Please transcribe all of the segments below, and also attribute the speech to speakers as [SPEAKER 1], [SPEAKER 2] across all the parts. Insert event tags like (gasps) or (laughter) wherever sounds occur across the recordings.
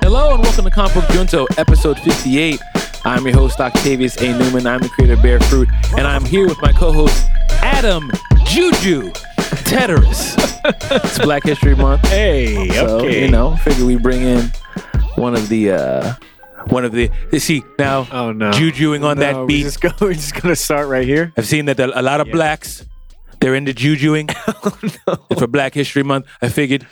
[SPEAKER 1] Hello and welcome to Comic Book Junto, episode 58. I'm your host, Octavius A. Newman. I'm the creator of Bear Fruit, and I'm here with my co host, Adam Juju
[SPEAKER 2] (laughs)
[SPEAKER 1] Teteris. it's Black History Month.
[SPEAKER 2] Hey,
[SPEAKER 1] So,
[SPEAKER 2] okay.
[SPEAKER 1] you know, figure we bring in one of the, uh, one of the, you see, now,
[SPEAKER 2] Oh no.
[SPEAKER 1] jujuing on
[SPEAKER 2] No,
[SPEAKER 1] that
[SPEAKER 2] uh, We
[SPEAKER 1] beat.
[SPEAKER 2] just (laughs) go, we're just gonna start right here.
[SPEAKER 1] I've seen that there are a lot of blacks, they're into
[SPEAKER 2] (laughs)
[SPEAKER 1] jujuing.
[SPEAKER 2] Oh,
[SPEAKER 1] And for Black History Month, I figured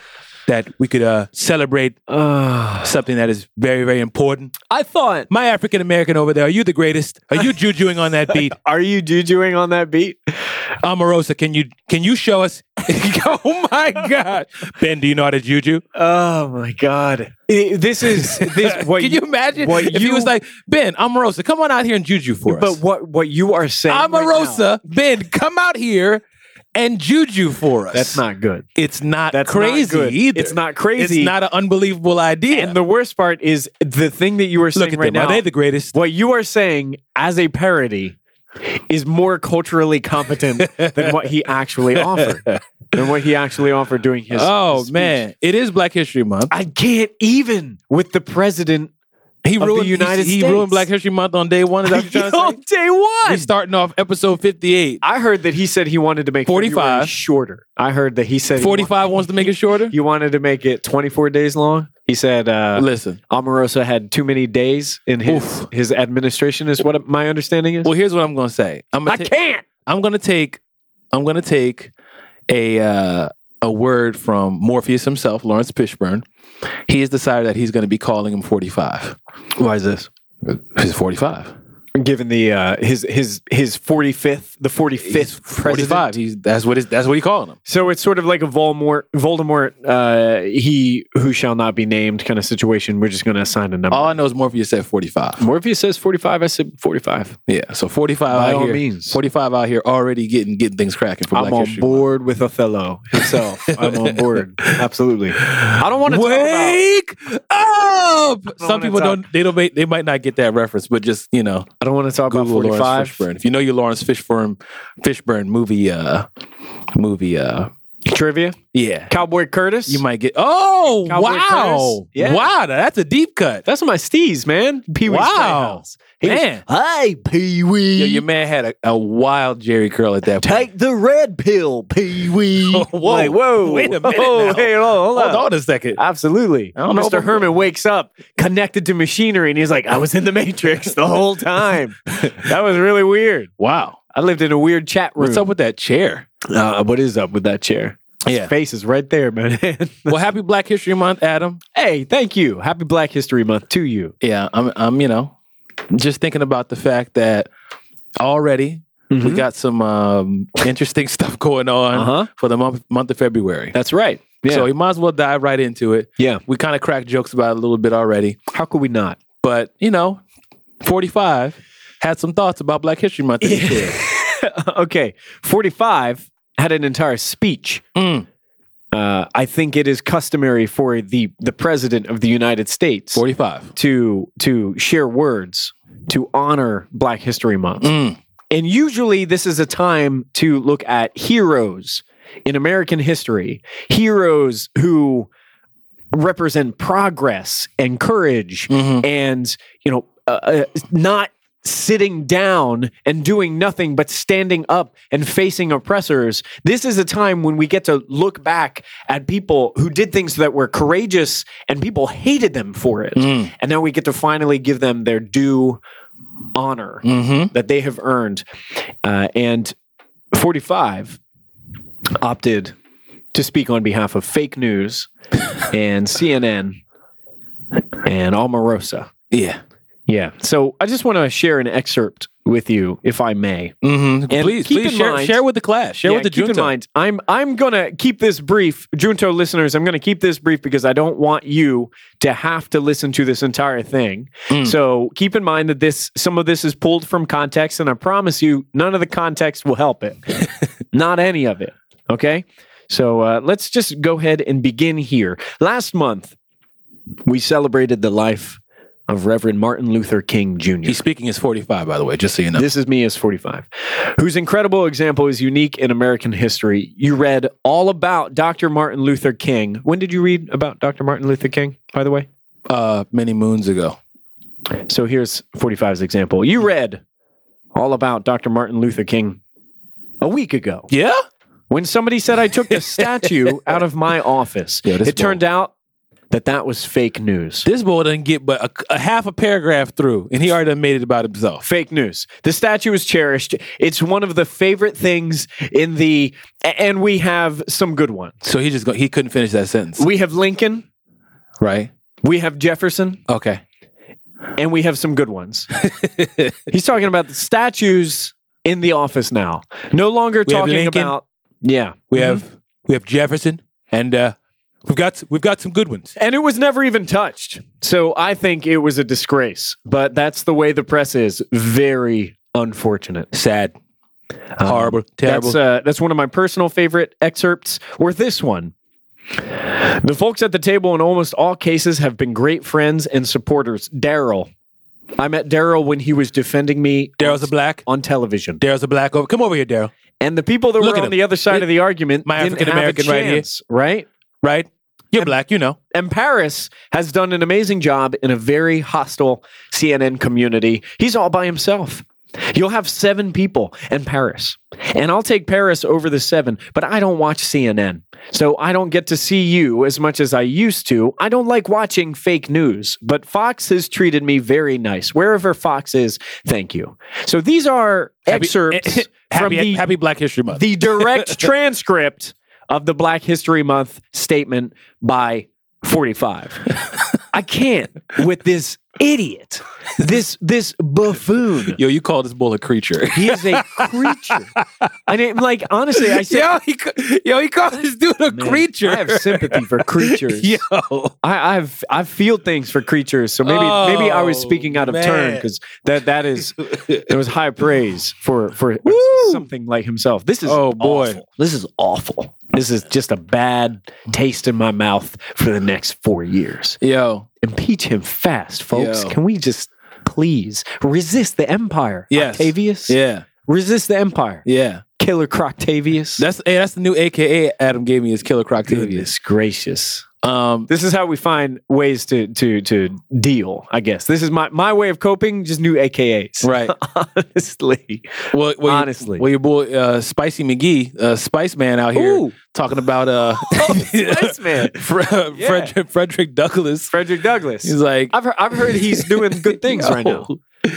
[SPEAKER 1] that we could uh, celebrate
[SPEAKER 2] Ah.
[SPEAKER 1] something that is very, very important.
[SPEAKER 2] I thought.
[SPEAKER 1] My African American over there, are you the greatest? Are you jujuing on that
[SPEAKER 2] (laughs)
[SPEAKER 1] beat?
[SPEAKER 2] Are you jujuing on that beat?
[SPEAKER 1] Omarosa, can you can you show us? (laughs) oh my God, Ben, do you know how to juju?
[SPEAKER 2] Oh my god. I- This is
[SPEAKER 1] (laughs)
[SPEAKER 2] this. What
[SPEAKER 1] can you imagine
[SPEAKER 2] What
[SPEAKER 1] if
[SPEAKER 2] you
[SPEAKER 1] he was like Ben Omarosa? Come on out here and juju for
[SPEAKER 2] But
[SPEAKER 1] us.
[SPEAKER 2] what what you are saying? right now,
[SPEAKER 1] Omarosa, Ben, come out here and juju for us.
[SPEAKER 2] that's not good.
[SPEAKER 1] It's not
[SPEAKER 2] That's not
[SPEAKER 1] crazy
[SPEAKER 2] good.
[SPEAKER 1] either.
[SPEAKER 2] It's not crazy.
[SPEAKER 1] It's not an unbelievable idea.
[SPEAKER 2] And the worst part is the thing that you are saying
[SPEAKER 1] Look at
[SPEAKER 2] right
[SPEAKER 1] them.
[SPEAKER 2] now.
[SPEAKER 1] Are they the greatest?
[SPEAKER 2] what you are saying as a parody is more culturally (laughs) competent than what he actually offered. Than what he actually offered doing his.
[SPEAKER 1] oh
[SPEAKER 2] his speech.
[SPEAKER 1] man, it is Black History Month.
[SPEAKER 2] I can't even with the president
[SPEAKER 1] He
[SPEAKER 2] the
[SPEAKER 1] ruined he-
[SPEAKER 2] United
[SPEAKER 1] he,
[SPEAKER 2] States.
[SPEAKER 1] ruined Black History Month on day one. Is that what you're
[SPEAKER 2] (laughs)
[SPEAKER 1] trying to (laughs)
[SPEAKER 2] on
[SPEAKER 1] say?
[SPEAKER 2] day one.
[SPEAKER 1] We're starting off episode 58.
[SPEAKER 2] I heard that he said he wanted to make
[SPEAKER 1] 45.
[SPEAKER 2] February shorter. I heard that he said he wa-
[SPEAKER 1] 45 wants to make it shorter.
[SPEAKER 2] He wanted to make it 24 days long. He said uh,
[SPEAKER 1] Listen,
[SPEAKER 2] Omarosa had too many days in his
[SPEAKER 1] Oof.
[SPEAKER 2] his administration. Is what my understanding is.
[SPEAKER 1] well, here's what I'm going to say. I'm
[SPEAKER 2] I
[SPEAKER 1] going to
[SPEAKER 2] can't.
[SPEAKER 1] I'm going to take I'm going to take a uh, a word from Morpheus himself, Lawrence Fishburne. He has decided that he's going to be calling him 45.
[SPEAKER 2] Why is this?
[SPEAKER 1] He's 45.
[SPEAKER 2] Given the uh, his his his 45th the 45th
[SPEAKER 1] He's
[SPEAKER 2] president.
[SPEAKER 1] 45. He's that's what it's, that's what he calling him.
[SPEAKER 2] So it's sort of like a Voldemort, Voldemort, uh, he who shall not be named kind of situation. We're just going to assign a number.
[SPEAKER 1] All I know is Morpheus said 45.
[SPEAKER 2] Morpheus says 45. I said 45.
[SPEAKER 1] Yeah, so 45
[SPEAKER 2] By
[SPEAKER 1] out
[SPEAKER 2] all
[SPEAKER 1] here.
[SPEAKER 2] means.
[SPEAKER 1] 45 out here already getting getting things cracking for
[SPEAKER 2] I'm
[SPEAKER 1] Black
[SPEAKER 2] on
[SPEAKER 1] History
[SPEAKER 2] board with Othello himself. I'm on (laughs) board. Absolutely. I don't want to talk
[SPEAKER 1] Wake up!
[SPEAKER 2] I
[SPEAKER 1] Some
[SPEAKER 2] wanna
[SPEAKER 1] people
[SPEAKER 2] talk-
[SPEAKER 1] don't. They don't. Make, they might not get that reference, but just you know,
[SPEAKER 2] about I don't want to talk
[SPEAKER 1] Google
[SPEAKER 2] about
[SPEAKER 1] Lawrence
[SPEAKER 2] 45.
[SPEAKER 1] Fishburne. If you know your Lawrence Fishburne, Fishburne movie, uh, movie, uh,
[SPEAKER 2] Trivia.
[SPEAKER 1] yeah,
[SPEAKER 2] Cowboy Curtis.
[SPEAKER 1] you might get. Oh
[SPEAKER 2] Cowboy
[SPEAKER 1] wow!
[SPEAKER 2] Curtis? Yeah.
[SPEAKER 1] Wow, that's a deep cut.
[SPEAKER 2] That's my steez, man. Pee Wee's
[SPEAKER 1] Wow.
[SPEAKER 2] Playhouse. He was,
[SPEAKER 1] Man.
[SPEAKER 2] hey, Pee Wee.
[SPEAKER 1] Yo, your man had a, a wild Jerry curl at that point.
[SPEAKER 2] Take the red pill, Pee Wee.
[SPEAKER 1] Whoa,
[SPEAKER 2] Like, (laughs) whoa.
[SPEAKER 1] wait a minute
[SPEAKER 2] Whoa,
[SPEAKER 1] now.
[SPEAKER 2] hey, hold on.
[SPEAKER 1] Hold on a second.
[SPEAKER 2] Absolutely.
[SPEAKER 1] I don't know
[SPEAKER 2] Mr.
[SPEAKER 1] about-
[SPEAKER 2] Herman wakes up connected to machinery and he's like, I was in the Matrix the whole (laughs) time. that was really weird.
[SPEAKER 1] Wow,
[SPEAKER 2] I lived in a weird chat room.
[SPEAKER 1] what's up with that chair?
[SPEAKER 2] Uh, what is up with that chair?
[SPEAKER 1] Yeah.
[SPEAKER 2] Face is right there, man. (laughs)
[SPEAKER 1] well, happy Black History Month, Adam.
[SPEAKER 2] hey, thank you. Happy Black History Month to you.
[SPEAKER 1] Yeah, I'm. I'm. You know, just thinking about the fact that already we
[SPEAKER 2] Mhm.
[SPEAKER 1] got some um, interesting (laughs) stuff going on
[SPEAKER 2] Uh-huh.
[SPEAKER 1] for the month month of February.
[SPEAKER 2] That's right. Yeah.
[SPEAKER 1] So we might as well dive right into it.
[SPEAKER 2] yeah.
[SPEAKER 1] We kind of cracked jokes about it a little bit already,
[SPEAKER 2] How could we not?
[SPEAKER 1] but you know, 45 had some thoughts about Black History Month. that he shared.
[SPEAKER 2] okay. 45 had an entire speech.
[SPEAKER 1] Mm.
[SPEAKER 2] Uh, I think it is customary for the, the president of the United States
[SPEAKER 1] 45.
[SPEAKER 2] to to share words to honor Black History Month.
[SPEAKER 1] Mm.
[SPEAKER 2] And usually this is a time to look at heroes in American history, heroes who represent progress and courage
[SPEAKER 1] Mhm.
[SPEAKER 2] and you know uh, uh, not sitting down and doing nothing but standing up and facing oppressors this is a time when we get to look back at people who did things that were courageous and people hated them for it
[SPEAKER 1] Mm.
[SPEAKER 2] and now we get to finally give them their due honor
[SPEAKER 1] Mm-hmm.
[SPEAKER 2] that they have earned uh, and 45 opted to speak on behalf of fake news and cnn and omarosa
[SPEAKER 1] Yeah.
[SPEAKER 2] yeah. So I just want to share an excerpt with you, if I may.
[SPEAKER 1] Mm-hmm.
[SPEAKER 2] And
[SPEAKER 1] Please,
[SPEAKER 2] keep
[SPEAKER 1] please
[SPEAKER 2] in
[SPEAKER 1] share,
[SPEAKER 2] mind-
[SPEAKER 1] share with the class. Share
[SPEAKER 2] Yeah,
[SPEAKER 1] with the
[SPEAKER 2] keep
[SPEAKER 1] junta.
[SPEAKER 2] in mind, I'm I'm gonna keep this brief, Junto listeners. I'm gonna keep this brief because I don't want you to have to listen to this entire thing.
[SPEAKER 1] Mm.
[SPEAKER 2] So keep in mind that this some of this is pulled from context, and I promise you, none of the context will help
[SPEAKER 1] (laughs)
[SPEAKER 2] it. Not any of it. Okay. So uh, let's just go ahead and begin here. Last month, we celebrated the life of Reverend Martin Luther King Jr.
[SPEAKER 1] He's speaking as 45, by the way, just so you know.
[SPEAKER 2] This is me as 45, whose incredible example is unique in American history. You read all about Dr. Martin Luther King. When did you read about Dr. Martin Luther King, by the way?
[SPEAKER 1] Uh, many moons ago.
[SPEAKER 2] So here's 45's example. You read all about Dr. Martin Luther King a week ago
[SPEAKER 1] Yeah?
[SPEAKER 2] when somebody said
[SPEAKER 1] (laughs)
[SPEAKER 2] I took the statue out of my office.
[SPEAKER 1] Yeah, this
[SPEAKER 2] it turned out that that was fake news.
[SPEAKER 1] This boy doesn't get but a, a half a paragraph through, and he already done made it about himself.
[SPEAKER 2] Fake news. The statue is cherished. It's one of the favorite things in the, a- and we have some good ones.
[SPEAKER 1] So he just go, he couldn't finish that sentence,
[SPEAKER 2] We have Lincoln,
[SPEAKER 1] right?
[SPEAKER 2] we have Jefferson,
[SPEAKER 1] Okay.
[SPEAKER 2] and we have some
[SPEAKER 1] (laughs)
[SPEAKER 2] good ones. He's talking about the statues in the office now. No longer
[SPEAKER 1] We have
[SPEAKER 2] talking
[SPEAKER 1] Lincoln.
[SPEAKER 2] about yeah.
[SPEAKER 1] We have we have Jefferson, and uh, we've got we've got some good ones.
[SPEAKER 2] And it was never even touched. So I think it was a disgrace. But that's the way the press is. Very unfortunate.
[SPEAKER 1] Sad,
[SPEAKER 2] Um,
[SPEAKER 1] horrible, terrible.
[SPEAKER 2] That's uh, that's one of my personal favorite excerpts, or this one. The folks at the table in almost all cases have been great friends and supporters. Daryl, I met Daryl when he was defending me
[SPEAKER 1] Daryl's a black.
[SPEAKER 2] on television,
[SPEAKER 1] Daryl's a black. Over. Come over here, Daryl.
[SPEAKER 2] and the people that
[SPEAKER 1] Look
[SPEAKER 2] were
[SPEAKER 1] at
[SPEAKER 2] on
[SPEAKER 1] him.
[SPEAKER 2] the other side of the argument,
[SPEAKER 1] My
[SPEAKER 2] didn't have a
[SPEAKER 1] African-American right here.
[SPEAKER 2] chance, right?
[SPEAKER 1] Right? You're black. You know.
[SPEAKER 2] And Paris has done an amazing job in a very hostile CNN community. He's all by himself. You'll have seven people and Paris. And I'll take Paris over the seven, but I don't watch CNN. So I don't get to see you as much as I used to. I don't like watching fake news, but Fox has treated me very nice. Wherever Fox is, thank you. So these are
[SPEAKER 1] (laughs) Happy-
[SPEAKER 2] excerpts from
[SPEAKER 1] happy,
[SPEAKER 2] the
[SPEAKER 1] happy Black History Month.
[SPEAKER 2] the direct transcript of the Black History Month statement by 45. I can't with this idiot, this this buffoon.
[SPEAKER 1] Yo, you call this bull a
[SPEAKER 2] (laughs)
[SPEAKER 1] creature?
[SPEAKER 2] He is a creature. I mean, like honestly, I said,
[SPEAKER 1] (laughs) yo, he, ca- yo, he called this dude a
[SPEAKER 2] man,
[SPEAKER 1] creature. (laughs)
[SPEAKER 2] I have sympathy for creatures.
[SPEAKER 1] Yo,
[SPEAKER 2] I, I've I feel things for creatures, so maybe maybe I was
[SPEAKER 1] Oh,
[SPEAKER 2] speaking out of turn
[SPEAKER 1] man.
[SPEAKER 2] because that that is it was high praise for for
[SPEAKER 1] Woo!
[SPEAKER 2] something like himself. This is
[SPEAKER 1] Oh, boy.
[SPEAKER 2] awful. this is awful. This is just a bad taste in my mouth for the next four years.
[SPEAKER 1] yo,
[SPEAKER 2] Impeach him fast, folks.
[SPEAKER 1] Yo.
[SPEAKER 2] Can we just please resist the empire,
[SPEAKER 1] Yes.
[SPEAKER 2] Octavius?
[SPEAKER 1] yeah,
[SPEAKER 2] Resist the empire,
[SPEAKER 1] yeah.
[SPEAKER 2] Killer Croctavius.
[SPEAKER 1] That's hey, that's the new AKA Adam gave me is Killer Croctavius.
[SPEAKER 2] Goodness gracious.
[SPEAKER 1] Um,
[SPEAKER 2] this is how we find ways to to to deal i guess this is my my way of coping just new akas
[SPEAKER 1] right.
[SPEAKER 2] (laughs) honestly
[SPEAKER 1] Well, well,
[SPEAKER 2] Honestly.
[SPEAKER 1] your, well, your boy uh, Spicy McGee, uh, Spice Man out here
[SPEAKER 2] Ooh. Oh,
[SPEAKER 1] talking about
[SPEAKER 2] (laughs)
[SPEAKER 1] uh,
[SPEAKER 2] Spice Man.
[SPEAKER 1] (laughs) Fre- uh, Frederick, Frederick Douglass.
[SPEAKER 2] frederick douglass
[SPEAKER 1] He's like,
[SPEAKER 2] I've, heard, I've heard he's doing (laughs) good things right now
[SPEAKER 1] "Yo,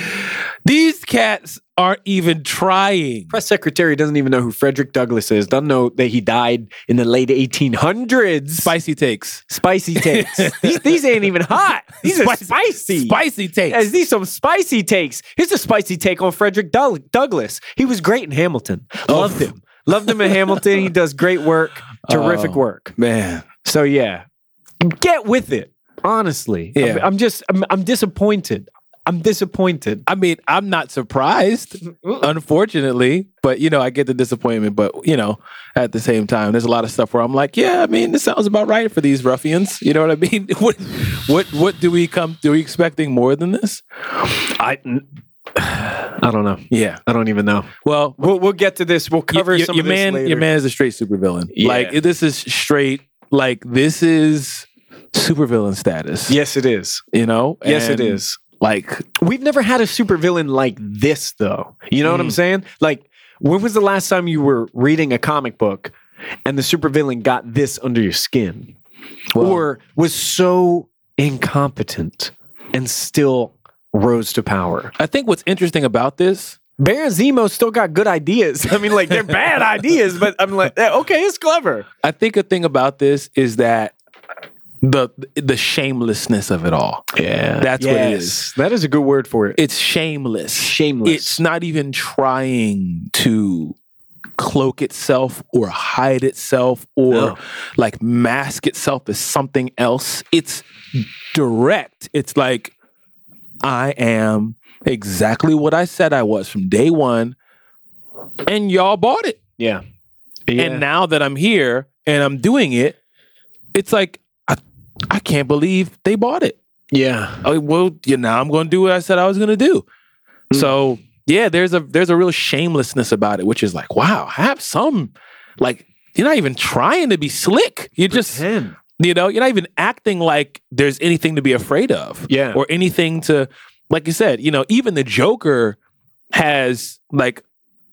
[SPEAKER 1] These cats aren't even trying.
[SPEAKER 2] press secretary doesn't even know who frederick douglass is doesn't know that he died in the late 1800s
[SPEAKER 1] Spicy takes.
[SPEAKER 2] (laughs) spicy takes these, these ain't even hot these
[SPEAKER 1] Spicy-
[SPEAKER 2] are spicy
[SPEAKER 1] Spicy takes.
[SPEAKER 2] As these some spicy takes. Here's a spicy take on Frederick Doug- Douglass. He was great in Hamilton. Loved him. Loved him in Hamilton. He does great work. (laughs) Terrific
[SPEAKER 1] Oh.
[SPEAKER 2] work.
[SPEAKER 1] Man,
[SPEAKER 2] So yeah, get with it. Honestly,
[SPEAKER 1] Yeah.
[SPEAKER 2] I'm, I'm just I'm, I'm disappointed. I'm disappointed.
[SPEAKER 1] I mean, I'm not
[SPEAKER 2] (laughs)
[SPEAKER 1] surprised, unfortunately, but you know, I get the disappointment. But you know, at the same time, there's a lot of stuff where I'm like, yeah, I mean, this sounds about right for these ruffians. You know what I mean? (laughs) what, what, what do we come? Do we expecting more than this?
[SPEAKER 2] I (sighs) I don't know.
[SPEAKER 1] Yeah.
[SPEAKER 2] I don't even know.
[SPEAKER 1] Well,
[SPEAKER 2] We'll we'll get to this. We'll cover
[SPEAKER 1] your,
[SPEAKER 2] some
[SPEAKER 1] your
[SPEAKER 2] of this
[SPEAKER 1] man,
[SPEAKER 2] later.
[SPEAKER 1] your man is a straight supervillain.
[SPEAKER 2] Yeah.
[SPEAKER 1] Like this is straight. Like this is supervillain status.
[SPEAKER 2] Yes, it is.
[SPEAKER 1] You know.
[SPEAKER 2] Yes, it
[SPEAKER 1] And,
[SPEAKER 2] is.
[SPEAKER 1] Like
[SPEAKER 2] We've never had a supervillain like this, though. You know what I'm
[SPEAKER 1] Mm.
[SPEAKER 2] saying? Like, when was the last time you were reading a comic book and the supervillain got this under your skin?
[SPEAKER 1] Well-
[SPEAKER 2] or was so incompetent and still rose to power?
[SPEAKER 1] I think what's interesting about this.
[SPEAKER 2] Baron Zemo still got good ideas. I mean,
[SPEAKER 1] (laughs)
[SPEAKER 2] like, they're bad ideas, but I'm like, eh, okay, it's clever.
[SPEAKER 1] I think a thing about this is that the the shamelessness of it all.
[SPEAKER 2] Yeah.
[SPEAKER 1] That's what it is.
[SPEAKER 2] That is a good word for it.
[SPEAKER 1] It's shameless.
[SPEAKER 2] Shameless.
[SPEAKER 1] It's not even trying to cloak itself or hide itself or
[SPEAKER 2] No.
[SPEAKER 1] like mask itself as something else. It's direct. It's like I am exactly what I said I was from day 1 and y'all bought it.
[SPEAKER 2] yeah.
[SPEAKER 1] And now that I'm here and I'm doing it, it's like I, I can't believe they bought it.
[SPEAKER 2] Yeah.
[SPEAKER 1] oh well you know i'm gonna do what i said i was gonna do
[SPEAKER 2] Mm.
[SPEAKER 1] so yeah there's a there's a real shamelessness about it which is like wow have some like you're not even trying to be slick you just
[SPEAKER 2] Ten.
[SPEAKER 1] you know you're not even acting like there's anything to be afraid of
[SPEAKER 2] Yeah.
[SPEAKER 1] or anything to like you said you know even the joker has like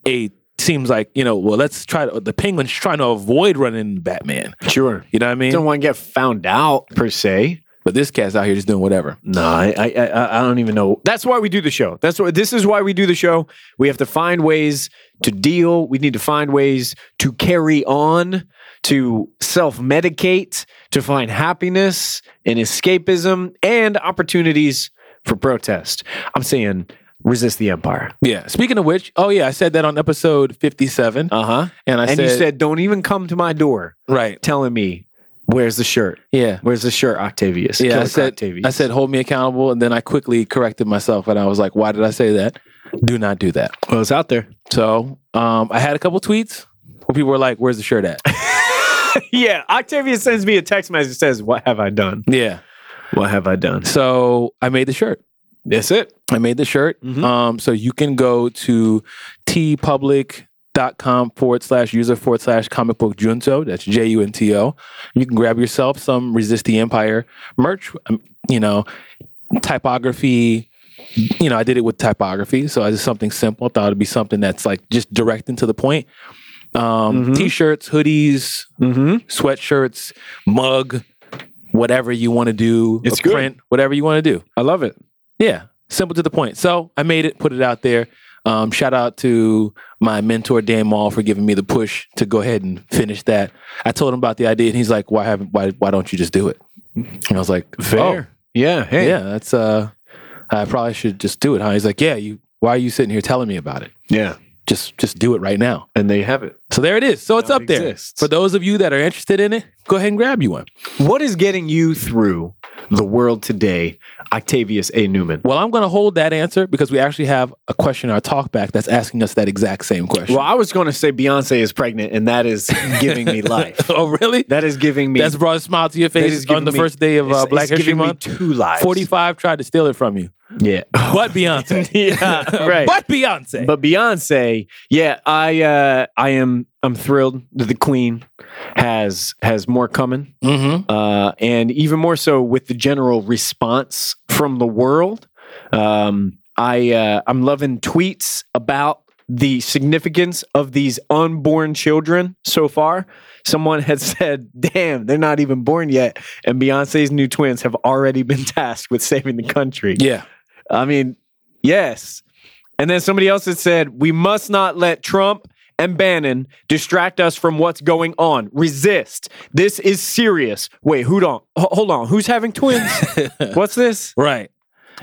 [SPEAKER 1] a seems like you know well let's try to the penguin's trying to avoid running batman
[SPEAKER 2] sure.
[SPEAKER 1] you know what i mean
[SPEAKER 2] Don't want to get found out per se.
[SPEAKER 1] but this cat's out here just doing whatever
[SPEAKER 2] No, I, I, I, I don't even know. That's why we do the show. That's why this is why we do the show. We have to find ways to deal. We need to find ways to carry on, to self medicate, to find happiness and escapism and opportunities for protest. I'm saying resist the empire.
[SPEAKER 1] yeah speaking of which oh yeah i said that on episode 57
[SPEAKER 2] Uh huh.
[SPEAKER 1] and i
[SPEAKER 2] And
[SPEAKER 1] said,
[SPEAKER 2] you said, don't even come to my door
[SPEAKER 1] right
[SPEAKER 2] telling me where's the shirt.
[SPEAKER 1] yeah
[SPEAKER 2] Where's the shirt, Octavius?
[SPEAKER 1] yeah i
[SPEAKER 2] Killer
[SPEAKER 1] said
[SPEAKER 2] Octavius.
[SPEAKER 1] i said hold me accountable and then i quickly corrected myself and i was like why did i say that do not do that
[SPEAKER 2] well, it's out there.
[SPEAKER 1] So um, I had a couple tweets where people were like, "Where's the shirt
[SPEAKER 2] (laughs)
[SPEAKER 1] at?"
[SPEAKER 2] yeah, Octavia sends me a text message that says, "What have I done?
[SPEAKER 1] yeah.
[SPEAKER 2] What have I done?"
[SPEAKER 1] So I made the shirt.
[SPEAKER 2] That's it.
[SPEAKER 1] I made the shirt.
[SPEAKER 2] Mhm.
[SPEAKER 1] Um, so you can go to tpublic.com forward slash user forward slash comic book junto. That's J U N T O. You can grab yourself some Resist the Empire merch, um, you know, typography. You know, I did it with typography. So I did something simple. I thought it'd be something that's like just direct and to the point. Um,
[SPEAKER 2] Mhm.
[SPEAKER 1] T shirts, hoodies,
[SPEAKER 2] Mm-hmm.
[SPEAKER 1] sweatshirts, mug, whatever you want to do.
[SPEAKER 2] It's
[SPEAKER 1] a
[SPEAKER 2] good.
[SPEAKER 1] print, whatever you want to do.
[SPEAKER 2] I love it.
[SPEAKER 1] Yeah, simple to the point. So I made it, put it out there. Um, shout out to my mentor Dan Mall for giving me the push to go ahead and finish that. I told him about the idea, and he's like, "Why haven't? Why? Why don't you just do it?" And I was like,
[SPEAKER 2] Fair. Yeah.
[SPEAKER 1] "Oh,
[SPEAKER 2] Hey.
[SPEAKER 1] yeah, that's uh, I probably should just do it." Huh? He's like, "Yeah, you. Why are you sitting here telling me about it?
[SPEAKER 2] Yeah.
[SPEAKER 1] Just, just do it right now."
[SPEAKER 2] And they have it.
[SPEAKER 1] So there it is. So it's
[SPEAKER 2] Now it
[SPEAKER 1] up there
[SPEAKER 2] exists.
[SPEAKER 1] for those of you that are interested in it. Go ahead and grab you one.
[SPEAKER 2] What is getting you through the world today, Octavius A. Newman?
[SPEAKER 1] Well, I'm going to hold that answer because we actually have a question in our talkback that's asking us that exact same question.
[SPEAKER 2] Well, I was going to say Beyonce is pregnant, and that is giving (laughs) me
[SPEAKER 1] (laughs)
[SPEAKER 2] life.
[SPEAKER 1] oh, really?
[SPEAKER 2] That is giving me.
[SPEAKER 1] That's brought a smile to your face
[SPEAKER 2] giving
[SPEAKER 1] on the
[SPEAKER 2] me-
[SPEAKER 1] first day of
[SPEAKER 2] it's-
[SPEAKER 1] uh,
[SPEAKER 2] it's
[SPEAKER 1] Black History
[SPEAKER 2] giving me
[SPEAKER 1] Month.
[SPEAKER 2] Two lives.
[SPEAKER 1] 45 tried to steal it from
[SPEAKER 2] (laughs)
[SPEAKER 1] you.
[SPEAKER 2] Yeah.
[SPEAKER 1] But Beyonce.
[SPEAKER 2] Oh,
[SPEAKER 1] (laughs)
[SPEAKER 2] (laughs) Yeah, right.
[SPEAKER 1] But Beyonce.
[SPEAKER 2] But Beyonce, yeah, I uh, I am I'm thrilled that the Queen has has more coming.
[SPEAKER 1] hmm
[SPEAKER 2] uh, and even more so with the general response from the world. Um, I uh, I'm loving tweets about the significance of these unborn children so far. Someone had (laughs) said, "Damn, they're not even born yet," and Beyonce's new twins have already been (laughs) tasked with saving the country.
[SPEAKER 1] Yeah.
[SPEAKER 2] I mean, yes. And then somebody else had said, we must not let Trump and Bannon distract us from what's going on. Resist. This is serious. Wait, hold on. Ho- Hold on. Who's having (laughs) twins? what's this?
[SPEAKER 1] Right.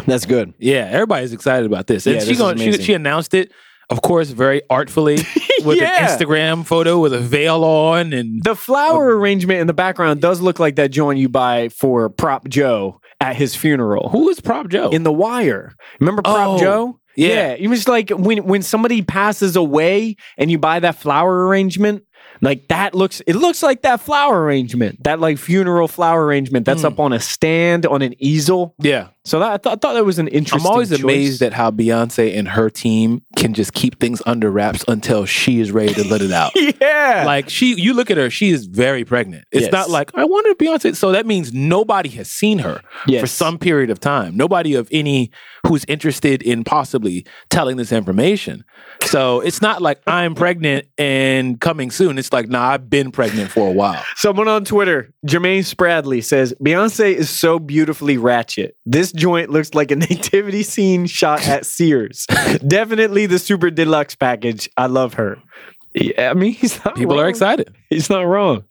[SPEAKER 2] That's good.
[SPEAKER 1] Yeah. Everybody's excited about this. And
[SPEAKER 2] Yeah,
[SPEAKER 1] she,
[SPEAKER 2] this is
[SPEAKER 1] gonna- she,
[SPEAKER 2] amazing.
[SPEAKER 1] she announced it, of course, very
[SPEAKER 2] (laughs)
[SPEAKER 1] artfully with
[SPEAKER 2] Yeah.
[SPEAKER 1] an Instagram photo with a veil on and
[SPEAKER 2] The flower arrangement in the background does look like that joint you buy for Prop Joe at his funeral.
[SPEAKER 1] who is Prop Joe?
[SPEAKER 2] in The Wire. Remember Prop
[SPEAKER 1] Oh,
[SPEAKER 2] Joe?
[SPEAKER 1] yeah.
[SPEAKER 2] It was like when when somebody passes away and you buy that flower arrangement, like that looks it looks like that flower arrangement, that like funeral flower arrangement
[SPEAKER 1] Hmm.
[SPEAKER 2] that's up on a stand on an easel.
[SPEAKER 1] yeah.
[SPEAKER 2] So that I, th- I thought that was an interesting
[SPEAKER 1] I'm always
[SPEAKER 2] choice.
[SPEAKER 1] amazed at how Beyonce and her team can just keep things under wraps until she is ready to let it out.
[SPEAKER 2] (laughs) Yeah.
[SPEAKER 1] like she, you look at her, she is very pregnant. It's
[SPEAKER 2] Yes.
[SPEAKER 1] not like I wonder if Beyonce. So that means nobody has seen her
[SPEAKER 2] Yes.
[SPEAKER 1] for some period of time. Nobody of any who's interested in possibly telling this information. So it's not like I'm pregnant and coming soon. It's like nah, I've been pregnant for a while.
[SPEAKER 2] Someone on Twitter, Jermaine Spradley, says Beyonce is so beautifully ratchet. This joint looks like a (laughs) nativity scene shot at Sears. Definitely the super deluxe package. I love her. Yeah, I mean, he's not
[SPEAKER 1] People are
[SPEAKER 2] wrong.
[SPEAKER 1] excited.
[SPEAKER 2] He's not wrong.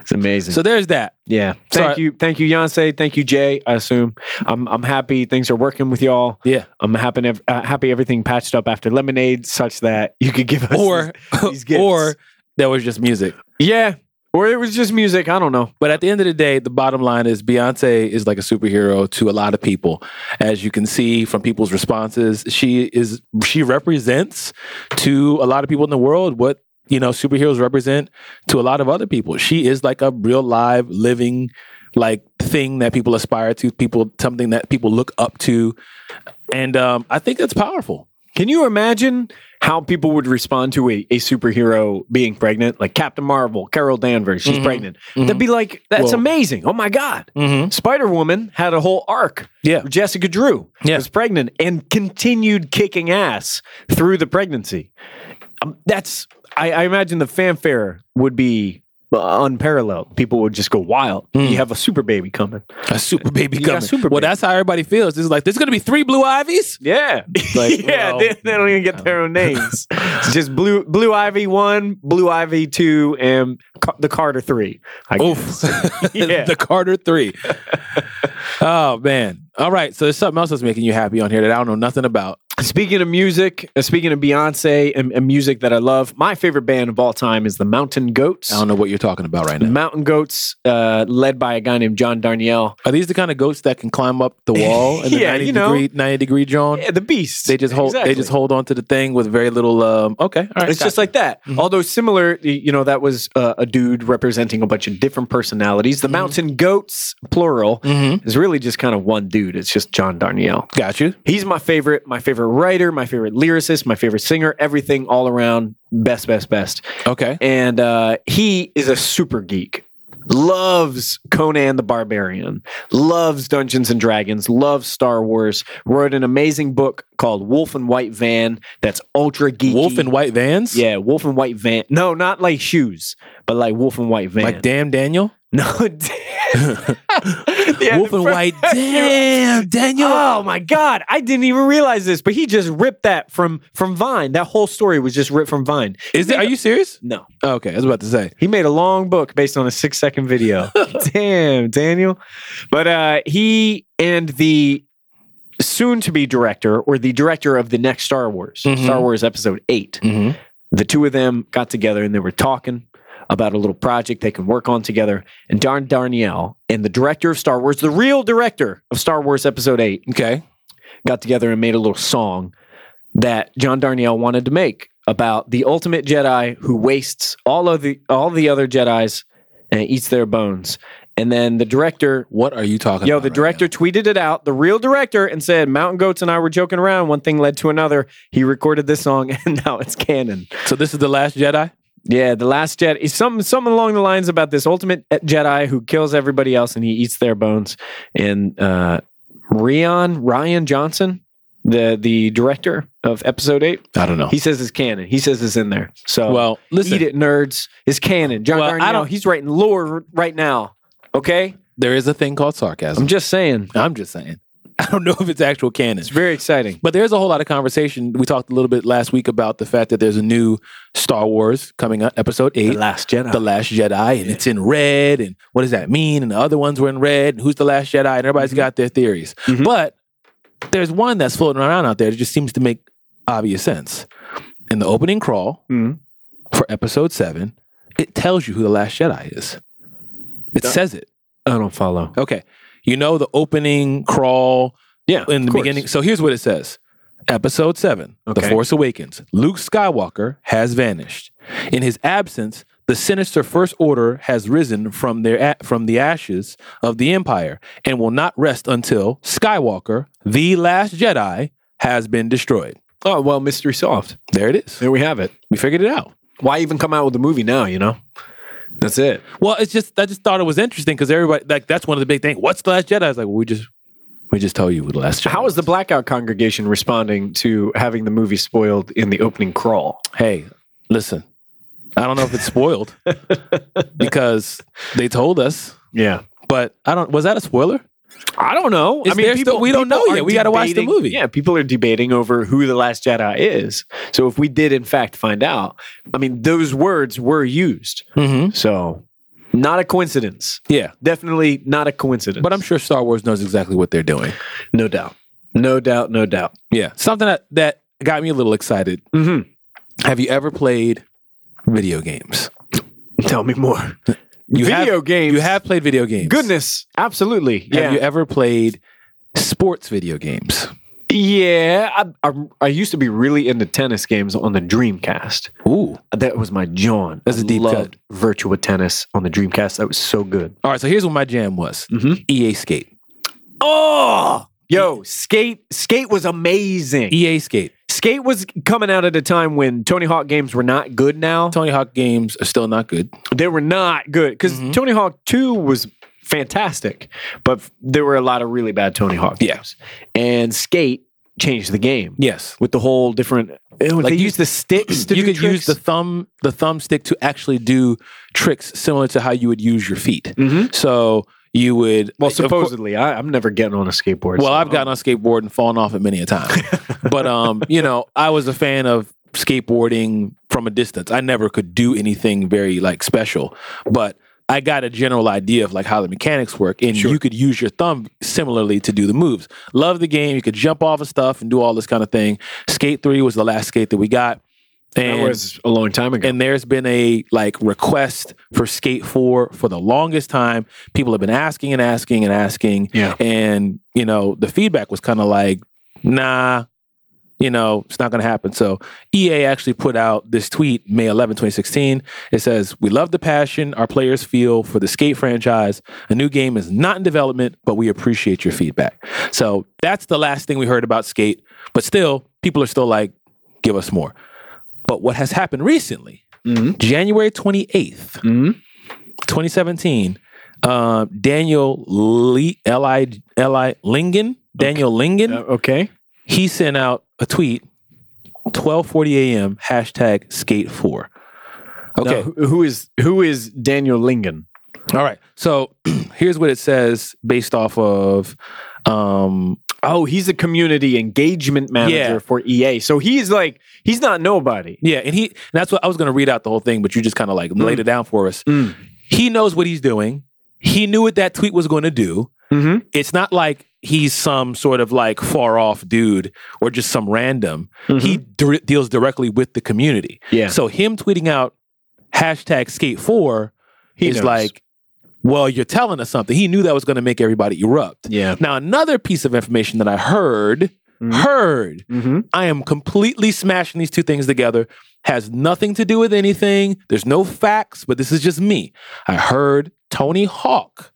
[SPEAKER 2] It's amazing.
[SPEAKER 1] So there's that.
[SPEAKER 2] yeah. Thank
[SPEAKER 1] Sorry.
[SPEAKER 2] you. Thank you, Beyonce. Thank you, Jay. I assume. I'm, I'm happy things are working with y'all.
[SPEAKER 1] Yeah.
[SPEAKER 2] I'm happy, ev- uh, happy everything patched up after Lemonade such that you could give us.
[SPEAKER 1] Or
[SPEAKER 2] These
[SPEAKER 1] (laughs)
[SPEAKER 2] gifts.
[SPEAKER 1] or there was just music.
[SPEAKER 2] yeah. Or it was just music. I don't know.
[SPEAKER 1] But at the end of the day, the bottom line is Beyonce is like a superhero to a lot of people. As you can see from people's responses, she is she represents to a lot of people in the world what you know superheroes represent to a lot of other people. She is like a real live living like thing that people aspire to, people something that people look up to, and um, I think that's powerful.
[SPEAKER 2] Can you imagine how people would respond to a, a superhero being pregnant? Like Captain Marvel, Carol Danvers, she's pregnant. They'd be like,
[SPEAKER 1] Mm-hmm.
[SPEAKER 2] that's
[SPEAKER 1] Well- Mm-hmm.
[SPEAKER 2] amazing. Oh my God. Spider Woman had a whole arc.
[SPEAKER 1] Yeah.
[SPEAKER 2] Jessica Drew
[SPEAKER 1] Yeah.
[SPEAKER 2] was pregnant and continued kicking ass through the pregnancy. Um, that's, I, I imagine the fanfare would be uh, unparalleled. People would just go wild.
[SPEAKER 1] Mm.
[SPEAKER 2] You have a super baby coming.
[SPEAKER 1] A super baby
[SPEAKER 2] You got
[SPEAKER 1] coming.
[SPEAKER 2] super
[SPEAKER 1] well,
[SPEAKER 2] baby.
[SPEAKER 1] that's how everybody feels. It's like there's going to be three blue ivies.
[SPEAKER 2] (laughs) Yeah.
[SPEAKER 1] Like,
[SPEAKER 2] yeah,
[SPEAKER 1] well,
[SPEAKER 2] they, they don't even get their
[SPEAKER 1] (laughs)
[SPEAKER 2] own names. It's just Blue Blue Ivy 1, Blue Ivy 2, and Ca- the Carter 3. I
[SPEAKER 1] Oof.
[SPEAKER 2] guess. (laughs)
[SPEAKER 1] (laughs)
[SPEAKER 2] Yeah.
[SPEAKER 1] the Carter Three.
[SPEAKER 2] (laughs)
[SPEAKER 1] oh man. All right. So there's something else that's making you happy on here that I don't know nothing about.
[SPEAKER 2] Speaking of music, uh, speaking of Beyonce and, and music that I love, my favorite band of all time is the Mountain Goats.
[SPEAKER 1] I don't know what you're talking about right
[SPEAKER 2] The
[SPEAKER 1] now.
[SPEAKER 2] Mountain Goats, uh, led by a guy named John Darnielle.
[SPEAKER 1] Are these the kind of goats that can climb up the wall in the
[SPEAKER 2] (laughs) Yeah,
[SPEAKER 1] 90
[SPEAKER 2] you know.
[SPEAKER 1] degree 90 degree John?
[SPEAKER 2] Yeah, the Beast.
[SPEAKER 1] They just hold. They just hold on to the thing with very little. Um, okay, all right.
[SPEAKER 2] It's just like that.
[SPEAKER 1] Mm-hmm.
[SPEAKER 2] Although similar, y- you know, that was uh, a dude representing a bunch of different personalities.
[SPEAKER 1] Mm-hmm.
[SPEAKER 2] The Mountain Goats, plural, is really just kind of one dude. It's just John Darnielle.
[SPEAKER 1] got you.
[SPEAKER 2] He's my favorite, my favorite writer, my favorite lyricist, my favorite singer, everything all around. Best, best, best.
[SPEAKER 1] Okay.
[SPEAKER 2] And uh, he is a super geek. Loves Conan the Barbarian, loves Dungeons and Dragons, loves Star Wars. Wrote an amazing book called Wolf and White Van that's ultra geeky.
[SPEAKER 1] Wolf in white vans.
[SPEAKER 2] Yeah, Wolf and White Van. No, not like shoes, but like Wolf and White Van.
[SPEAKER 1] Like damn Daniel.
[SPEAKER 2] (laughs) no,
[SPEAKER 1] (laughs)
[SPEAKER 2] (laughs) Yeah,
[SPEAKER 1] Wolf
[SPEAKER 2] the
[SPEAKER 1] and
[SPEAKER 2] fr- (laughs)
[SPEAKER 1] white. Damn Daniel.
[SPEAKER 2] Oh my God! I didn't even realize this, but he just ripped that from from Vine. That whole story was just ripped from Vine.
[SPEAKER 1] Is it? Are you serious?
[SPEAKER 2] No,
[SPEAKER 1] Okay, I was about to say.
[SPEAKER 2] he made a long book based on a six second video. Damn, Daniel! But uh, he and the soon to be director or the director of the next Star Wars,
[SPEAKER 1] Mhm.
[SPEAKER 2] Star Wars Episode Eight,
[SPEAKER 1] Mm-hmm.
[SPEAKER 2] the two of them got together and they were talking about a little project they can work on together. And Darn Darnielle and the director of Star Wars, the real director of Star Wars Episode 8,
[SPEAKER 1] Okay.
[SPEAKER 2] got together and made a little song that John Darnielle wanted to make about the ultimate Jedi who wastes all of the all the other Jedi's and eats their bones. And then the director
[SPEAKER 1] What are you talking
[SPEAKER 2] Yo,
[SPEAKER 1] about?
[SPEAKER 2] the
[SPEAKER 1] right
[SPEAKER 2] director tweeted it out, the real director, and said, Mountain Goats and I were joking around. One thing led to another. He recorded this song, (laughs) and now it's canon.
[SPEAKER 1] now? So this is the last Jedi.
[SPEAKER 2] Yeah, the last Jedi is something something along the lines about this ultimate Jedi who kills everybody else and he eats their bones. And uh Rion Ryan Johnson, the the director of episode eight,
[SPEAKER 1] I don't know.
[SPEAKER 2] he says it's canon. He says it's in there. So
[SPEAKER 1] well, listen.
[SPEAKER 2] eat it, nerds. It's canon. John
[SPEAKER 1] Well, I
[SPEAKER 2] Darnielle,
[SPEAKER 1] don't-
[SPEAKER 2] he's writing lore right now. Okay?
[SPEAKER 1] There is a thing called sarcasm.
[SPEAKER 2] I'm just saying.
[SPEAKER 1] I'm just saying. (laughs) I don't know if it's actual canon.
[SPEAKER 2] It's very exciting.
[SPEAKER 1] But there's a whole lot of conversation. We talked a little bit last week about the fact that there's a new Star Wars coming up, episode eight.
[SPEAKER 2] Last Jedi.
[SPEAKER 1] The Last Jedi, and it's in red, and what does that mean? And the other ones were in red, and who's the Last Jedi? And everybody's
[SPEAKER 2] Mm-hmm.
[SPEAKER 1] got their theories.
[SPEAKER 2] Mhm.
[SPEAKER 1] But there's one that's floating around out there that just seems to make obvious sense. In the opening crawl
[SPEAKER 2] Mhm.
[SPEAKER 1] for episode seven, it tells you who the Last Jedi is. It
[SPEAKER 2] Yeah.
[SPEAKER 1] says it.
[SPEAKER 2] I don't follow.
[SPEAKER 1] Okay. You know the opening crawl
[SPEAKER 2] Yeah.
[SPEAKER 1] in the
[SPEAKER 2] of course.
[SPEAKER 1] beginning. So here's what it says. Episode 7, The
[SPEAKER 2] Okay.
[SPEAKER 1] Force Awakens. Luke Skywalker has vanished. In his absence, the sinister First Order has risen from their a- from the ashes of the Empire and will not rest until Skywalker, the last Jedi, has been destroyed.
[SPEAKER 2] Oh well, mystery solved.
[SPEAKER 1] There it is.
[SPEAKER 2] There we have it.
[SPEAKER 1] We figured it out.
[SPEAKER 2] Why even come out with a movie now, you know? That's it.
[SPEAKER 1] Well, it's just I just thought it was interesting because everybody like that's one of the big things. What's the last Jedi? I was like, well, we just we just told you who the last Jedi.
[SPEAKER 2] How is the blackout congregation responding to having the movie spoiled in the opening crawl?
[SPEAKER 1] hey, listen, I don't know if it's
[SPEAKER 2] (laughs)
[SPEAKER 1] spoiled because they told us,
[SPEAKER 2] Yeah.
[SPEAKER 1] but I don't. Was that a spoiler?
[SPEAKER 2] I don't know.
[SPEAKER 1] Is
[SPEAKER 2] I mean,
[SPEAKER 1] there still- we don't
[SPEAKER 2] people
[SPEAKER 1] know yet.
[SPEAKER 2] are
[SPEAKER 1] We gotta watch the
[SPEAKER 2] debating-
[SPEAKER 1] movie.
[SPEAKER 2] Yeah, people are debating over who the last Jedi is. So if we did in fact find out, I mean, those words were used.
[SPEAKER 1] Mm-hmm.
[SPEAKER 2] So not a coincidence.
[SPEAKER 1] Yeah,
[SPEAKER 2] Definitely not a coincidence.
[SPEAKER 1] but I'm sure Star Wars knows exactly what they're doing.
[SPEAKER 2] no doubt. No doubt, no doubt.
[SPEAKER 1] Yeah, something that that got me a little excited.
[SPEAKER 2] Mhm.
[SPEAKER 1] Have you ever played video games?
[SPEAKER 2] (laughs) Tell me more.
[SPEAKER 1] You have-
[SPEAKER 2] Video games.
[SPEAKER 1] You have played video games.
[SPEAKER 2] Goodness, absolutely.
[SPEAKER 1] Have you ever played sports video games?
[SPEAKER 2] Yeah, I, I, I used to be really into tennis games on the Dreamcast.
[SPEAKER 1] Ooh.
[SPEAKER 2] That was my John. That's
[SPEAKER 1] a deep cut.
[SPEAKER 2] loved Virtua Tennis on the Dreamcast. That was so good.
[SPEAKER 1] All right, so here's what my jam was
[SPEAKER 2] Mhm.
[SPEAKER 1] EA Skate.
[SPEAKER 2] Oh, yo, skate skate was amazing.
[SPEAKER 1] EA E Skate.
[SPEAKER 2] Skate was coming out at a time when Tony Hawk games were not good. Now
[SPEAKER 1] Tony Hawk games are still not good.
[SPEAKER 2] they were not good because Tony Hawk Two was fantastic, but f- there were a lot of really bad Tony Hawk
[SPEAKER 1] Yeah.
[SPEAKER 2] games. And skate changed the game.
[SPEAKER 1] Yes.
[SPEAKER 2] with the whole different. like they
[SPEAKER 1] you-
[SPEAKER 2] use the sticks to
[SPEAKER 1] You
[SPEAKER 2] do
[SPEAKER 1] could use
[SPEAKER 2] tricks.
[SPEAKER 1] the thumb the thumbstick to actually do tricks similar to how you would use your feet.
[SPEAKER 2] Mhm.
[SPEAKER 1] So you would
[SPEAKER 2] well,
[SPEAKER 1] of course-
[SPEAKER 2] supposedly, I, I'm never getting on a skateboard.
[SPEAKER 1] Well,
[SPEAKER 2] so-
[SPEAKER 1] I've gotten on a skateboard and fallen off it many a time.
[SPEAKER 2] (laughs)
[SPEAKER 1] but um, you know, I was a fan of skateboarding from a distance. I never could do anything very like special, but I got a general idea of like how the mechanics work, and you could use your thumb similarly to do the moves. Love the game. You could jump off of stuff and do all this kind of thing. Skate three was the last skate that we got.
[SPEAKER 2] that
[SPEAKER 1] And
[SPEAKER 2] was a long time ago.
[SPEAKER 1] and there's been a like request for Skate 4 for the longest time. People have been asking and asking and asking.
[SPEAKER 2] Yeah.
[SPEAKER 1] And, you know, the feedback was kind of like, nah, you know, it's not going to happen. So EA actually put out this tweet May 11, 2016. It says, We love the passion our players feel for the skate franchise. A new game is not in development, but we appreciate your feedback. So that's the last thing we heard about skate. But still, people are still like, give us more. But what has happened recently,
[SPEAKER 2] Mhm.
[SPEAKER 1] January 28th,
[SPEAKER 2] Mhm.
[SPEAKER 1] 2017, uh, Daniel Lee, L.I. L.I. Lingen, Daniel Lingen,
[SPEAKER 2] Uh, okay,
[SPEAKER 1] he sent out a tweet, 12.40 a.m., hashtag skate4.
[SPEAKER 2] Now,
[SPEAKER 1] Okay,
[SPEAKER 2] who- who is who is Daniel Lingen?
[SPEAKER 1] all right. So (clears throat) here's what it says based off of, um,
[SPEAKER 2] Oh, he's a community engagement manager
[SPEAKER 1] Yeah.
[SPEAKER 2] for EA. So he's like he's not nobody.
[SPEAKER 1] yeah, and he, and that's what I was going to read out the whole thing, but you just kind of like laid it down for us.
[SPEAKER 2] Mm.
[SPEAKER 1] He knows what he's doing. He knew what that tweet was going to do.
[SPEAKER 2] Mm-hmm.
[SPEAKER 1] it's not like he's some sort of like far off dude or just some random. He dir- deals directly with the community.
[SPEAKER 2] Mm-hmm. Yeah.
[SPEAKER 1] So him tweeting out hashtag skate four
[SPEAKER 2] He
[SPEAKER 1] is
[SPEAKER 2] knows.
[SPEAKER 1] like, well, you're telling us something. He knew that was going to make everybody erupt.
[SPEAKER 2] Yeah.
[SPEAKER 1] Now another piece of information that I heard, heard,
[SPEAKER 2] Mm-hmm.
[SPEAKER 1] I am completely smashing these two things together. Has nothing to do with anything. There's no facts, but this is just me. I heard Tony Hawk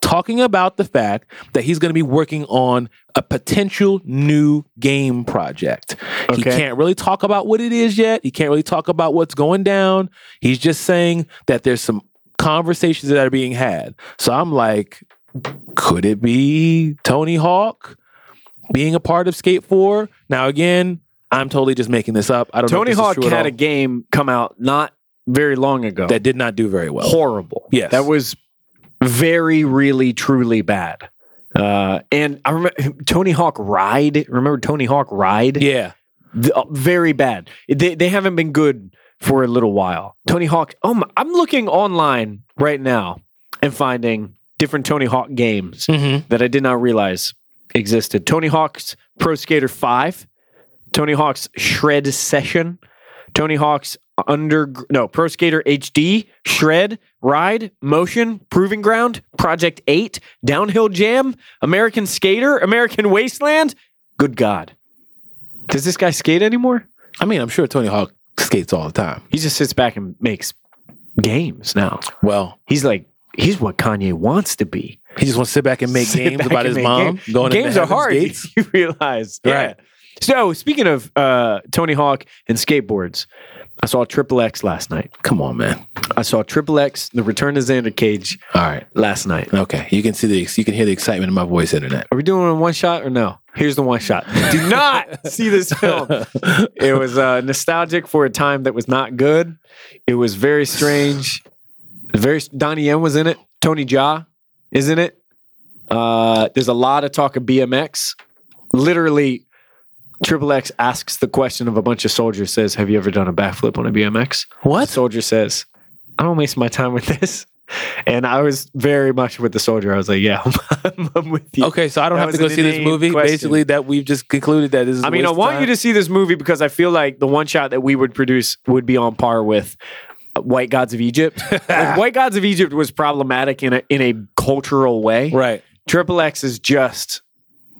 [SPEAKER 1] talking about the fact that he's going to be working on a potential new game project. He
[SPEAKER 2] Okay.
[SPEAKER 1] can't really talk about what it is yet. He can't really talk about what's going down. He's just saying that there's some conversations that are being had. So I'm like, could it be Tony Hawk being a part of Skate 4? Now, again, I'm totally just making this up. I don't
[SPEAKER 2] Tony
[SPEAKER 1] know.
[SPEAKER 2] Hawk had a game come out not very long ago.
[SPEAKER 1] that did not do very well.
[SPEAKER 2] horrible.
[SPEAKER 1] Yes.
[SPEAKER 2] that was very, really, truly bad. Uh, and I remember Tony Hawk Ride. Remember Tony Hawk Ride?
[SPEAKER 1] Yeah.
[SPEAKER 2] Th- uh, very bad. They they haven't been good for a little while. Tony Hawk. Oh, my, I'm looking online right now and finding different Tony Hawk games
[SPEAKER 1] Mm-hmm.
[SPEAKER 2] that I did not realize existed. Tony Hawk's Pro Skater 5, Tony Hawk's Shred Session, Tony Hawk's Under no, Pro Skater HD, Shred, Ride, Motion, Proving Ground, Project 8, Downhill Jam, American Skater, American Wasteland. Good god. Does this guy skate anymore?
[SPEAKER 1] I mean, I'm sure Tony Hawk skates all the time.
[SPEAKER 2] He just sits back and makes games now.
[SPEAKER 1] Well,
[SPEAKER 2] He's like he's what Kanye wants to be.
[SPEAKER 1] he just wants to sit back and make
[SPEAKER 2] (laughs) Sit
[SPEAKER 1] games
[SPEAKER 2] back
[SPEAKER 1] about
[SPEAKER 2] and
[SPEAKER 1] his
[SPEAKER 2] make
[SPEAKER 1] mom
[SPEAKER 2] games.
[SPEAKER 1] going
[SPEAKER 2] games
[SPEAKER 1] into
[SPEAKER 2] are hard.
[SPEAKER 1] heaven's gates.
[SPEAKER 2] (laughs) You realize, yeah.
[SPEAKER 1] Right.
[SPEAKER 2] So speaking of uh, Tony Hawk and skateboards, I saw Triple X last night.
[SPEAKER 1] Come on, man.
[SPEAKER 2] I saw Triple X: The Return to Xander Cage
[SPEAKER 1] All right.
[SPEAKER 2] last night.
[SPEAKER 1] Okay. You can see the you can hear the excitement in my voice, internet.
[SPEAKER 2] Are we doing a one shot or no? Here's the one shot. Do
[SPEAKER 1] (laughs)
[SPEAKER 2] not see this film. It was uh, nostalgic for a time that was not good. It was very strange. Very Donnie Yen was in it. Tony Jaa is in it. Uh, there's a lot of talk of BMX. Literally, Triple X asks the question of a bunch of soldiers. Says, "Have you ever done a backflip on a BMX?" The
[SPEAKER 1] What?
[SPEAKER 2] soldier says, "I don't waste my time with this." And I was very much with the soldier. I was like, "Yeah, (laughs) I'm, I'm with you."
[SPEAKER 1] Okay, so I don't
[SPEAKER 2] That
[SPEAKER 1] have to
[SPEAKER 2] was
[SPEAKER 1] go
[SPEAKER 2] an
[SPEAKER 1] see this
[SPEAKER 2] inane
[SPEAKER 1] movie.
[SPEAKER 2] question.
[SPEAKER 1] Basically, that we've just concluded that this is.
[SPEAKER 2] I
[SPEAKER 1] a
[SPEAKER 2] mean, I
[SPEAKER 1] waste of
[SPEAKER 2] want
[SPEAKER 1] time.
[SPEAKER 2] you to see this movie because I feel like the one shot that we would produce would be on par with uh, White Gods
[SPEAKER 1] (laughs)
[SPEAKER 2] of Egypt. Like, White Gods of Egypt was problematic in a in a cultural way.
[SPEAKER 1] Right.
[SPEAKER 2] Triple X is just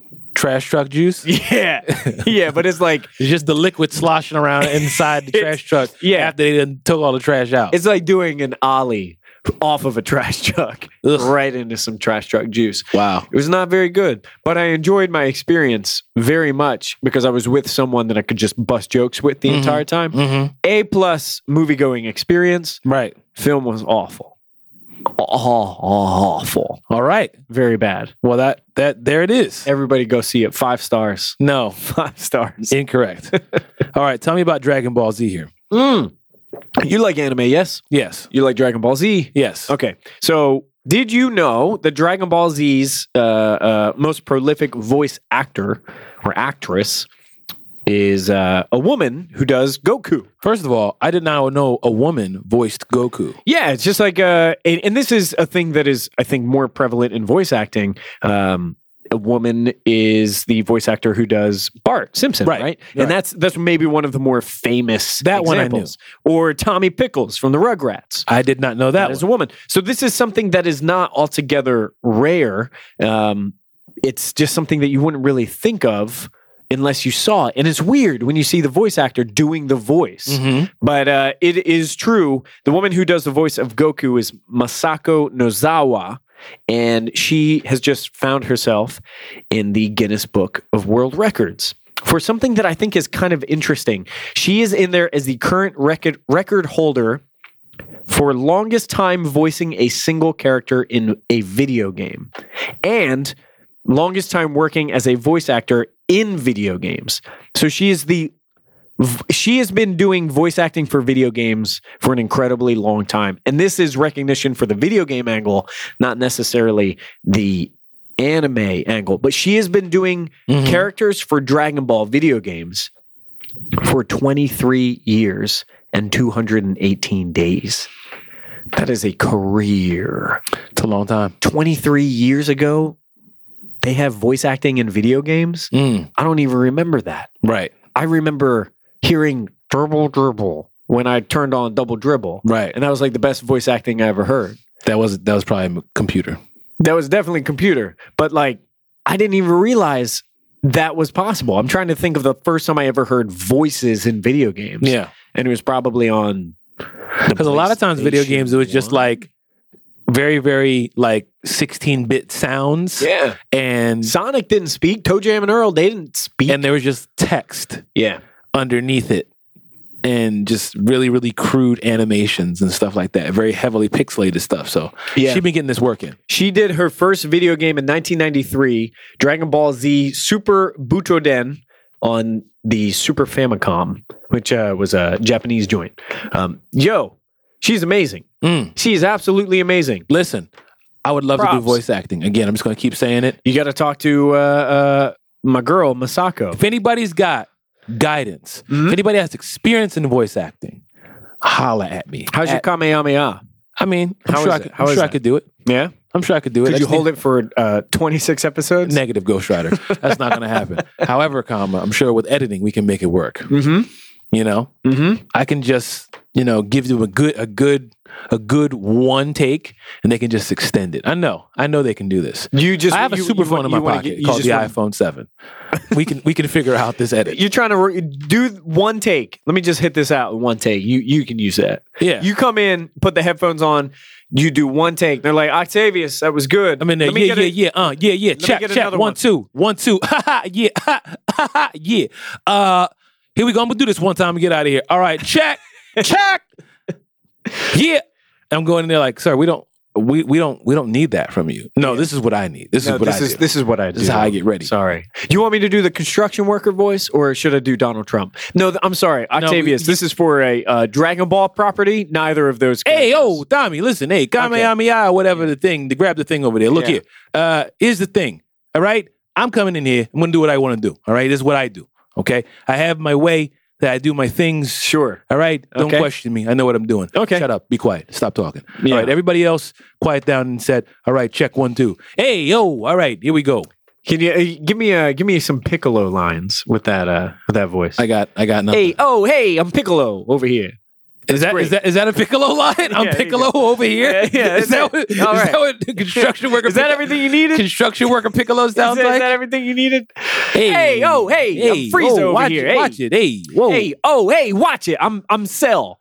[SPEAKER 2] (laughs)
[SPEAKER 1] trash truck juice. (laughs)
[SPEAKER 2] Yeah, yeah, but it's like
[SPEAKER 1] It's just the liquid sloshing around inside
[SPEAKER 2] (laughs)
[SPEAKER 1] the trash truck.
[SPEAKER 2] yeah.
[SPEAKER 1] After they done took all the trash out.
[SPEAKER 2] it's like doing an ollie off of a trash truck
[SPEAKER 1] (laughs) Ugh.
[SPEAKER 2] right into some trash truck juice.
[SPEAKER 1] wow.
[SPEAKER 2] It was not very good, but I enjoyed my experience very much because I was with someone that I could just bust jokes with the
[SPEAKER 1] Mhm.
[SPEAKER 2] entire time.
[SPEAKER 1] Mm-hmm.
[SPEAKER 2] A plus movie going experience.
[SPEAKER 1] Right.
[SPEAKER 2] Film was awful. Aw- Awful.
[SPEAKER 1] All right.
[SPEAKER 2] Very bad.
[SPEAKER 1] Well, that that there it is.
[SPEAKER 2] Everybody go see it. Five stars. (laughs)
[SPEAKER 1] No,
[SPEAKER 2] Five stars. (laughs)
[SPEAKER 1] incorrect. all right. Tell me about Dragon Ball Z here.
[SPEAKER 2] Mm. You like anime, yes?
[SPEAKER 1] Yes.
[SPEAKER 2] You like Dragon Ball Z?
[SPEAKER 1] Yes.
[SPEAKER 2] Okay. So, did you know that Dragon Ball Z's uh, uh, most prolific voice actor or actress is uh, a woman who does Goku?
[SPEAKER 1] First of all, I did not know a woman voiced Goku.
[SPEAKER 2] Yeah, it's just like, uh, and, and this is a thing that is, I think, more prevalent in voice acting. Um, a woman is the voice actor who does Bart Simpson,
[SPEAKER 1] Right,
[SPEAKER 2] right?
[SPEAKER 1] right.
[SPEAKER 2] And that's that's maybe one of the more famous
[SPEAKER 1] That one I knew.
[SPEAKER 2] One I knew. Or Tommy Pickles from the Rugrats.
[SPEAKER 1] I did not know that.
[SPEAKER 2] that is
[SPEAKER 1] one.
[SPEAKER 2] a woman. So this is something that is not altogether rare. Um, it's just something that you wouldn't really think of unless you saw it. And it's weird when you see the voice actor doing the voice.
[SPEAKER 1] Mhm.
[SPEAKER 2] But uh, it is true. The woman who does the voice of Goku is Masako Nozawa. And she has just found herself in the Guinness Book of World Records for something that I think is kind of interesting. She is in there as the current record record holder for longest time voicing a single character in a video game and longest time working as a voice actor in video games. So she is the v- she has been doing voice acting for video games for an incredibly long time. And this is recognition for the video game angle, not necessarily the anime angle. But she has been doing
[SPEAKER 1] Mhm.
[SPEAKER 2] characters for Dragon Ball video games for 23 years and 218 days. That is a career.
[SPEAKER 1] It's a long time.
[SPEAKER 2] 23 years ago, they have voice acting in video games.
[SPEAKER 1] Mm,
[SPEAKER 2] I don't even remember that.
[SPEAKER 1] Right.
[SPEAKER 2] I remember hearing dribble dribble when I turned on double dribble.
[SPEAKER 1] Right.
[SPEAKER 2] And that was like the best voice acting I ever heard.
[SPEAKER 1] That was that was probably a computer.
[SPEAKER 2] That was definitely computer, but like I didn't even realize that was possible. I'm trying to think of the first time I ever heard voices in video games.
[SPEAKER 1] Yeah.
[SPEAKER 2] And it was probably on
[SPEAKER 1] Because a lot of times video
[SPEAKER 2] PlayStation
[SPEAKER 1] games it was just
[SPEAKER 2] one.
[SPEAKER 1] like very, very like sixteen bit sounds.
[SPEAKER 2] Yeah.
[SPEAKER 1] And
[SPEAKER 2] Sonic didn't speak, Toe Jam and Earl, they didn't speak.
[SPEAKER 1] and there was just text
[SPEAKER 2] yeah.
[SPEAKER 1] underneath it and just really, really crude animations and stuff like that. Very heavily pixelated stuff. So
[SPEAKER 2] Yeah.
[SPEAKER 1] she'd been getting this working.
[SPEAKER 2] She did her first video game in 1993, Dragon Ball Z Super Butoden on the Super Famicom, which uh, was a Japanese joint. Um, yo, she's amazing.
[SPEAKER 1] Mm.
[SPEAKER 2] She is absolutely amazing.
[SPEAKER 1] Listen, I would love to do
[SPEAKER 2] Props.
[SPEAKER 1] voice acting. Again, I'm just gonna keep saying it.
[SPEAKER 2] You got to talk to uh, uh, my girl, Masako.
[SPEAKER 1] If anybody's got guidance, if
[SPEAKER 2] Mhm.
[SPEAKER 1] anybody has experience in voice acting, holla at me.
[SPEAKER 2] How's your
[SPEAKER 1] At-
[SPEAKER 2] Kamehameha?
[SPEAKER 1] I mean, I'm
[SPEAKER 2] How
[SPEAKER 1] sure,
[SPEAKER 2] is
[SPEAKER 1] I
[SPEAKER 2] it?
[SPEAKER 1] could,
[SPEAKER 2] How
[SPEAKER 1] I'm
[SPEAKER 2] is
[SPEAKER 1] sure I
[SPEAKER 2] that?
[SPEAKER 1] could do it.
[SPEAKER 2] Yeah.
[SPEAKER 1] I'm sure I could do it.
[SPEAKER 2] Could you hold it for uh, 26
[SPEAKER 1] (laughs)
[SPEAKER 2] episodes?
[SPEAKER 1] Negative Ghost Rider. That's not going to
[SPEAKER 2] (laughs)
[SPEAKER 1] happen. However, comma, I'm sure with editing we can make it work.
[SPEAKER 2] Mm
[SPEAKER 1] You know,
[SPEAKER 2] hmm. Mm
[SPEAKER 1] I can just you know give you a good a good a good one take, and they can just extend it. I know, I know they can do this.
[SPEAKER 2] hmm. You just
[SPEAKER 1] I have a
[SPEAKER 2] you-
[SPEAKER 1] super
[SPEAKER 2] you
[SPEAKER 1] phone
[SPEAKER 2] want-
[SPEAKER 1] in my
[SPEAKER 2] you wanna
[SPEAKER 1] pocket
[SPEAKER 2] get- you
[SPEAKER 1] called
[SPEAKER 2] just
[SPEAKER 1] the
[SPEAKER 2] wanna-
[SPEAKER 1] iPhone Seven. we can we can figure out this edit.
[SPEAKER 2] You're trying to re- do one take. Let me just hit this out in one take. You you can use that.
[SPEAKER 1] Yeah,
[SPEAKER 2] You come in, put the headphones on, you do one take. They're like, Octavius, that was good.
[SPEAKER 1] I mean, yeah,
[SPEAKER 2] (laughs) Let me
[SPEAKER 1] yeah,
[SPEAKER 2] get a-
[SPEAKER 1] yeah, uh, yeah, yeah.
[SPEAKER 2] me
[SPEAKER 1] Check,
[SPEAKER 2] get
[SPEAKER 1] check.
[SPEAKER 2] another
[SPEAKER 1] One,
[SPEAKER 2] one.
[SPEAKER 1] two, one, two. (laughs) Ha ha. Yeah, ha ha. ha, Yeah. Uh, here we go. I'm gonna do this one time and get out of here. All right, check, (laughs) check. Yeah, I'm going in there like, sir, we don't, we we don't, we don't need that from you. No, this is what I need. This
[SPEAKER 2] No,
[SPEAKER 1] is what
[SPEAKER 2] this
[SPEAKER 1] I
[SPEAKER 2] is
[SPEAKER 1] do.
[SPEAKER 2] this is what I do.
[SPEAKER 1] This is how I get ready.
[SPEAKER 2] Sorry. You want me to do the construction worker voice, or should I do Donald Trump? No, th- I'm sorry, Octavius.
[SPEAKER 1] you-
[SPEAKER 2] this is for a uh, Dragon Ball property. Neither of those.
[SPEAKER 1] Hey,
[SPEAKER 2] characters.
[SPEAKER 1] oh, Tommy, listen. Hey, Kamehameha, ah, whatever the thing, to grab the thing over there. Look
[SPEAKER 2] Yeah.
[SPEAKER 1] here. Uh, here's the thing. All right. I'm coming in here. I'm going to do what I want to do. All right. This is what I do. Okay. I have my way that I do my things.
[SPEAKER 2] sure.
[SPEAKER 1] All right. Don't
[SPEAKER 2] Okay.
[SPEAKER 1] question me. I know what I'm doing.
[SPEAKER 2] Okay.
[SPEAKER 1] Shut up. Be quiet. Stop talking.
[SPEAKER 2] Yeah.
[SPEAKER 1] All right. Everybody else, quiet down and said, all right, check one, two. Hey, yo. All right. Here we go.
[SPEAKER 2] Can you uh, give me uh, give me some Piccolo lines with that uh, with that voice?
[SPEAKER 1] I got, I got nothing.
[SPEAKER 2] hey, oh, hey, I'm Piccolo over here.
[SPEAKER 1] Is that, is
[SPEAKER 2] great.
[SPEAKER 1] that is that a Piccolo
[SPEAKER 2] (laughs)
[SPEAKER 1] line? I'm
[SPEAKER 2] Yeah, there you
[SPEAKER 1] Piccolo over here.
[SPEAKER 2] Yeah, yeah,
[SPEAKER 1] is
[SPEAKER 2] that's
[SPEAKER 1] that
[SPEAKER 2] it.
[SPEAKER 1] what, is
[SPEAKER 2] All right.
[SPEAKER 1] that what construction worker?
[SPEAKER 2] (laughs) Is that
[SPEAKER 1] Picc-
[SPEAKER 2] everything you needed?
[SPEAKER 1] Construction worker Piccolo
[SPEAKER 2] Is
[SPEAKER 1] sounds
[SPEAKER 2] that- is
[SPEAKER 1] like.
[SPEAKER 2] that everything you needed? Hey, oh, hey, I'm Frieza
[SPEAKER 1] oh,
[SPEAKER 2] over
[SPEAKER 1] watch
[SPEAKER 2] here.
[SPEAKER 1] It,
[SPEAKER 2] hey,
[SPEAKER 1] Watch it. Hey, whoa.
[SPEAKER 2] hey, oh, hey, watch it. I'm I'm Cell.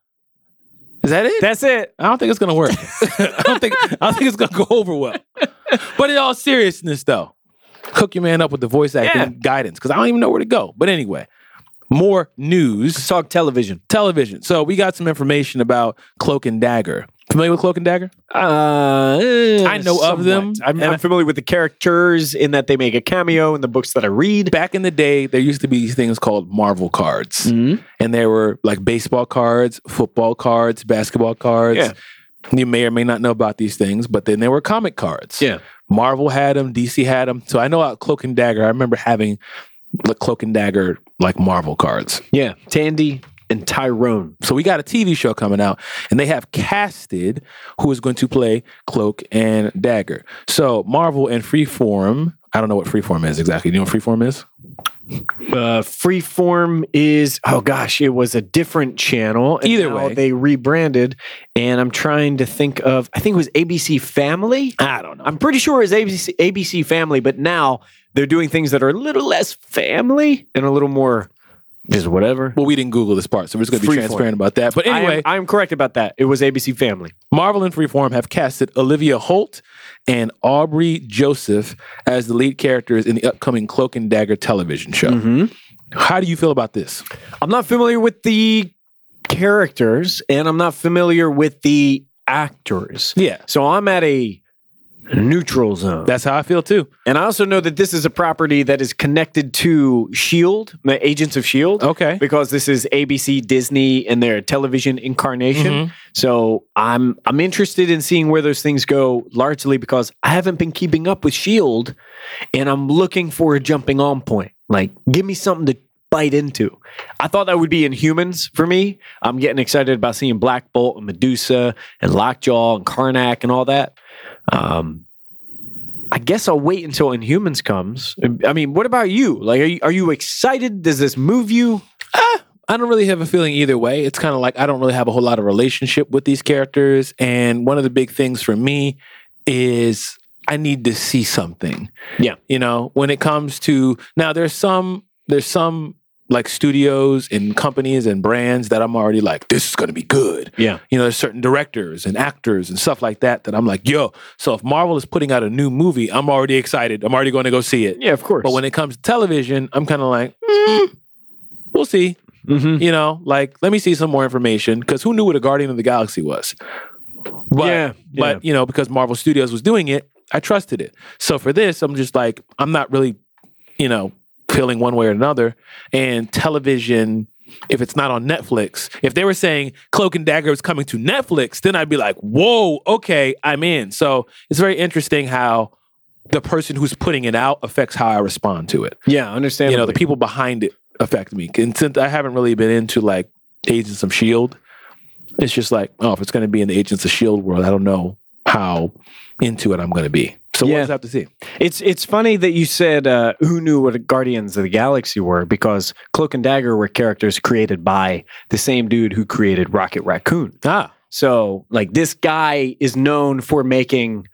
[SPEAKER 1] Is that it?
[SPEAKER 2] That's it.
[SPEAKER 1] I don't think it's gonna
[SPEAKER 2] (laughs)
[SPEAKER 1] work. (laughs) I don't think I don't think it's gonna go over well. But in all seriousness, though, hook your man up with the voice acting
[SPEAKER 2] Yeah.
[SPEAKER 1] guidance because I don't even know where to go. But anyway, more news
[SPEAKER 2] Talk television.
[SPEAKER 1] television. So we got some information about Cloak and Dagger. Familiar with Cloak and Dagger?
[SPEAKER 2] Uh,
[SPEAKER 1] I know of them,
[SPEAKER 2] I'm,
[SPEAKER 1] and I-
[SPEAKER 2] I'm familiar with the characters in that they make a cameo in the books that I read.
[SPEAKER 1] Back in the day, there used to be these things called Marvel cards,
[SPEAKER 2] Mm. Mm-hmm.
[SPEAKER 1] and there were like baseball cards, football cards, basketball cards.
[SPEAKER 2] Yeah.
[SPEAKER 1] You may or may not know about these things, but then there were comic cards.
[SPEAKER 2] Yeah.
[SPEAKER 1] Marvel had them, DC had them. So I know about Cloak and Dagger. I remember having the Cloak and Dagger like Marvel cards.
[SPEAKER 2] Yeah. Tandy and Tyrone.
[SPEAKER 1] So we got a TV show coming out, and they have casted who is going to play Cloak and Dagger. So Marvel and Freeform. I don't know what Freeform is exactly. Do you know what Freeform is?
[SPEAKER 2] Uh, Freeform is, oh gosh, it was a different channel. and
[SPEAKER 1] Either
[SPEAKER 2] now
[SPEAKER 1] way.
[SPEAKER 2] They rebranded. And I'm trying to think of, I think it was ABC Family.
[SPEAKER 1] I don't know.
[SPEAKER 2] I'm pretty sure it's ABC, ABC Family, but now they're doing things that are a little less family and a little more just whatever.
[SPEAKER 1] well, we didn't Google this part, so we're just going to be
[SPEAKER 2] Freeform.
[SPEAKER 1] transparent about that. But
[SPEAKER 2] I am-
[SPEAKER 1] anyway,
[SPEAKER 2] I'm correct about that. It was ABC Family.
[SPEAKER 1] Marvel and Freeform have casted Olivia Holt and Aubrey Joseph as the lead characters in the upcoming Cloak and Dagger television show.
[SPEAKER 2] Mm.
[SPEAKER 1] How do you feel about this?
[SPEAKER 2] I'm not familiar with the characters and I'm not familiar with the actors.
[SPEAKER 1] Yeah.
[SPEAKER 2] So I'm at a neutral zone.
[SPEAKER 1] That's how I feel too.
[SPEAKER 2] and I also know that this is a property that is connected to S.H.I.E.L.D., the Agents of S.H.I.E.L.D.
[SPEAKER 1] Okay.
[SPEAKER 2] Because this is ABC, Disney, and their television incarnation. So I'm I'm interested in seeing where those things go, largely because I haven't been keeping up with Shield, E and I'm looking for a jumping on point. Like, give me something to bite into. I thought that would be in humans for me. I'm getting excited about seeing Black Bolt and Medusa and Lockjaw and Karnak and all that. Um, I guess I'll wait until Inhumans comes. I mean, what about you? Like, are you, are you excited? Does this move you?
[SPEAKER 1] I don't really have a feeling either way. It's kind of like I don't really have a whole lot of relationship with these characters. And one of the big things for me is I need to see something.
[SPEAKER 2] Yeah.
[SPEAKER 1] You know, when it comes to now there's some there's some like studios and companies and brands that I'm already like, this is gonna be good.
[SPEAKER 2] Yeah.
[SPEAKER 1] You know, there's certain directors and actors and stuff like that that I'm like, yo, so if Marvel is putting out a new movie, I'm already excited. I'm already gonna go see it.
[SPEAKER 2] Yeah, of course.
[SPEAKER 1] But when it comes to television, I'm kind of like, mm, we'll see
[SPEAKER 2] Mhm.
[SPEAKER 1] (laughs) you know, like let me see some more information because who knew what a Guardian of the Galaxy was? But,
[SPEAKER 2] Yeah,
[SPEAKER 1] but you know, because Marvel Studios was doing it, I trusted it. So for this, I'm just like, I'm not really, you know, feeling one way or another. And television, if it's not on Netflix, if they were saying Cloak and Dagger is coming to Netflix, then I'd be like, whoa, okay, I'm in. So it's very interesting how the person who's putting it out affects how I respond to it
[SPEAKER 2] yeah, understand.
[SPEAKER 1] you know the people behind it affect me and since i haven't really been into like agents of shield E it's just like oh if it's going to be in the agents of shield world i don't know how into it i'm going to be so
[SPEAKER 2] Yeah.
[SPEAKER 1] what does that have to see
[SPEAKER 2] It's it's funny that you said uh, who knew what Guardians of the Galaxy were because Cloak and Dagger were characters created by the same dude who created Rocket Raccoon.
[SPEAKER 1] ah
[SPEAKER 2] So like this guy is known for making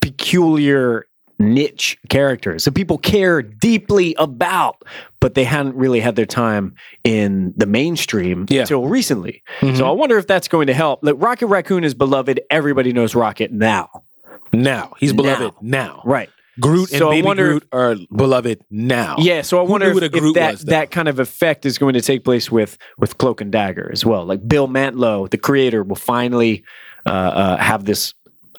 [SPEAKER 2] peculiar niche characters that people care deeply about, but they hadn't really had their time in the mainstream
[SPEAKER 1] Yeah.
[SPEAKER 2] until recently. So
[SPEAKER 1] so
[SPEAKER 2] I wonder if that's going to help. Like Rocket Raccoon is beloved. Everybody knows Rocket now.
[SPEAKER 1] now he's
[SPEAKER 2] Now.
[SPEAKER 1] beloved now,
[SPEAKER 2] Right.
[SPEAKER 1] groot and
[SPEAKER 2] So I
[SPEAKER 1] baby
[SPEAKER 2] wonder
[SPEAKER 1] groot are beloved now
[SPEAKER 2] Yeah, so I wonder
[SPEAKER 1] Oh. knew
[SPEAKER 2] if,
[SPEAKER 1] what a
[SPEAKER 2] if
[SPEAKER 1] Groot
[SPEAKER 2] that
[SPEAKER 1] was, though?
[SPEAKER 2] that kind of effect is going to take place with with Cloak and Dagger as well. Like Bill Mantlo, the creator, will finally uh, uh, have this,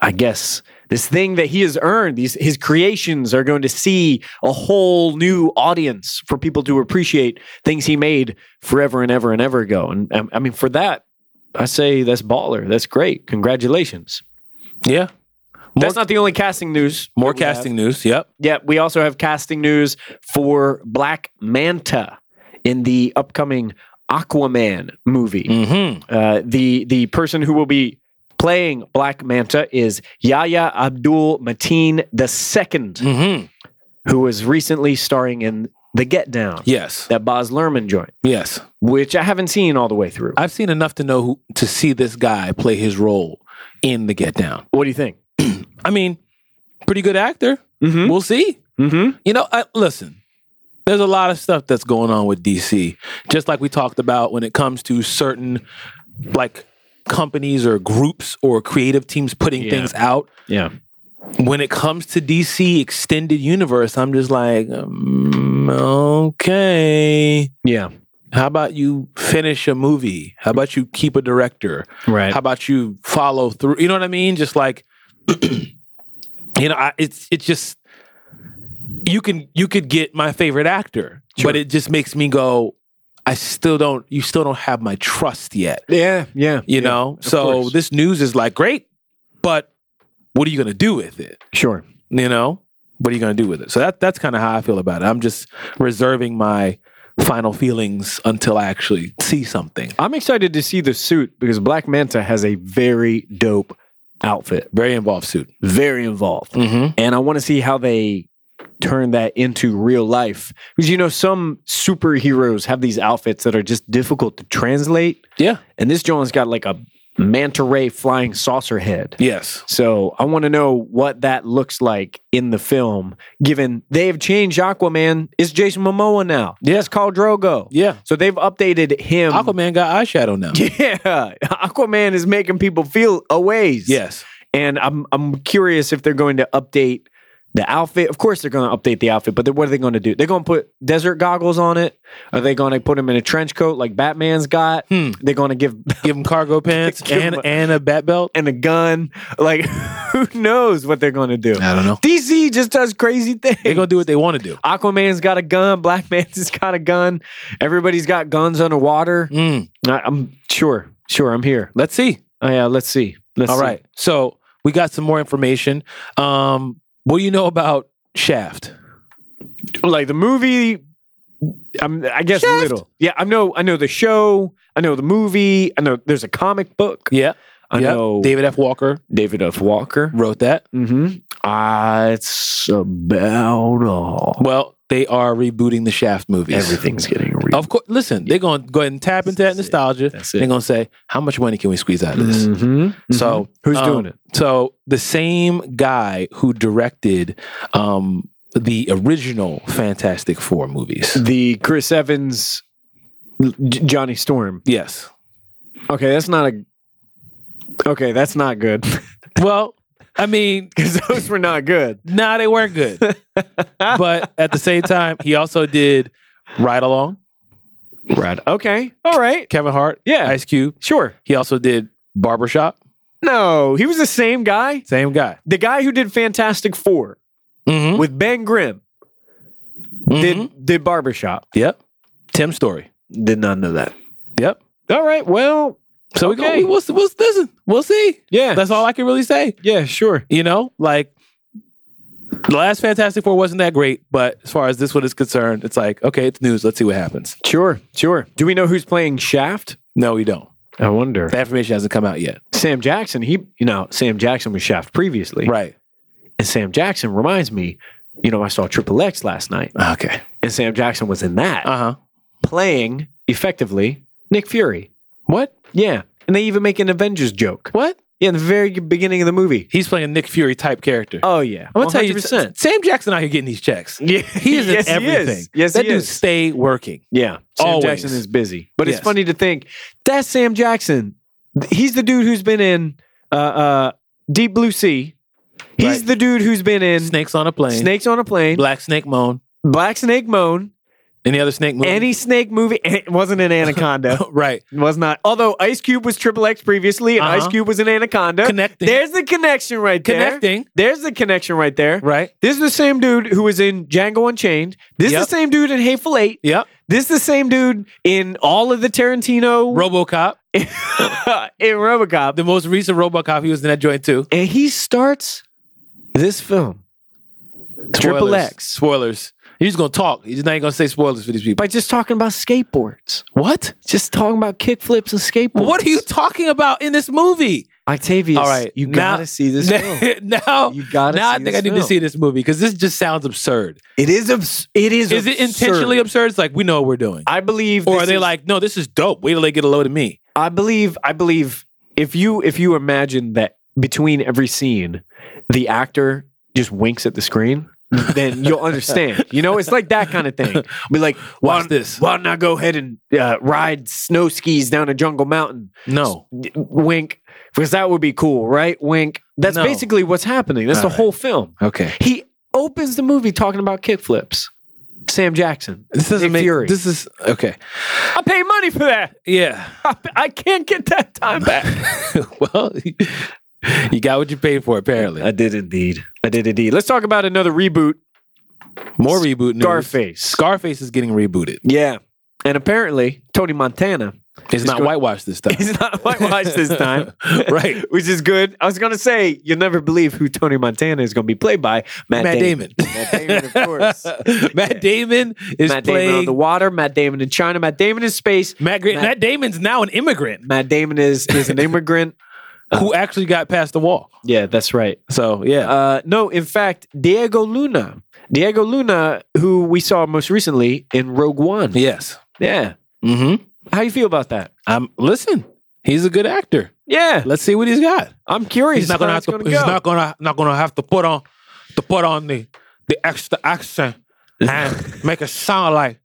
[SPEAKER 2] I guess, this thing that he has earned. These his creations are going to see a whole new audience for people to appreciate things he made forever and ever and ever ago. And um, I mean, for that, I say that's baller. That's great. Congratulations.
[SPEAKER 1] yeah
[SPEAKER 2] that's not the only casting news.
[SPEAKER 1] more
[SPEAKER 2] that we have.
[SPEAKER 1] casting news yep
[SPEAKER 2] Yeah, we also have casting news for Black Manta in the upcoming Aquaman movie.
[SPEAKER 1] mm-hmm
[SPEAKER 2] Uh, the the person who will be playing Black Manta is Yahya Abdul Mateen II,
[SPEAKER 1] mm-hmm
[SPEAKER 2] who was recently starring in The Get Down,
[SPEAKER 1] Yes.
[SPEAKER 2] that Boz Lerman joint,
[SPEAKER 1] Yes.
[SPEAKER 2] which I haven't seen all the way through.
[SPEAKER 1] I've seen enough to know who, to see this guy play his role in The Get Down.
[SPEAKER 2] what do you think?
[SPEAKER 1] I mean, pretty good actor.
[SPEAKER 2] Mm-hmm.
[SPEAKER 1] We'll see.
[SPEAKER 2] Mm-hmm.
[SPEAKER 1] You know, I, listen, there's a lot of stuff that's going on with DC. Just like we talked about when it comes to certain like companies or groups or creative teams putting
[SPEAKER 2] Yeah.
[SPEAKER 1] things out.
[SPEAKER 2] Yeah.
[SPEAKER 1] When it comes to DC extended universe, I'm just like, um, okay.
[SPEAKER 2] Yeah.
[SPEAKER 1] How about you finish a movie? How about you keep a director?
[SPEAKER 2] Right.
[SPEAKER 1] How about you follow through? You know what I mean? Just like, (clears throat) you know, I, it's it's just you can you could get my favorite actor,
[SPEAKER 2] Sure.
[SPEAKER 1] but it just makes me go. I still don't. You still don't have my trust yet.
[SPEAKER 2] yeah. Yeah.
[SPEAKER 1] You know. So
[SPEAKER 2] course.
[SPEAKER 1] this news is like great, but what are you going to do with it?
[SPEAKER 2] Sure.
[SPEAKER 1] You know. What are you going to do with it? So that that's kind of how I feel about it. I'm just reserving my final feelings until I actually see something.
[SPEAKER 2] I'm excited to see the suit because Black Manta has a very dope outfit.
[SPEAKER 1] Very involved suit.
[SPEAKER 2] Very involved.
[SPEAKER 1] Mm-hmm.
[SPEAKER 2] and I want to see how they turn that into real life. Because you know, some superheroes have these outfits that are just difficult to translate,
[SPEAKER 1] Yeah.
[SPEAKER 2] and this John's got like a manta ray flying saucer head.
[SPEAKER 1] Yes.
[SPEAKER 2] So I want to know what that looks like in the film. Given they have changed Aquaman, it's Jason Momoa now.
[SPEAKER 1] Yeah.
[SPEAKER 2] it's called Drogo.
[SPEAKER 1] Yeah.
[SPEAKER 2] So they've updated him.
[SPEAKER 1] Aquaman got eyeshadow now.
[SPEAKER 2] (laughs) Yeah, Aquaman is making people feel a ways.
[SPEAKER 1] Yes.
[SPEAKER 2] And I'm I'm curious if they're going to update the outfit. Of course, they're going to update the outfit, but then what are they going to do? They're going to put desert goggles on it. Are they going to put him in a trench coat like Batman's got?
[SPEAKER 1] Hmm.
[SPEAKER 2] They're going to give (laughs)
[SPEAKER 1] Give him cargo pants
[SPEAKER 2] Give
[SPEAKER 1] and
[SPEAKER 2] him a-
[SPEAKER 1] and a bat belt.
[SPEAKER 2] and a gun. Like, (laughs) who knows what they're going to do?
[SPEAKER 1] I don't know.
[SPEAKER 2] DC just does crazy things.
[SPEAKER 1] They're gonna do what they want to do.
[SPEAKER 2] Aquaman's got a gun. Black Manta's (laughs) got a gun. Everybody's got guns underwater.
[SPEAKER 1] Mm.
[SPEAKER 2] I, I'm sure. Sure, I'm here.
[SPEAKER 1] Let's see.
[SPEAKER 2] Oh, yeah, let's see. Let's
[SPEAKER 1] All
[SPEAKER 2] see.
[SPEAKER 1] right. So we got some more information. Um, what do you know about Shaft?
[SPEAKER 2] like the movie I'm, I guess
[SPEAKER 1] Shaft.
[SPEAKER 2] little. Yeah, I know. I know the show. I know the movie. I know there's a comic book.
[SPEAKER 1] Yeah.
[SPEAKER 2] I
[SPEAKER 1] Yep.
[SPEAKER 2] know
[SPEAKER 1] David F. Walker
[SPEAKER 2] David F. Walker.
[SPEAKER 1] wrote that.
[SPEAKER 2] Mm-hmm. Uh, it's about all.
[SPEAKER 1] Well, they are rebooting the Shaft movies.
[SPEAKER 2] Everything's getting real.
[SPEAKER 1] Of course. Listen, they're gonna go ahead and tap into that
[SPEAKER 2] That's it.
[SPEAKER 1] nostalgia.
[SPEAKER 2] That's it. Mm-hmm.
[SPEAKER 1] They're gonna say, "How much money can we squeeze out of this?"
[SPEAKER 2] So
[SPEAKER 1] So
[SPEAKER 2] who's
[SPEAKER 1] um,
[SPEAKER 2] doing it?
[SPEAKER 1] So the same guy who directed um, the original Fantastic Four movies.
[SPEAKER 2] The Chris Evans, J- Johnny Storm.
[SPEAKER 1] Yes.
[SPEAKER 2] Okay, that's not a. Okay, that's not good (laughs)
[SPEAKER 1] Well, I mean,
[SPEAKER 2] because those were not good.
[SPEAKER 1] nah, they weren't
[SPEAKER 2] (laughs)
[SPEAKER 1] good. but at the same time, he also did Ride Along,
[SPEAKER 2] Right. Okay. All right.
[SPEAKER 1] Kevin Hart,
[SPEAKER 2] Yeah.
[SPEAKER 1] Ice Cube.
[SPEAKER 2] Sure.
[SPEAKER 1] He also did Barbershop.
[SPEAKER 2] No, he was the same guy.
[SPEAKER 1] Same guy.
[SPEAKER 2] the guy who did Fantastic 4
[SPEAKER 1] Mm-hmm.
[SPEAKER 2] with Ben Grimm did did Barbershop.
[SPEAKER 1] yep. Tim Story.
[SPEAKER 2] Did not know that.
[SPEAKER 1] Yep.
[SPEAKER 2] All right. Well,
[SPEAKER 1] So we
[SPEAKER 2] Okay.
[SPEAKER 1] go. We'll, we'll listen. We'll
[SPEAKER 2] (laughs)
[SPEAKER 1] see.
[SPEAKER 2] yeah,
[SPEAKER 1] That's all I can really say.
[SPEAKER 2] yeah, sure.
[SPEAKER 1] You know, like the last Fantastic Four wasn't that great, but as far as this one is concerned, it's like, okay, it's news. Let's see what happens.
[SPEAKER 2] Sure, sure. Do we know who's playing Shaft?
[SPEAKER 1] No, we don't.
[SPEAKER 2] I wonder.
[SPEAKER 1] That information hasn't come out yet.
[SPEAKER 2] Sam Jackson, he you know, Sam Jackson was Shaft previously.
[SPEAKER 1] Right.
[SPEAKER 2] And Sam Jackson reminds me, you know, I saw Triple X last night,
[SPEAKER 1] Okay.
[SPEAKER 2] and Sam Jackson was in that
[SPEAKER 1] Uh huh.
[SPEAKER 2] playing effectively Nick Fury.
[SPEAKER 1] What?
[SPEAKER 2] Yeah. And they even make an Avengers joke.
[SPEAKER 1] What?
[SPEAKER 2] Yeah, in the very beginning of the movie.
[SPEAKER 1] He's playing a Nick Fury type character.
[SPEAKER 2] Oh yeah.
[SPEAKER 1] I'm gonna tell you,
[SPEAKER 2] 100%.
[SPEAKER 1] Sam Jackson out here getting these checks. (laughs)
[SPEAKER 2] Yeah,
[SPEAKER 1] He is
[SPEAKER 2] yes,
[SPEAKER 1] in everything.
[SPEAKER 2] He is. Yes,
[SPEAKER 1] that
[SPEAKER 2] he
[SPEAKER 1] dude
[SPEAKER 2] is.
[SPEAKER 1] stay working.
[SPEAKER 2] Yeah, Sam
[SPEAKER 1] Always.
[SPEAKER 2] Jackson is busy, but
[SPEAKER 1] Yes.
[SPEAKER 2] it's funny to think that's Sam Jackson. He's the dude who's been in uh, uh, Deep Blue Sea. He's
[SPEAKER 1] Right.
[SPEAKER 2] the dude who's been in
[SPEAKER 1] Snakes on a plane.
[SPEAKER 2] Snakes on a Plane, Black,
[SPEAKER 1] Black Snake Moan.
[SPEAKER 2] Snake Moan,
[SPEAKER 1] Any other snake movie?
[SPEAKER 2] any snake movie. (laughs) It wasn't an Anaconda.
[SPEAKER 1] (laughs) right.
[SPEAKER 2] It was not. Although Ice Cube was Triple X previously, and
[SPEAKER 1] Uh-huh.
[SPEAKER 2] Ice Cube was an Anaconda.
[SPEAKER 1] Connecting.
[SPEAKER 2] There's the connection right there.
[SPEAKER 1] Connecting.
[SPEAKER 2] There's the connection right there.
[SPEAKER 1] Right.
[SPEAKER 2] This is the same dude who was in Django Unchained. This
[SPEAKER 1] Yep.
[SPEAKER 2] is the same dude in Hateful Eight.
[SPEAKER 1] Yep.
[SPEAKER 2] This is the same dude in all of the Tarantino
[SPEAKER 1] Robocop.
[SPEAKER 2] (laughs) in RoboCop,
[SPEAKER 1] The most recent Robocop, he was in that joint too.
[SPEAKER 2] and he starts this film Triple
[SPEAKER 1] Spoilers.
[SPEAKER 2] X.
[SPEAKER 1] Spoilers. He's gonna talk. He's not even gonna say spoilers for these people.
[SPEAKER 2] by just talking about skateboards,
[SPEAKER 1] What?
[SPEAKER 2] just talking about kickflips and skateboards.
[SPEAKER 1] What are you talking about in this movie?
[SPEAKER 2] Octavius,
[SPEAKER 1] All right,
[SPEAKER 2] you
[SPEAKER 1] now-
[SPEAKER 2] gotta
[SPEAKER 1] (laughs)
[SPEAKER 2] see this film.
[SPEAKER 1] now,
[SPEAKER 2] You gotta
[SPEAKER 1] now I
[SPEAKER 2] see
[SPEAKER 1] think
[SPEAKER 2] this
[SPEAKER 1] I need to
[SPEAKER 2] film.
[SPEAKER 1] see this movie because this just sounds absurd.
[SPEAKER 2] It is abs- it is
[SPEAKER 1] Is it intentionally
[SPEAKER 2] absurd.
[SPEAKER 1] absurd? It's like we know what we're doing,
[SPEAKER 2] I believe
[SPEAKER 1] or
[SPEAKER 2] this
[SPEAKER 1] are they
[SPEAKER 2] is-
[SPEAKER 1] like, no, this is dope. Wait till they get a load of me.
[SPEAKER 2] I believe I believe if you if you imagine that between every scene the actor just winks at
[SPEAKER 1] (laughs)
[SPEAKER 2] the screen then you'll understand. You know, it's like that kind of thing. Be like, why,
[SPEAKER 1] Watch this.
[SPEAKER 2] Why not go ahead and uh, ride snow skis down a jungle mountain?
[SPEAKER 1] No,
[SPEAKER 2] Wink, because that would be cool, right? Wink. That's
[SPEAKER 1] No.
[SPEAKER 2] basically what's happening. That's
[SPEAKER 1] All
[SPEAKER 2] the
[SPEAKER 1] right.
[SPEAKER 2] whole film.
[SPEAKER 1] okay.
[SPEAKER 2] He opens the movie talking about kickflips.
[SPEAKER 1] (laughs)
[SPEAKER 2] Sam Jackson.
[SPEAKER 1] This doesn't
[SPEAKER 2] Nick
[SPEAKER 1] make.
[SPEAKER 2] Fury.
[SPEAKER 1] This is okay.
[SPEAKER 2] I pay money for that.
[SPEAKER 1] Yeah. (laughs)
[SPEAKER 2] I, I can't get that time back.
[SPEAKER 1] well, (laughs) you got what you paid for. Apparently,
[SPEAKER 2] I did indeed. I did indeed. Let's talk about another reboot,
[SPEAKER 1] more reboot news.
[SPEAKER 2] Scarface.
[SPEAKER 1] Scarface is getting rebooted.
[SPEAKER 2] yeah. And apparently, Tony Montana (laughs)
[SPEAKER 1] It's, not
[SPEAKER 2] go-
[SPEAKER 1] whitewashed this (laughs) time.
[SPEAKER 2] is not whitewashed this (laughs) time.
[SPEAKER 1] Right.
[SPEAKER 2] Which is good. I was going to say, you'll never believe who Tony Montana is going to be played by Matt,
[SPEAKER 1] Matt
[SPEAKER 2] Damon.
[SPEAKER 1] Damon.
[SPEAKER 2] Matt Damon, of
[SPEAKER 1] (laughs)
[SPEAKER 2] course.
[SPEAKER 1] Matt Damon is
[SPEAKER 2] Matt
[SPEAKER 1] playing.
[SPEAKER 2] Damon on the water, Matt Damon in China, Matt Damon in space.
[SPEAKER 1] Matt, Gra-
[SPEAKER 2] Matt-
[SPEAKER 1] Matt Damon's now an immigrant
[SPEAKER 2] Matt Damon is, is (laughs) an immigrant. Uh-huh.
[SPEAKER 1] who actually got past the wall.
[SPEAKER 2] yeah, that's right.
[SPEAKER 1] So yeah,
[SPEAKER 2] Uh, no, in fact, Diego Luna. Diego Luna, who we saw most recently in Rogue One.
[SPEAKER 1] yes.
[SPEAKER 2] Yeah.
[SPEAKER 1] Mm-hmm.
[SPEAKER 2] How you feel about that?
[SPEAKER 1] I'm listen. He's a good actor.
[SPEAKER 2] Yeah,
[SPEAKER 1] Let's see what he's got.
[SPEAKER 2] I'm curious.
[SPEAKER 1] He's not gonna
[SPEAKER 2] how
[SPEAKER 1] have
[SPEAKER 2] it's
[SPEAKER 1] to.
[SPEAKER 2] gonna
[SPEAKER 1] He's
[SPEAKER 2] go.
[SPEAKER 1] not gonna not gonna have to put on to put on the the extra accent
[SPEAKER 2] (laughs)
[SPEAKER 1] and make it sound like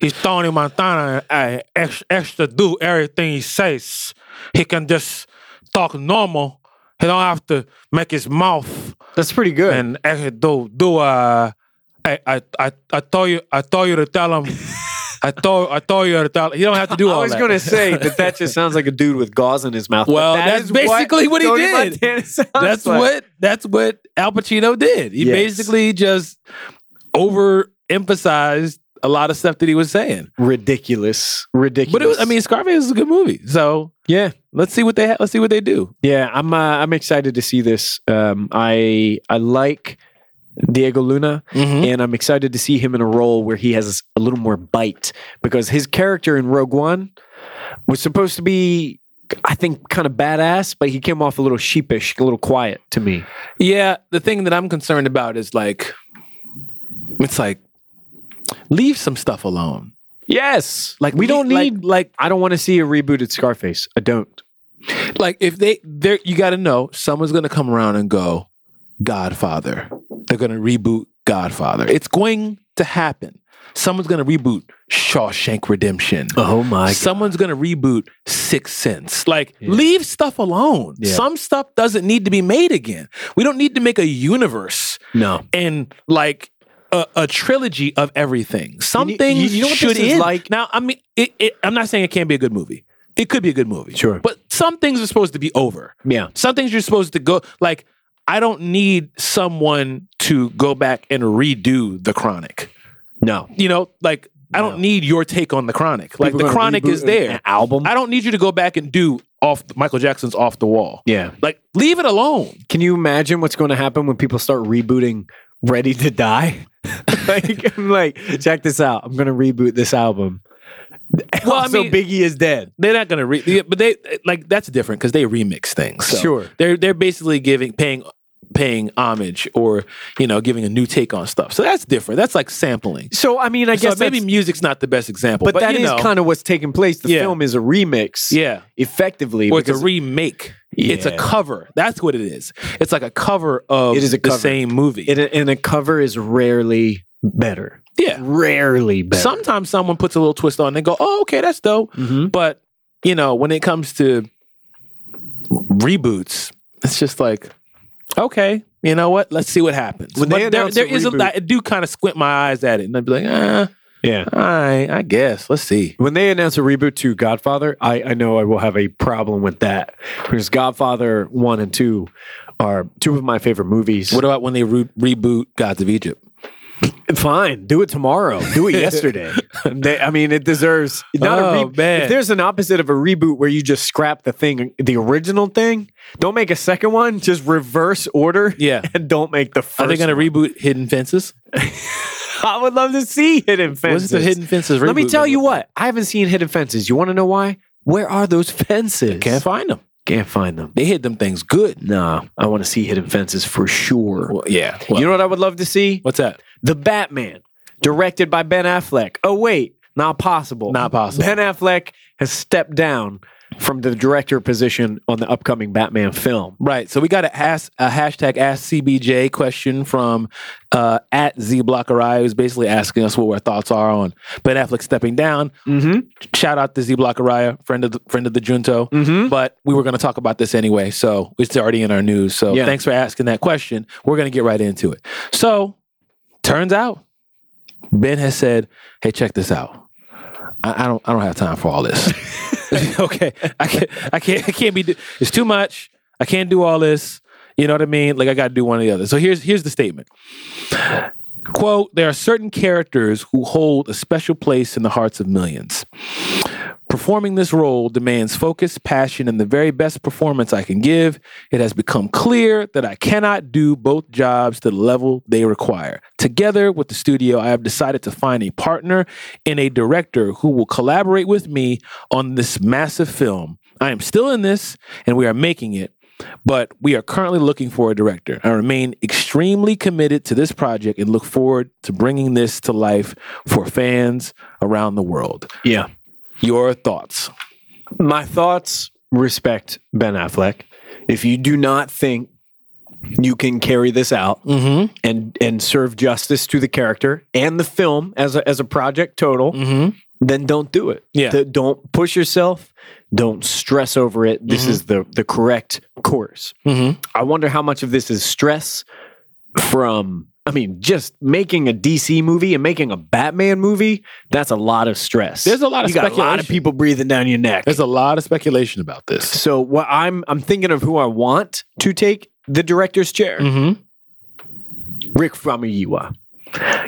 [SPEAKER 1] he's Tony Montana and extra, extra do everything he says. He can just talk normal. He don't have to make his mouth
[SPEAKER 2] That's pretty good.
[SPEAKER 1] and extra do do. Uh, I I I I told you I told you to tell
[SPEAKER 2] (laughs)
[SPEAKER 1] him. I told I told you to tell. He don't have to do
[SPEAKER 2] I
[SPEAKER 1] all
[SPEAKER 2] was
[SPEAKER 1] that.
[SPEAKER 2] gonna
[SPEAKER 1] (laughs)
[SPEAKER 2] say that that just sounds like a dude with gauze in his mouth. but
[SPEAKER 1] Well,
[SPEAKER 2] that
[SPEAKER 1] that's
[SPEAKER 2] is
[SPEAKER 1] basically what he
[SPEAKER 2] Tony
[SPEAKER 1] did.
[SPEAKER 2] Montana sounds (laughs)
[SPEAKER 1] that's
[SPEAKER 2] like.
[SPEAKER 1] what that's what Al Pacino did. He
[SPEAKER 2] Yes.
[SPEAKER 1] basically just overemphasized a lot of stuff that he was saying.
[SPEAKER 2] ridiculous, ridiculous.
[SPEAKER 1] But it was, I mean, Scarface is a good movie. So
[SPEAKER 2] yeah,
[SPEAKER 1] let's see what they ha- let's see what they do.
[SPEAKER 2] yeah. I'm uh, I'm excited to see this. Um, I I like Diego Luna,
[SPEAKER 1] Hmm?
[SPEAKER 2] and I'm excited to see him in a role where he has a little more bite because his character in Rogue One was supposed to be. I think kind of badass, but he came off a little sheepish, a little quiet to me.
[SPEAKER 1] Yeah, the thing that I'm concerned about is like, it's like leave some stuff alone.
[SPEAKER 2] Yes. Like
[SPEAKER 1] le-
[SPEAKER 2] we don't
[SPEAKER 1] like-
[SPEAKER 2] need like, I don't want to see a rebooted Scarface. I don't.
[SPEAKER 1] like like if they there you got to know someone's gonna come around and go Godfather. They're gonna reboot Godfather. It's going to happen. Someone's gonna reboot Shawshank Redemption.
[SPEAKER 2] Oh my
[SPEAKER 1] Someone's gonna reboot Sixth Sense. Like,
[SPEAKER 2] Yeah.
[SPEAKER 1] leave stuff alone.
[SPEAKER 2] Yeah.
[SPEAKER 1] Some stuff doesn't need to be made again. We don't need to make a universe
[SPEAKER 2] No.
[SPEAKER 1] and like a, a trilogy of everything. Some
[SPEAKER 2] you-
[SPEAKER 1] things
[SPEAKER 2] you know what
[SPEAKER 1] should
[SPEAKER 2] this is
[SPEAKER 1] end.
[SPEAKER 2] like?
[SPEAKER 1] Now, I mean, it, it, I'm not saying it can't be a good movie. It could be a good movie.
[SPEAKER 2] Sure.
[SPEAKER 1] But some things are supposed to be over.
[SPEAKER 2] Yeah.
[SPEAKER 1] Some things you're supposed to go like. I don't need someone to go back and redo the chronic.
[SPEAKER 2] No.
[SPEAKER 1] You know, like I don't
[SPEAKER 2] No.
[SPEAKER 1] need your take on the chronic. Like
[SPEAKER 2] People
[SPEAKER 1] the
[SPEAKER 2] gonna
[SPEAKER 1] chronic
[SPEAKER 2] reboot
[SPEAKER 1] is
[SPEAKER 2] an-
[SPEAKER 1] there.
[SPEAKER 2] an album.
[SPEAKER 1] I don't need you to go back and do off Michael Jackson's off the wall.
[SPEAKER 2] yeah.
[SPEAKER 1] Like leave it alone.
[SPEAKER 2] Can you imagine what's going to happen when people start rebooting Ready to Die? (laughs) like I'm like, check this out. I'm going to reboot this (laughs) album.
[SPEAKER 1] Well, I
[SPEAKER 2] also,
[SPEAKER 1] mean-
[SPEAKER 2] Biggie is dead.
[SPEAKER 1] They're not gonna re, yeah, but they like that's different because they remix things. So
[SPEAKER 2] Sure.
[SPEAKER 1] they're they're basically giving paying paying homage or you know giving a new take on stuff. So that's different. That's like sampling.
[SPEAKER 2] So I mean, I
[SPEAKER 1] So
[SPEAKER 2] guess
[SPEAKER 1] maybe
[SPEAKER 2] maybe
[SPEAKER 1] music's not the best example,
[SPEAKER 2] but, that
[SPEAKER 1] you
[SPEAKER 2] is
[SPEAKER 1] know,
[SPEAKER 2] kind of what's taking place. The
[SPEAKER 1] Yeah.
[SPEAKER 2] film is a remix
[SPEAKER 1] yeah.
[SPEAKER 2] effectively
[SPEAKER 1] Or it's a
[SPEAKER 2] because-
[SPEAKER 1] remake. It's a
[SPEAKER 2] Yeah.
[SPEAKER 1] cover. That's what it is. It's like a cover of
[SPEAKER 2] It is a
[SPEAKER 1] the
[SPEAKER 2] cover.
[SPEAKER 1] same movie.
[SPEAKER 2] and a- and a cover is rarely better.
[SPEAKER 1] yeah.
[SPEAKER 2] Rarely better.
[SPEAKER 1] Sometimes someone puts a little twist on and they go, "Oh, okay, that's dope."
[SPEAKER 2] Mhm.
[SPEAKER 1] But you know, when it comes to reboots, it's just like, okay, you know what? Let's see what happens.
[SPEAKER 2] When they
[SPEAKER 1] But there,
[SPEAKER 2] announce a
[SPEAKER 1] there is a,
[SPEAKER 2] reboot-
[SPEAKER 1] I do kind of squint my eyes at it, and I'd be like, ah,
[SPEAKER 2] yeah.
[SPEAKER 1] all right, I guess. Let's see.
[SPEAKER 2] When they announce a reboot to Godfather, I, I know I will have a problem with that because Godfather one and two are two of my favorite movies.
[SPEAKER 1] What about when they re- reboot Gods of Egypt?
[SPEAKER 2] Fine, do it tomorrow. Do it
[SPEAKER 1] (laughs)
[SPEAKER 2] yesterday. They- I mean, it deserves not a
[SPEAKER 1] Oh,
[SPEAKER 2] re-
[SPEAKER 1] man.
[SPEAKER 2] If there's an opposite of a reboot where you just scrap the thing, the original thing, don't make a second one. Just reverse order.
[SPEAKER 1] Yeah.
[SPEAKER 2] (laughs) and don't make the first.
[SPEAKER 1] Are they going to reboot Hidden Fences?
[SPEAKER 2] one. (laughs) I would love to see Hidden
[SPEAKER 1] What's
[SPEAKER 2] Fences.
[SPEAKER 1] the Hidden Fences reboot?
[SPEAKER 2] Let me tell
[SPEAKER 1] gonna
[SPEAKER 2] you
[SPEAKER 1] look like?
[SPEAKER 2] what. I haven't seen Hidden Fences. You want to know why? Where are those fences?
[SPEAKER 1] Can't find them.
[SPEAKER 2] Can't find them.
[SPEAKER 1] They hit them things good.
[SPEAKER 2] Nah, I want to see Hidden Fences for sure.
[SPEAKER 1] Well, yeah. Well,
[SPEAKER 2] you know what I would love to see?
[SPEAKER 1] what's that?
[SPEAKER 2] The Batman, directed by Ben Affleck. Oh, wait, not possible.
[SPEAKER 1] Not possible.
[SPEAKER 2] Ben Affleck has stepped down from the director position on the upcoming Batman film.
[SPEAKER 1] Right. So we got a, ask, a hashtag ask CBJ question from uh, at Z Blockerai, who's basically asking us what our thoughts are on Ben Affleck stepping down.
[SPEAKER 2] Mm-hmm.
[SPEAKER 1] Shout out to Z Blockerai, friend of the, friend of the Junto.
[SPEAKER 2] Mm-hmm.
[SPEAKER 1] But we were going to talk about this anyway, so it's already in our news. So
[SPEAKER 2] Yeah.
[SPEAKER 1] thanks for asking that question. We're going to get right into it. So turns out Ben has said, "Hey, check this out. I, I don't I don't have time for all
[SPEAKER 2] (laughs)
[SPEAKER 1] this. (laughs) okay, I can't I can't I can't be. Do- it's too much. I can't do all this. You know what I mean? Like I got to do one or the other. So here's here's the statement." Quote, there are certain characters who hold a special place in the hearts of millions. Performing this role demands focus, passion, and the very best performance I can give. It has become clear that I cannot do both jobs to the level they require. Together with the studio, I have decided to find a partner and a director who will collaborate with me on this massive film. I am still in this, and we are making it but we are currently looking for a director. I remain extremely committed to this project and look forward to bringing this to life for fans around the world.
[SPEAKER 2] Yeah.
[SPEAKER 1] Your thoughts?
[SPEAKER 2] My thoughts respect Ben Affleck. If you do not think you can carry this out
[SPEAKER 1] Mm-hmm.
[SPEAKER 2] and and serve justice to the character and the film as a, as a project total,
[SPEAKER 1] Mm-hmm.
[SPEAKER 2] then don't do it.
[SPEAKER 1] Yeah.
[SPEAKER 2] Th- don't push yourself. Don't stress over it. This is the the correct course.
[SPEAKER 1] Mm-hmm.
[SPEAKER 2] I wonder how much of this is stress from I mean, just making a DC movie and making a Batman movie, that's a lot of stress.
[SPEAKER 1] There's a lot of
[SPEAKER 2] you got a lot of
[SPEAKER 1] speculation.
[SPEAKER 2] people breathing down your neck.
[SPEAKER 1] There's a lot of speculation about this.
[SPEAKER 2] So what I'm I'm thinking of who I want to take the director's chair.
[SPEAKER 1] Mm-hmm.
[SPEAKER 2] Rick Famuyiwa.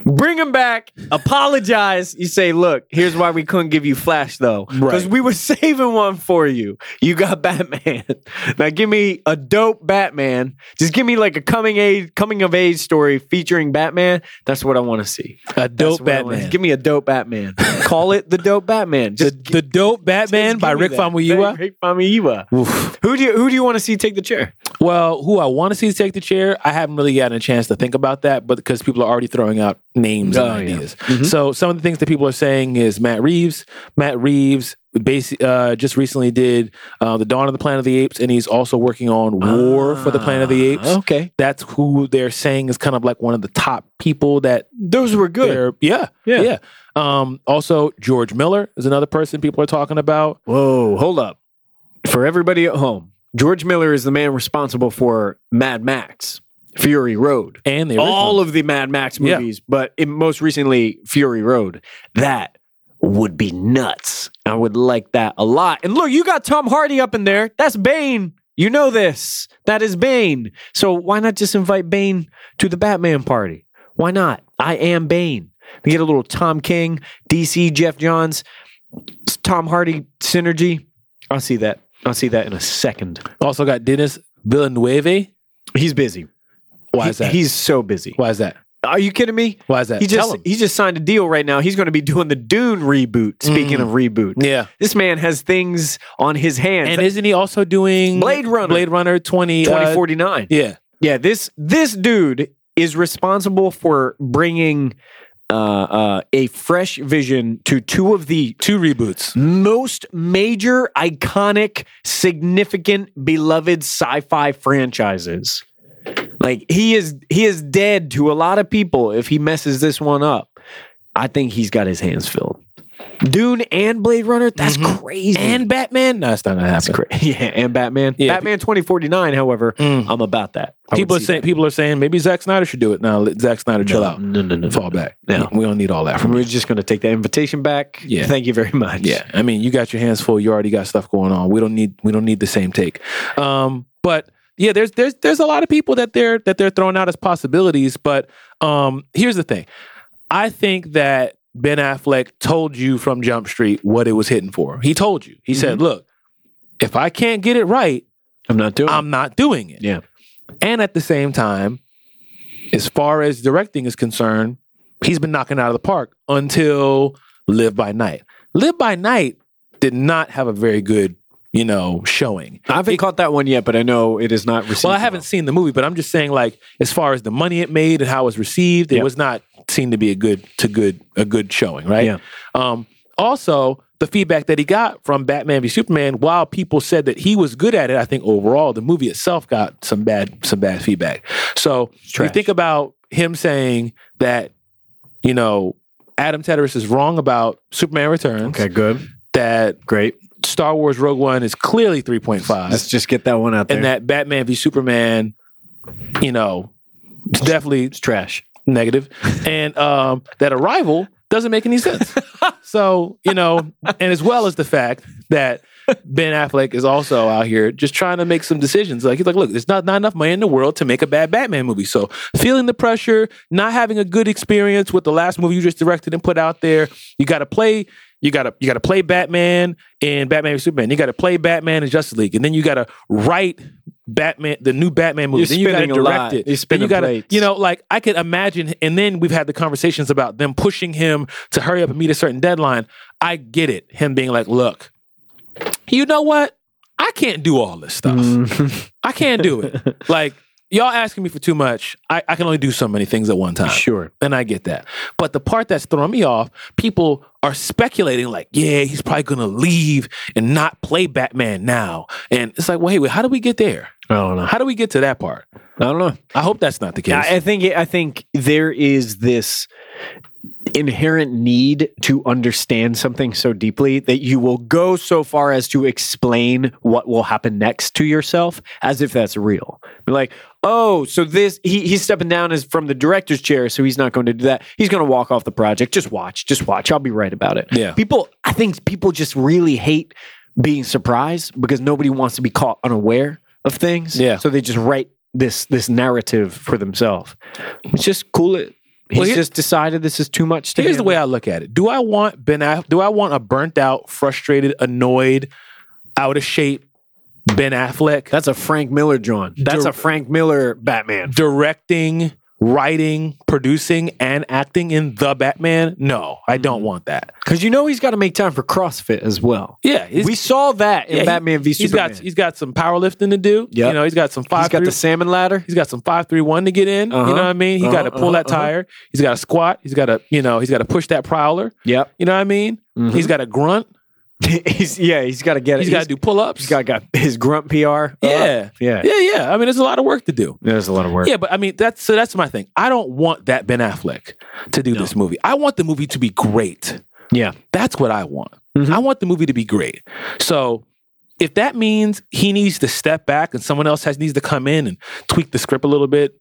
[SPEAKER 2] Bring him back. Apologize. You say, look, here's why we couldn't give you Flash though, because
[SPEAKER 1] Right.
[SPEAKER 2] we were (laughs) saving one for you. You got Batman. (laughs) now give me a dope Batman. Just give me like a coming age, coming of age story featuring Batman. That's what I want to see.
[SPEAKER 1] A
[SPEAKER 2] That's
[SPEAKER 1] dope
[SPEAKER 2] what I wanna-
[SPEAKER 1] Batman.
[SPEAKER 2] Give me a
[SPEAKER 1] (laughs)
[SPEAKER 2] dope Batman. Call it the dope Batman.
[SPEAKER 1] the,
[SPEAKER 2] Just gi-
[SPEAKER 1] the dope Batman
[SPEAKER 2] just
[SPEAKER 1] by
[SPEAKER 2] give me
[SPEAKER 1] Rick
[SPEAKER 2] that.
[SPEAKER 1] Famuyiwa.
[SPEAKER 2] Rick Famuyiwa.
[SPEAKER 1] Oof.
[SPEAKER 2] Who do you who do you want to see take the chair?
[SPEAKER 1] Well, who I want to see take the chair, I haven't really gotten a chance to think about that, but because people are already throwing out names and
[SPEAKER 2] Oh, yeah.
[SPEAKER 1] ideas.
[SPEAKER 2] Mhm.
[SPEAKER 1] So some of the things that people are saying is Matt Reeves. Matt Reeves basi- uh, just recently did uh, the Dawn of the Planet of the Apes, and he's also working on War for the Planet of the Apes.
[SPEAKER 2] Ah, Okay.
[SPEAKER 1] That's who they're saying is kind of like one of the top people that
[SPEAKER 2] Those were good.
[SPEAKER 1] they're yeah
[SPEAKER 2] Yeah.
[SPEAKER 1] yeah. Um, also, George Miller is another person people are talking about.
[SPEAKER 2] Whoa, hold up. For everybody at home, George Miller is the man responsible for Mad Max, Fury Road,
[SPEAKER 1] And the original.
[SPEAKER 2] all of the Mad Max
[SPEAKER 1] Yeah.
[SPEAKER 2] movies, but in, most recently, Fury Road. That would be nuts. I would like that a lot. And look, you got Tom Hardy up in there. That's Bane. You know this. That is Bane. So why not just invite Bane to the Batman party? Why not? I am Bane. We get a little Tom King, DC, Jeff Johns, Tom Hardy synergy. I'll see that. I'll see that in a second.
[SPEAKER 1] also got Dennis Villeneuve.
[SPEAKER 2] He's busy.
[SPEAKER 1] Why is
[SPEAKER 2] He-
[SPEAKER 1] that?
[SPEAKER 2] He's so busy.
[SPEAKER 1] Why is that?
[SPEAKER 2] Are you kidding me?
[SPEAKER 1] Why is that?
[SPEAKER 2] He
[SPEAKER 1] Tell
[SPEAKER 2] just
[SPEAKER 1] him.
[SPEAKER 2] he just signed a deal right now. He's going to be doing the Dune reboot. Speaking of reboot,
[SPEAKER 1] yeah.
[SPEAKER 2] this man has things on his hands.
[SPEAKER 1] And isn't he also doing
[SPEAKER 2] Blade Runner.
[SPEAKER 1] Blade Runner 20, uh,
[SPEAKER 2] 2049.
[SPEAKER 1] yeah.
[SPEAKER 2] yeah, this this dude is responsible for bringing uh, uh, a fresh vision to two of the
[SPEAKER 1] Two reboots.
[SPEAKER 2] most major, iconic, significant, beloved sci-fi franchises. Like he is he is dead to a lot of people if he messes this one up. I think he's got his hands filled. Dune and Blade Runner, that's crazy.
[SPEAKER 1] Mm-hmm. And Batman? No, it's not gonna
[SPEAKER 2] that's
[SPEAKER 1] happen.
[SPEAKER 2] crazy. (laughs) Yeah, and Batman.
[SPEAKER 1] Yeah.
[SPEAKER 2] Batman 2049, however,
[SPEAKER 1] Mm.
[SPEAKER 2] I'm about that. I would
[SPEAKER 1] People are
[SPEAKER 2] see
[SPEAKER 1] saying people are saying maybe Zack Snyder should do it. Now let Zack Snyder
[SPEAKER 2] that.
[SPEAKER 1] chill
[SPEAKER 2] No,
[SPEAKER 1] out.
[SPEAKER 2] No, no, no. no.
[SPEAKER 1] Fall back.
[SPEAKER 2] No.
[SPEAKER 1] We don't need all that from you.
[SPEAKER 2] We're just gonna take that invitation back.
[SPEAKER 1] Yeah.
[SPEAKER 2] Thank you very much.
[SPEAKER 1] Yeah. I mean, you got your hands full. You already got stuff going on. We don't need we don't need the same take. Um, but yeah, there's there's there's a lot of people that they're that they're throwing out as possibilities. But um, here's the thing. I think that Ben Affleck told you from Jump Street what it was hitting for. He told you. He said, look, if I can't get it right,
[SPEAKER 2] I'm not doing it.
[SPEAKER 1] I'm not doing it.
[SPEAKER 2] Yeah.
[SPEAKER 1] And at the same time, as far as directing is concerned, he's been knocking it out of the park until Live by Night. Live by Night did not have a very good you know, showing.
[SPEAKER 2] I haven't caught that one yet, but I know it is not received.
[SPEAKER 1] Well, I haven't seen the movie, but I'm just saying, like, as far as the money it made and how it was received, it
[SPEAKER 2] Yep.
[SPEAKER 1] was not seen to be a good to good a good showing, right?
[SPEAKER 2] Yeah.
[SPEAKER 1] Um, also, the feedback that he got from Batman v Superman, while people said that he was good at it, I think overall the movie itself got some bad some bad feedback. So you
[SPEAKER 2] trash.
[SPEAKER 1] think about him saying that, you know, Adam Tedderus is wrong about Superman Returns.
[SPEAKER 2] Okay, good,
[SPEAKER 1] That
[SPEAKER 2] great.
[SPEAKER 1] Star Wars Rogue One is clearly three point five
[SPEAKER 2] Let's just get that one out there.
[SPEAKER 1] and that Batman v Superman, you know, it's definitely
[SPEAKER 2] it's trash. (laughs)
[SPEAKER 1] negative, and um, that Arrival doesn't make any
[SPEAKER 2] (laughs)
[SPEAKER 1] sense. so you know, and as well as the fact that Ben Affleck is also out here just trying to make some decisions. Like he's like, look, there's not not enough money in the world to make a bad Batman movie. So feeling the pressure, not having a good experience with the last movie you just directed and put out there, you got to play. You gotta you gotta play Batman and Batman v Superman. You gotta play Batman and Justice League, and then you gotta write Batman the new Batman movie.
[SPEAKER 2] You're
[SPEAKER 1] then you gotta
[SPEAKER 2] spinning a
[SPEAKER 1] direct
[SPEAKER 2] lot.
[SPEAKER 1] it.
[SPEAKER 2] You're
[SPEAKER 1] Then you
[SPEAKER 2] spinning
[SPEAKER 1] gotta
[SPEAKER 2] plates.
[SPEAKER 1] you know like I could imagine. And then we've had the conversations about them pushing him to hurry up and meet a certain deadline. I get it. Him being like, look, you know what? I can't do all this stuff.
[SPEAKER 2] Mm.
[SPEAKER 1] I can't do it. like, y'all asking me for too much. I, I can only do so many things at one time.
[SPEAKER 2] Sure.
[SPEAKER 1] And I get that. But the part that's throwing me off, people are speculating, like, yeah, he's probably gonna leave and not play Batman now. And it's like, well, hey, wait, how do we get there?
[SPEAKER 2] I don't know.
[SPEAKER 1] How do we get to that part?
[SPEAKER 2] I don't know.
[SPEAKER 1] I hope that's not the case.
[SPEAKER 2] I, I think I think there is this inherent need to understand something so deeply that you will go so far as to explain what will happen next to yourself as if that's real. Be like, oh, so this he, he's stepping down as from the director's chair, so he's not going to do that. He's going to walk off the project. Just watch, just watch. I'll be right about it.
[SPEAKER 1] Yeah.
[SPEAKER 2] people. I think people just really hate being surprised because nobody wants to be caught unaware of things.
[SPEAKER 1] Yeah.
[SPEAKER 2] So they just write this this narrative for themselves. It's just cool. It. He's
[SPEAKER 1] here-
[SPEAKER 2] just decided this is too much to
[SPEAKER 1] Here's the
[SPEAKER 2] handle.
[SPEAKER 1] way I look at it. Do I want Ben? Aff- do I want a burnt out, frustrated, annoyed, out of shape Ben Affleck?
[SPEAKER 2] That's a Frank Miller drawing. That's
[SPEAKER 1] Dir-
[SPEAKER 2] a Frank Miller Batman.
[SPEAKER 1] directing, writing, producing, and acting in the Batman. No, I
[SPEAKER 2] Mm-hmm.
[SPEAKER 1] don't want that.
[SPEAKER 2] Because you know he's got to make time for CrossFit as well.
[SPEAKER 1] Yeah, he's,
[SPEAKER 2] we saw that in
[SPEAKER 1] yeah, he-
[SPEAKER 2] Batman v
[SPEAKER 1] he's
[SPEAKER 2] Superman.
[SPEAKER 1] got he's got some powerlifting to do.
[SPEAKER 2] Yep.
[SPEAKER 1] you know he's got some
[SPEAKER 2] he's
[SPEAKER 1] five.
[SPEAKER 2] got the salmon ladder.
[SPEAKER 1] He's got some five three one to get in.
[SPEAKER 2] Uh-huh,
[SPEAKER 1] You know what I mean? He got to
[SPEAKER 2] uh-huh,
[SPEAKER 1] pull that
[SPEAKER 2] uh-huh, uh-huh.
[SPEAKER 1] tire. He's got to squat. He's got to you know he's got to push that prowler.
[SPEAKER 2] Yep.
[SPEAKER 1] You know what I mean?
[SPEAKER 2] Mhm.
[SPEAKER 1] He's got to grunt.
[SPEAKER 2] (laughs) he's yeah. He's got to get it.
[SPEAKER 1] He's got to do pull ups.
[SPEAKER 2] He's got got his grunt PR. up.
[SPEAKER 1] Yeah.
[SPEAKER 2] Yeah.
[SPEAKER 1] yeah, yeah. I mean, there's a lot of work to do.
[SPEAKER 2] There's a lot of work.
[SPEAKER 1] Yeah, but I mean that's so that's my thing. I don't want that Ben Affleck to do this movie. I want the movie to be great.
[SPEAKER 2] Yeah.
[SPEAKER 1] That's what I want.
[SPEAKER 2] Mhm.
[SPEAKER 1] I want the movie to be great. So if that means he needs to step back and someone else has needs to come in and tweak the script a little bit,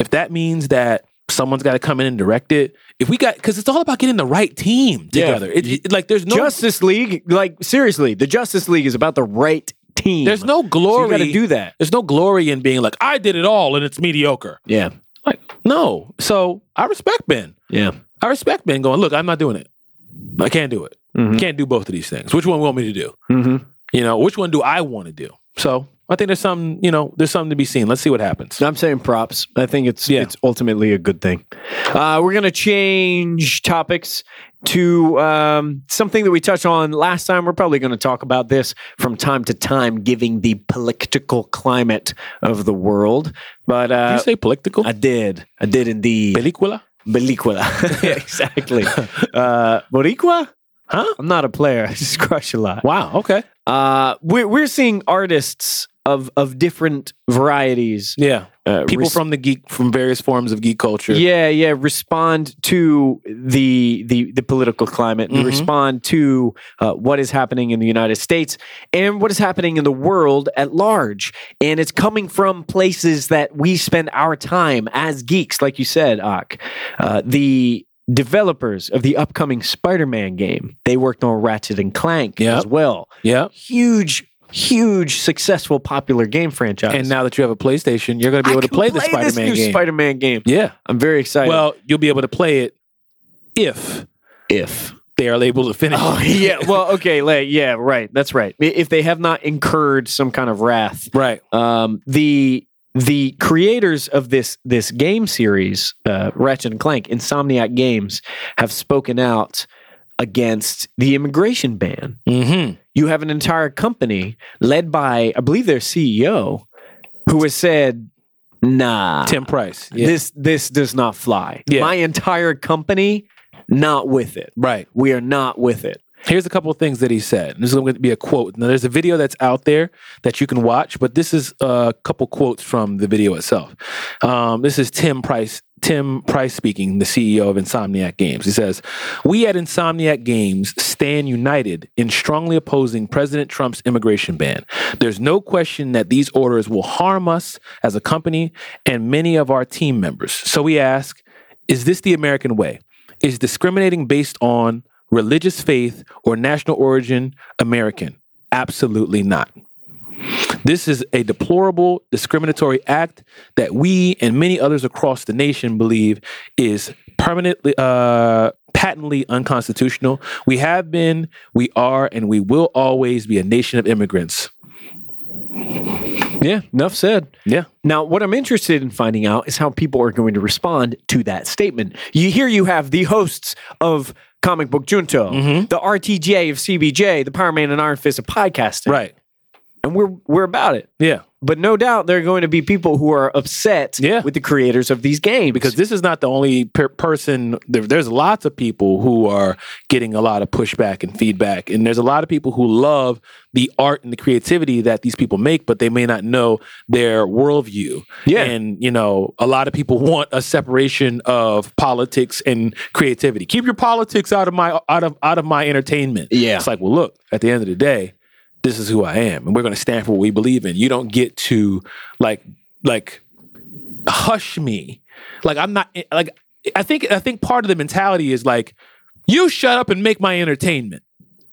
[SPEAKER 1] if that means that someone's got to come in and direct it, if we got because it's all about getting the right team
[SPEAKER 2] Yeah.
[SPEAKER 1] together. It, it- like there's no
[SPEAKER 2] Justice League, like seriously, the Justice League is about the right team.
[SPEAKER 1] there's no
[SPEAKER 2] So
[SPEAKER 1] glory.
[SPEAKER 2] you got to do that.
[SPEAKER 1] there's no glory in being like I did it all and it's mediocre.
[SPEAKER 2] Yeah.
[SPEAKER 1] Like no. So I respect Ben.
[SPEAKER 2] Yeah.
[SPEAKER 1] I respect Ben going, look, I'm not doing it. I can't do it.
[SPEAKER 2] Mhm.
[SPEAKER 1] Can't do both of these things. Which one want me to do?
[SPEAKER 2] Mm-hmm.
[SPEAKER 1] You know, which one do I want to do? So I think there's something, you know, there's something to be seen. Let's see what happens.
[SPEAKER 2] I'm saying props. I think it's
[SPEAKER 1] Yeah.
[SPEAKER 2] it's ultimately a good thing. Uh, we're gonna change topics to um, something that we touched on last time. We're probably going to talk about this from time to time, giving the political climate of the world. But
[SPEAKER 1] Did
[SPEAKER 2] uh,
[SPEAKER 1] you say political?
[SPEAKER 2] I did, I did indeed.
[SPEAKER 1] Película?
[SPEAKER 2] Beliquila,
[SPEAKER 1] (laughs)
[SPEAKER 2] (laughs) exactly. Uh, Boricua.
[SPEAKER 1] Huh?
[SPEAKER 2] I'm not a player. I just crush a lot.
[SPEAKER 1] Wow. Okay.
[SPEAKER 2] Uh, we're we're seeing artists of of different varieties.
[SPEAKER 1] Yeah.
[SPEAKER 2] Uh,
[SPEAKER 1] People
[SPEAKER 2] res-
[SPEAKER 1] from the geek, from various forms of geek culture.
[SPEAKER 2] yeah yeah respond to the the the political climate and
[SPEAKER 1] Mhm.
[SPEAKER 2] respond to uh, what is happening in the United States and what is happening in the world at large and it's coming from places that we spend our time as geeks like you said Ak uh, the developers of the upcoming Spider-Man game they worked on Ratchet and Clank
[SPEAKER 1] Yep.
[SPEAKER 2] as well
[SPEAKER 1] Yeah.
[SPEAKER 2] huge huge successful popular game franchise
[SPEAKER 1] And now that you have a PlayStation, you're going to be
[SPEAKER 2] I
[SPEAKER 1] able to
[SPEAKER 2] can
[SPEAKER 1] play, the
[SPEAKER 2] this
[SPEAKER 1] Spider Man
[SPEAKER 2] new
[SPEAKER 1] game.
[SPEAKER 2] Spider-Man game
[SPEAKER 1] yeah.
[SPEAKER 2] I'm very excited
[SPEAKER 1] Well, you'll be able to play it if
[SPEAKER 2] if
[SPEAKER 1] they are able to finish.
[SPEAKER 2] Oh
[SPEAKER 1] (laughs)
[SPEAKER 2] (laughs)
[SPEAKER 1] it.
[SPEAKER 2] yeah. Well, okay. Like, yeah. Right. That's right. I- If they have not incurred some kind of wrath,
[SPEAKER 1] Right.
[SPEAKER 2] um, the the creators of this this game series, uh, Ratchet and Clank, Insomniac Games, have spoken out against the immigration ban.
[SPEAKER 1] Mm-hmm.
[SPEAKER 2] You have an entire company led by, I believe, their CEO, who has said, "Nah,
[SPEAKER 1] Tim Price. Yeah.
[SPEAKER 2] this this does not fly.
[SPEAKER 1] Yeah.
[SPEAKER 2] My entire company, not with it.
[SPEAKER 1] right.
[SPEAKER 2] We are not with it."
[SPEAKER 1] Here's a couple of things that he said. This is going to be a quote. Now, there's a video that's out there that you can watch, but this is a couple quotes from the video itself. Um, this is Tim Price. Tim Price speaking, the CEO of Insomniac Games. He says, "We at Insomniac Games stand united in strongly opposing President Trump's immigration ban. There's no question that these orders will harm us as a company and many of our team members. So we ask, is this the American way? Is discriminating based on religious faith or national origin American? Absolutely not. This is a deplorable discriminatory act that we and many others across the nation believe is permanently uh, patently unconstitutional. We have been, we are, and we will always be a nation of immigrants.
[SPEAKER 2] Yeah, enough said.
[SPEAKER 1] Yeah.
[SPEAKER 2] Now, what I'm interested in finding out is how people are going to respond to that statement. You here you have the hosts of Comic Book Junto,
[SPEAKER 1] Mm-hmm.
[SPEAKER 2] the RTJ of CBJ, the Power Man and Iron Fist of podcasting,
[SPEAKER 1] Right.
[SPEAKER 2] and we're we're about it.
[SPEAKER 1] Yeah.
[SPEAKER 2] But no doubt there are going to be people who are upset
[SPEAKER 1] Yeah.
[SPEAKER 2] with the creators of these games
[SPEAKER 1] because this is not the only per- person. There, there's lots of people who are getting a lot of pushback and feedback, and there's a lot of people who love the art and the creativity that these people make, but they may not know their worldview.
[SPEAKER 2] Yeah.
[SPEAKER 1] and you know, a lot of people want a separation of politics and creativity. Keep your politics out of my out of out of my entertainment.
[SPEAKER 2] Yeah.
[SPEAKER 1] it's like, well, look, at the end of the day. This is who I am, and we're going to stand for what we believe in. You don't get to like like hush me. Like I'm not like I think I think part of the mentality is like you shut up and make my entertainment.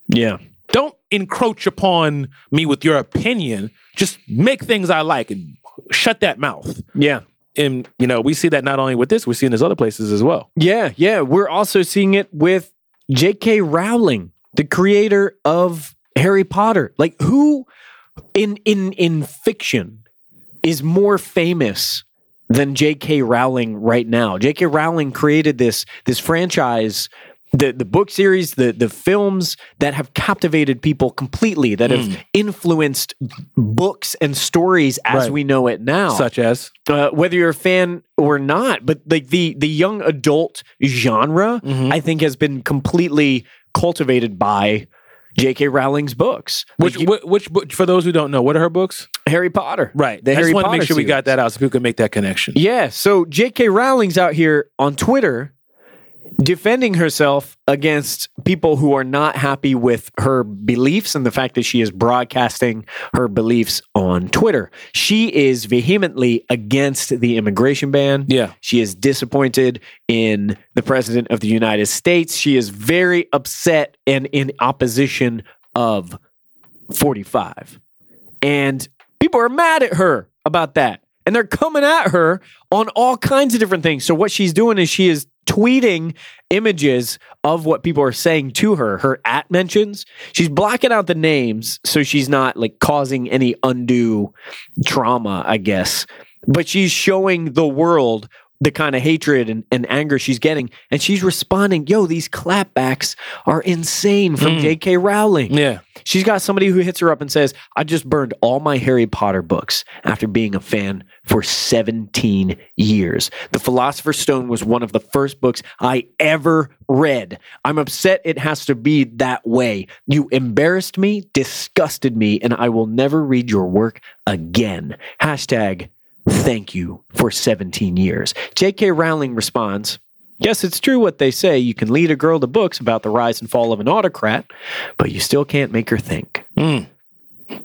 [SPEAKER 2] yeah.
[SPEAKER 1] Don't encroach upon me with your opinion. Just make things I like and shut that mouth.
[SPEAKER 2] Yeah.
[SPEAKER 1] And you know, we see that not only with this, we see in these other places as well.
[SPEAKER 2] Yeah, yeah. We're also seeing it with J.K. Rowling, the creator of Harry Potter. Like who in in in fiction is more famous than J.K. Rowling right now? J.K. Rowling created this this franchise the, the book series, the, the films that have captivated people completely, that
[SPEAKER 1] Mm.
[SPEAKER 2] have influenced books and stories as
[SPEAKER 1] Right.
[SPEAKER 2] we know it now
[SPEAKER 1] Such as
[SPEAKER 2] uh, whether you're a fan or not, but like the the young adult genre, I think has been completely cultivated by J.K. Rowling's books,
[SPEAKER 1] which
[SPEAKER 2] Like,
[SPEAKER 1] wh- which book, for those who don't know, what are her books?
[SPEAKER 2] Harry Potter, The
[SPEAKER 1] I
[SPEAKER 2] Harry
[SPEAKER 1] just want to
[SPEAKER 2] Potter
[SPEAKER 1] make sure we
[SPEAKER 2] series.
[SPEAKER 1] got that out so people can make that connection.
[SPEAKER 2] Yeah, so J.K. Rowling's out here on Twitter defending herself against people who are not happy with her beliefs and the fact that she is broadcasting her beliefs on Twitter. She is vehemently against the immigration ban.
[SPEAKER 1] Yeah.
[SPEAKER 2] She is disappointed in the president of the United States. She is very upset and in opposition of 45. And people are mad at her about that. And they're coming at her on all kinds of different things. So, what she's doing is she is tweeting images of what people are saying to her, her at mentions. She's blocking out the names so she's not like causing any undue trauma, I guess. But she's showing the world the kind of hatred and, and anger she's getting. And she's responding, yo, these clapbacks are insane from J.K. Rowling.
[SPEAKER 1] Yeah.
[SPEAKER 2] She's got somebody who hits her up and says, I just burned all my Harry Potter books after being a fan for 17 years. The Philosopher's Stone was one of the first books I ever read. I'm upset it has to be that way. You embarrassed me, disgusted me, and I will never read your work again. Hashtag thank you for 17 years. J.K. Rowling responds, Yes, it's true what they say. You can lead a girl to books about the rise and fall of an autocrat, but you still can't make her think.
[SPEAKER 1] Mm.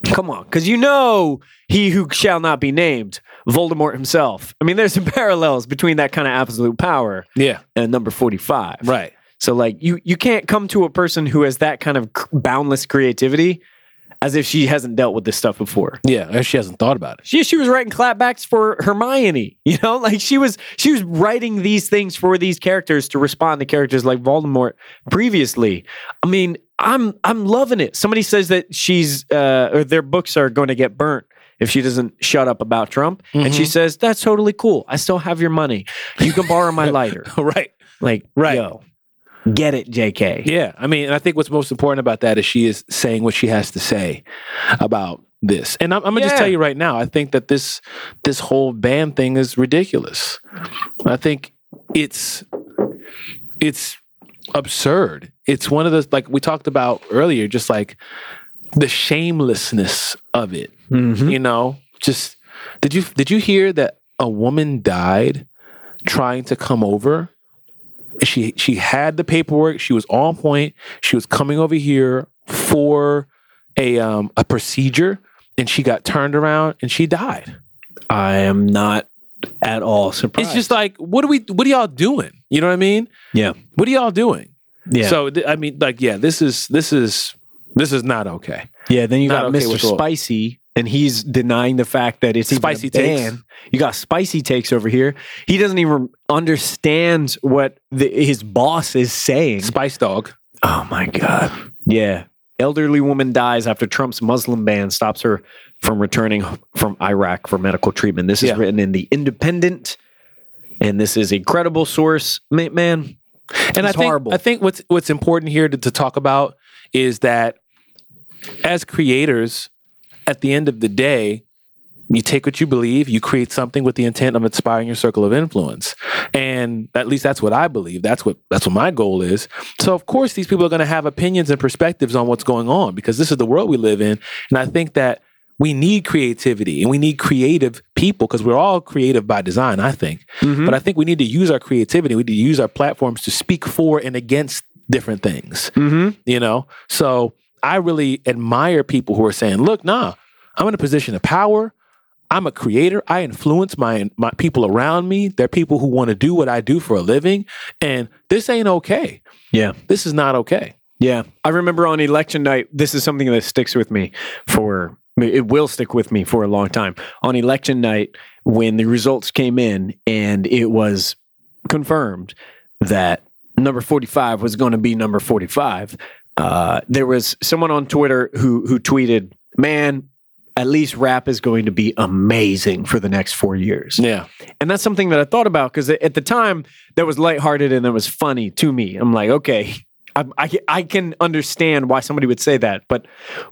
[SPEAKER 2] Come on, because you know he who shall not be named, Voldemort himself. I mean, there's some (laughs) parallels between that kind of absolute power
[SPEAKER 1] Yeah.
[SPEAKER 2] and number 45.
[SPEAKER 1] Right.
[SPEAKER 2] So, like, you, you can't come to a person who has that kind of c- boundless creativity as if she hasn't dealt with this stuff before.
[SPEAKER 1] Yeah. and She hasn't thought about it.
[SPEAKER 2] She she was writing clapbacks for Hermione, (laughs) you know, like she was she was writing these things for these characters to respond to characters like Voldemort previously. I mean, I'm I'm loving it. Somebody says that she's uh, or their books are going to get burnt if she doesn't shut up about Trump, and she says that's totally cool. I still have your money. You can borrow my lighter.
[SPEAKER 1] (laughs) right.
[SPEAKER 2] Like
[SPEAKER 1] Right.
[SPEAKER 2] yo, Get it, JK.
[SPEAKER 1] Yeah, I mean, and I think what's most important about that is she is saying what she has to say about this. And I'm, I'm gonna just
[SPEAKER 2] Yeah.
[SPEAKER 1] tell you right now, I think that this this whole ban thing is ridiculous. I think it's it's absurd. It's one of those like we talked about earlier, just like the shamelessness of it.
[SPEAKER 2] Mhm.
[SPEAKER 1] You know, just did you did you hear that a woman died trying to come over? She she had the paperwork. She was on point. She was coming over here for a um a procedure, and she got turned around and she died.
[SPEAKER 2] I am not at all surprised.
[SPEAKER 1] It's just like what are we? What are y'all doing? You know what I mean?
[SPEAKER 2] yeah,
[SPEAKER 1] What are y'all doing?
[SPEAKER 2] yeah,
[SPEAKER 1] So th- I mean, like, yeah, this is this is this is not okay.
[SPEAKER 2] yeah. Then you
[SPEAKER 1] not
[SPEAKER 2] got
[SPEAKER 1] okay
[SPEAKER 2] Mr.
[SPEAKER 1] with all.
[SPEAKER 2] Spicy, and he's denying the fact that it's even a
[SPEAKER 1] Spicy takes.
[SPEAKER 2] ban. You got Spicy takes over here. He doesn't even understand what the, his boss is saying.
[SPEAKER 1] Spice dog.
[SPEAKER 2] Oh my God. Yeah. Elderly woman dies after Trump's Muslim ban stops her from returning from Iraq for medical treatment. This is
[SPEAKER 1] Yeah.
[SPEAKER 2] written in The Independent, and this is a credible source. Ma- Man,
[SPEAKER 1] and
[SPEAKER 2] It's
[SPEAKER 1] I think,
[SPEAKER 2] horrible.
[SPEAKER 1] I think what's what's important here to, to talk about is that as creators, at the end of the day, you take what you believe, you create something with the intent of inspiring your circle of influence. And at least that's what I believe. That's what that's what my goal is. So of course these people are going to have opinions and perspectives on what's going on because this is the world we live in. And I think that we need creativity and we need creative people because we're all creative by design, I think. But I think we need to use our creativity. We need to use our platforms to speak for and against different things.
[SPEAKER 2] Mhm.
[SPEAKER 1] You know? So I really admire people who are saying, look, nah, I'm in a position of power. I'm a creator. I influence my my people around me. They're people who want to do what I do for a living. And this ain't okay.
[SPEAKER 2] yeah.
[SPEAKER 1] This is not okay.
[SPEAKER 2] Yeah. I remember on election night, this is something that sticks with me for, it will stick with me for a long time. On election night, when the results came in and it was confirmed that number 45 was going to be number 45, uh, there was someone on Twitter who, who tweeted, man, at least rap is going to be amazing for the next four years.
[SPEAKER 1] Yeah.
[SPEAKER 2] And that's something that I thought about because at the time that was lighthearted and that was funny to me. I'm like, okay, I, I, ca- I can understand why somebody would say that. But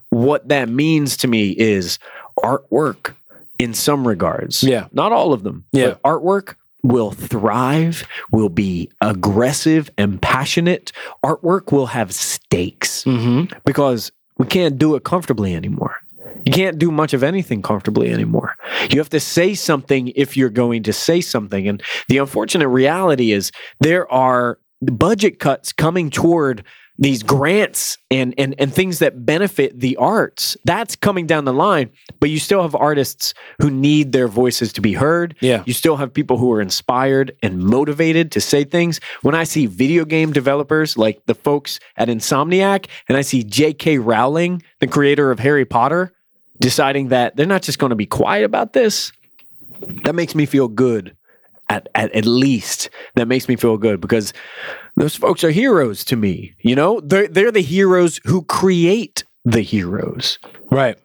[SPEAKER 2] what that means to me is artwork in some regards.
[SPEAKER 1] Yeah.
[SPEAKER 2] Not all of them.
[SPEAKER 1] Yeah.
[SPEAKER 2] But artwork will thrive, will be aggressive and passionate. Artwork will have stakes
[SPEAKER 1] Mm-hmm.
[SPEAKER 2] because we can't do it comfortably anymore. You can't do much of anything comfortably anymore. You have to say something if you're going to say something. And the unfortunate reality is there are budget cuts coming toward these grants and, and, and things that benefit the arts. That's coming down the line, but you still have artists who need their voices to be heard.
[SPEAKER 1] Yeah.
[SPEAKER 2] You still have people who are inspired and motivated to say things. When I see video game developers like the folks at Insomniac, and I see J.K. Rowling, the creator of Harry Potter, deciding that they're not just going to be quiet about this, that makes me feel good. At, at, at least that makes me feel good because those folks are heroes to me. You know, they're, they're the heroes who create the heroes.
[SPEAKER 1] Right.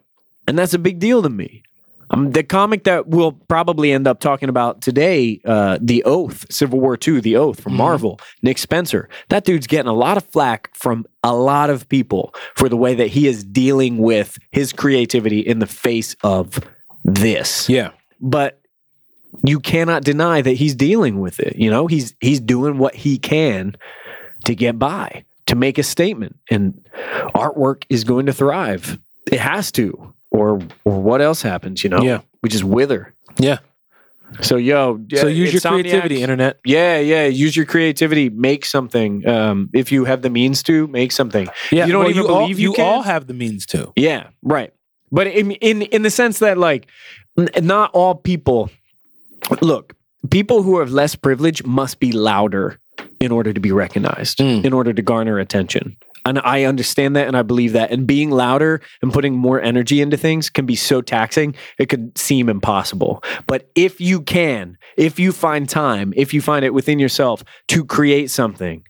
[SPEAKER 2] And that's a big deal to me. Um, the comic that we'll probably end up talking about today, uh, The Oath, Civil War II, The Oath from Marvel, Nick Spencer. That dude's getting a lot of flack from a lot of people for the way that he is dealing with his creativity in the face of this
[SPEAKER 1] Yeah.
[SPEAKER 2] but you cannot deny that he's dealing with it. You know, he's he's doing what he can to get by, to make a statement, and artwork is going to thrive. It has to, or or what else happens? You know,
[SPEAKER 1] Yeah.
[SPEAKER 2] we just wither.
[SPEAKER 1] Yeah.
[SPEAKER 2] So yo,
[SPEAKER 1] so
[SPEAKER 2] yeah,
[SPEAKER 1] use your
[SPEAKER 2] Insomniac-
[SPEAKER 1] creativity, internet.
[SPEAKER 2] yeah, yeah. Use your creativity. Make something. Um, if you have the means to, make something.
[SPEAKER 1] Yeah.
[SPEAKER 2] You don't even
[SPEAKER 1] all-
[SPEAKER 2] believe you
[SPEAKER 1] you
[SPEAKER 2] can?
[SPEAKER 1] all have the means to.
[SPEAKER 2] Yeah, right. But in in in the sense that like n- not all people look, people who have less privilege must be louder in order to be recognized,
[SPEAKER 1] Mm.
[SPEAKER 2] in order to garner attention. And I understand that and I believe that. And being louder and putting more energy into things can be so taxing, it could seem impossible. But if you can, if you find time, if you find it within yourself to create something,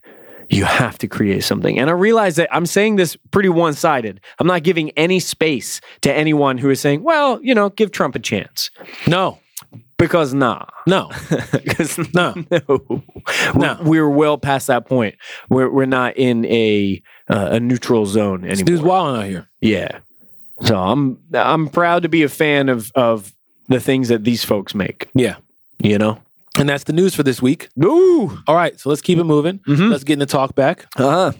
[SPEAKER 2] you have to create something. And I realize that I'm saying this pretty one sided. I'm not giving any space to anyone who is saying, well, you know, give Trump a chance.
[SPEAKER 1] No.
[SPEAKER 2] Because nah, (laughs)
[SPEAKER 1] No,
[SPEAKER 2] because
[SPEAKER 1] no.
[SPEAKER 2] no,
[SPEAKER 1] No.
[SPEAKER 2] we're well past that point. We're we're not in a uh, a neutral zone
[SPEAKER 1] This
[SPEAKER 2] anymore.
[SPEAKER 1] dude's wilding out here.
[SPEAKER 2] Yeah. So I'm I'm proud to be a fan of of the things that these folks make.
[SPEAKER 1] Yeah.
[SPEAKER 2] You know.
[SPEAKER 1] And that's the news for this week.
[SPEAKER 2] Ooh.
[SPEAKER 1] All right, so let's keep it moving.
[SPEAKER 2] Mm-hmm.
[SPEAKER 1] Let's get into talk back.
[SPEAKER 2] Uh-huh.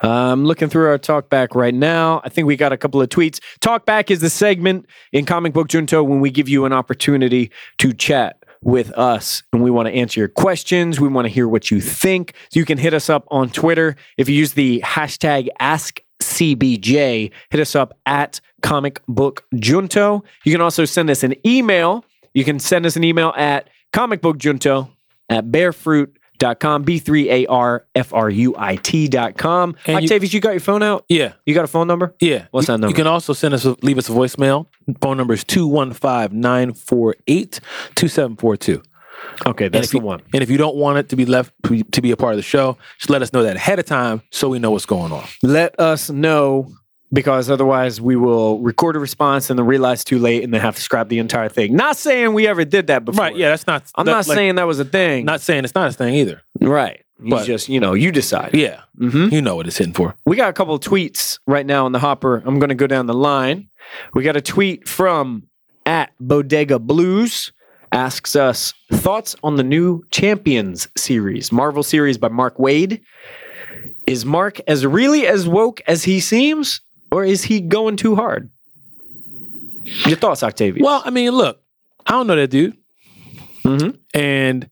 [SPEAKER 2] I'm looking through our talk back right now. I think we got a couple of tweets. Talk back is the segment in Comic Book Junto when we give you an opportunity to chat with us and we want to answer your questions. We want to hear what you think. So you can hit us up on Twitter. If you use the hashtag AskCBJ, hit us up at Comic Book Junto. You can also send us an email. You can send us an email at comicbookjunto at barefruit.com, B3ARFRUIT.com.
[SPEAKER 1] And you-
[SPEAKER 2] Octavius, you got your phone out?
[SPEAKER 1] Yeah,
[SPEAKER 2] You got a phone number?
[SPEAKER 1] yeah.
[SPEAKER 2] What's that
[SPEAKER 1] You-
[SPEAKER 2] number?
[SPEAKER 1] You can also send us, a, leave us a voicemail. Phone number is 215 948 2742.
[SPEAKER 2] Okay, that's
[SPEAKER 1] if you-
[SPEAKER 2] the one.
[SPEAKER 1] And if you don't want it to be left to be a part of the show, just let us know that ahead of time so we know what's going on.
[SPEAKER 2] Let us know because otherwise we will record a response and then realize too late and then have to scrap the entire thing. Not saying we ever did that before.
[SPEAKER 1] Right? Yeah, that's not.
[SPEAKER 2] I'm
[SPEAKER 1] that-
[SPEAKER 2] not
[SPEAKER 1] like,
[SPEAKER 2] saying that was a thing.
[SPEAKER 1] not saying it's not a thing either.
[SPEAKER 2] right. You
[SPEAKER 1] But-
[SPEAKER 2] just, you know, you decide.
[SPEAKER 1] Yeah,
[SPEAKER 2] Mm-hmm.
[SPEAKER 1] you know what it's hitting for.
[SPEAKER 2] We got a couple of tweets right now in the hopper. I'm going to go down the line. We got a tweet from at Bodega Blues asks us thoughts on the new Champions series, Marvel series by Mark Wade. Is Mark as really as woke as he seems, or is he going too hard? Your thoughts, Octavius?
[SPEAKER 1] Well, I mean, look, I don't know that dude,
[SPEAKER 2] Mhm.
[SPEAKER 1] and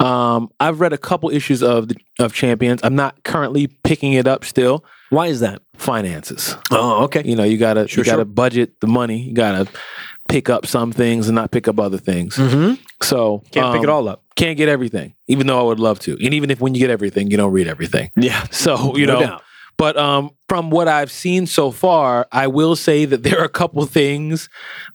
[SPEAKER 1] um, I've read a couple issues of the, of Champions. I'm not currently picking it up still.
[SPEAKER 2] why is that?
[SPEAKER 1] Finances,
[SPEAKER 2] Oh, okay.
[SPEAKER 1] you know, you gotta
[SPEAKER 2] Sure,
[SPEAKER 1] you gotta
[SPEAKER 2] sure.
[SPEAKER 1] budget the money. You gotta pick up some things and not pick up other things.
[SPEAKER 2] Mm-hmm.
[SPEAKER 1] So
[SPEAKER 2] Can't pick
[SPEAKER 1] um,
[SPEAKER 2] it all up.
[SPEAKER 1] Can't get everything, even though I would love to. And even if when you get everything, you don't read everything.
[SPEAKER 2] Yeah,
[SPEAKER 1] So you know, But um, from what I've seen so far, I will say that there are a couple things,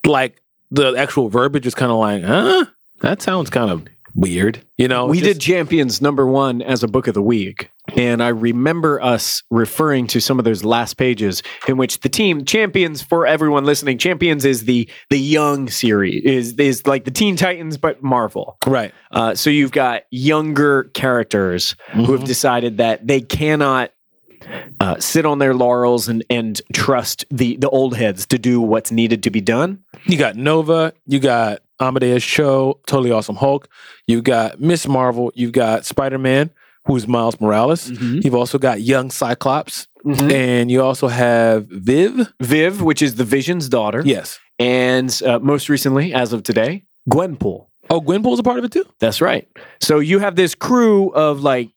[SPEAKER 1] like the actual verbiage is kind of like, huh? That sounds kind of weird. You know, Oh,
[SPEAKER 2] we
[SPEAKER 1] just-
[SPEAKER 2] did Champions number one as a book of the week. And I remember us referring to some of those last pages in which the team Champions for everyone listening. Champions is the the young series is is like the Teen Titans but Marvel.
[SPEAKER 1] right.
[SPEAKER 2] Uh, so you've got younger characters who have decided that they cannot uh, sit on their laurels and and trust the the old heads to do what's needed to be done.
[SPEAKER 1] You got Nova. You got Amadeus Cho, totally awesome Hulk. You got Miss Marvel. You got Spider Man, who's Miles
[SPEAKER 2] Mm-hmm.
[SPEAKER 1] Morales. You've also got young Cyclops,
[SPEAKER 2] Mhm.
[SPEAKER 1] and you also have Viv.
[SPEAKER 2] Viv, which is the Vision's daughter,
[SPEAKER 1] Yes.
[SPEAKER 2] and uh, most recently, as of today, Gwenpool.
[SPEAKER 1] Oh, Gwenpool's a part of it too.
[SPEAKER 2] That's right. So you have this crew of like,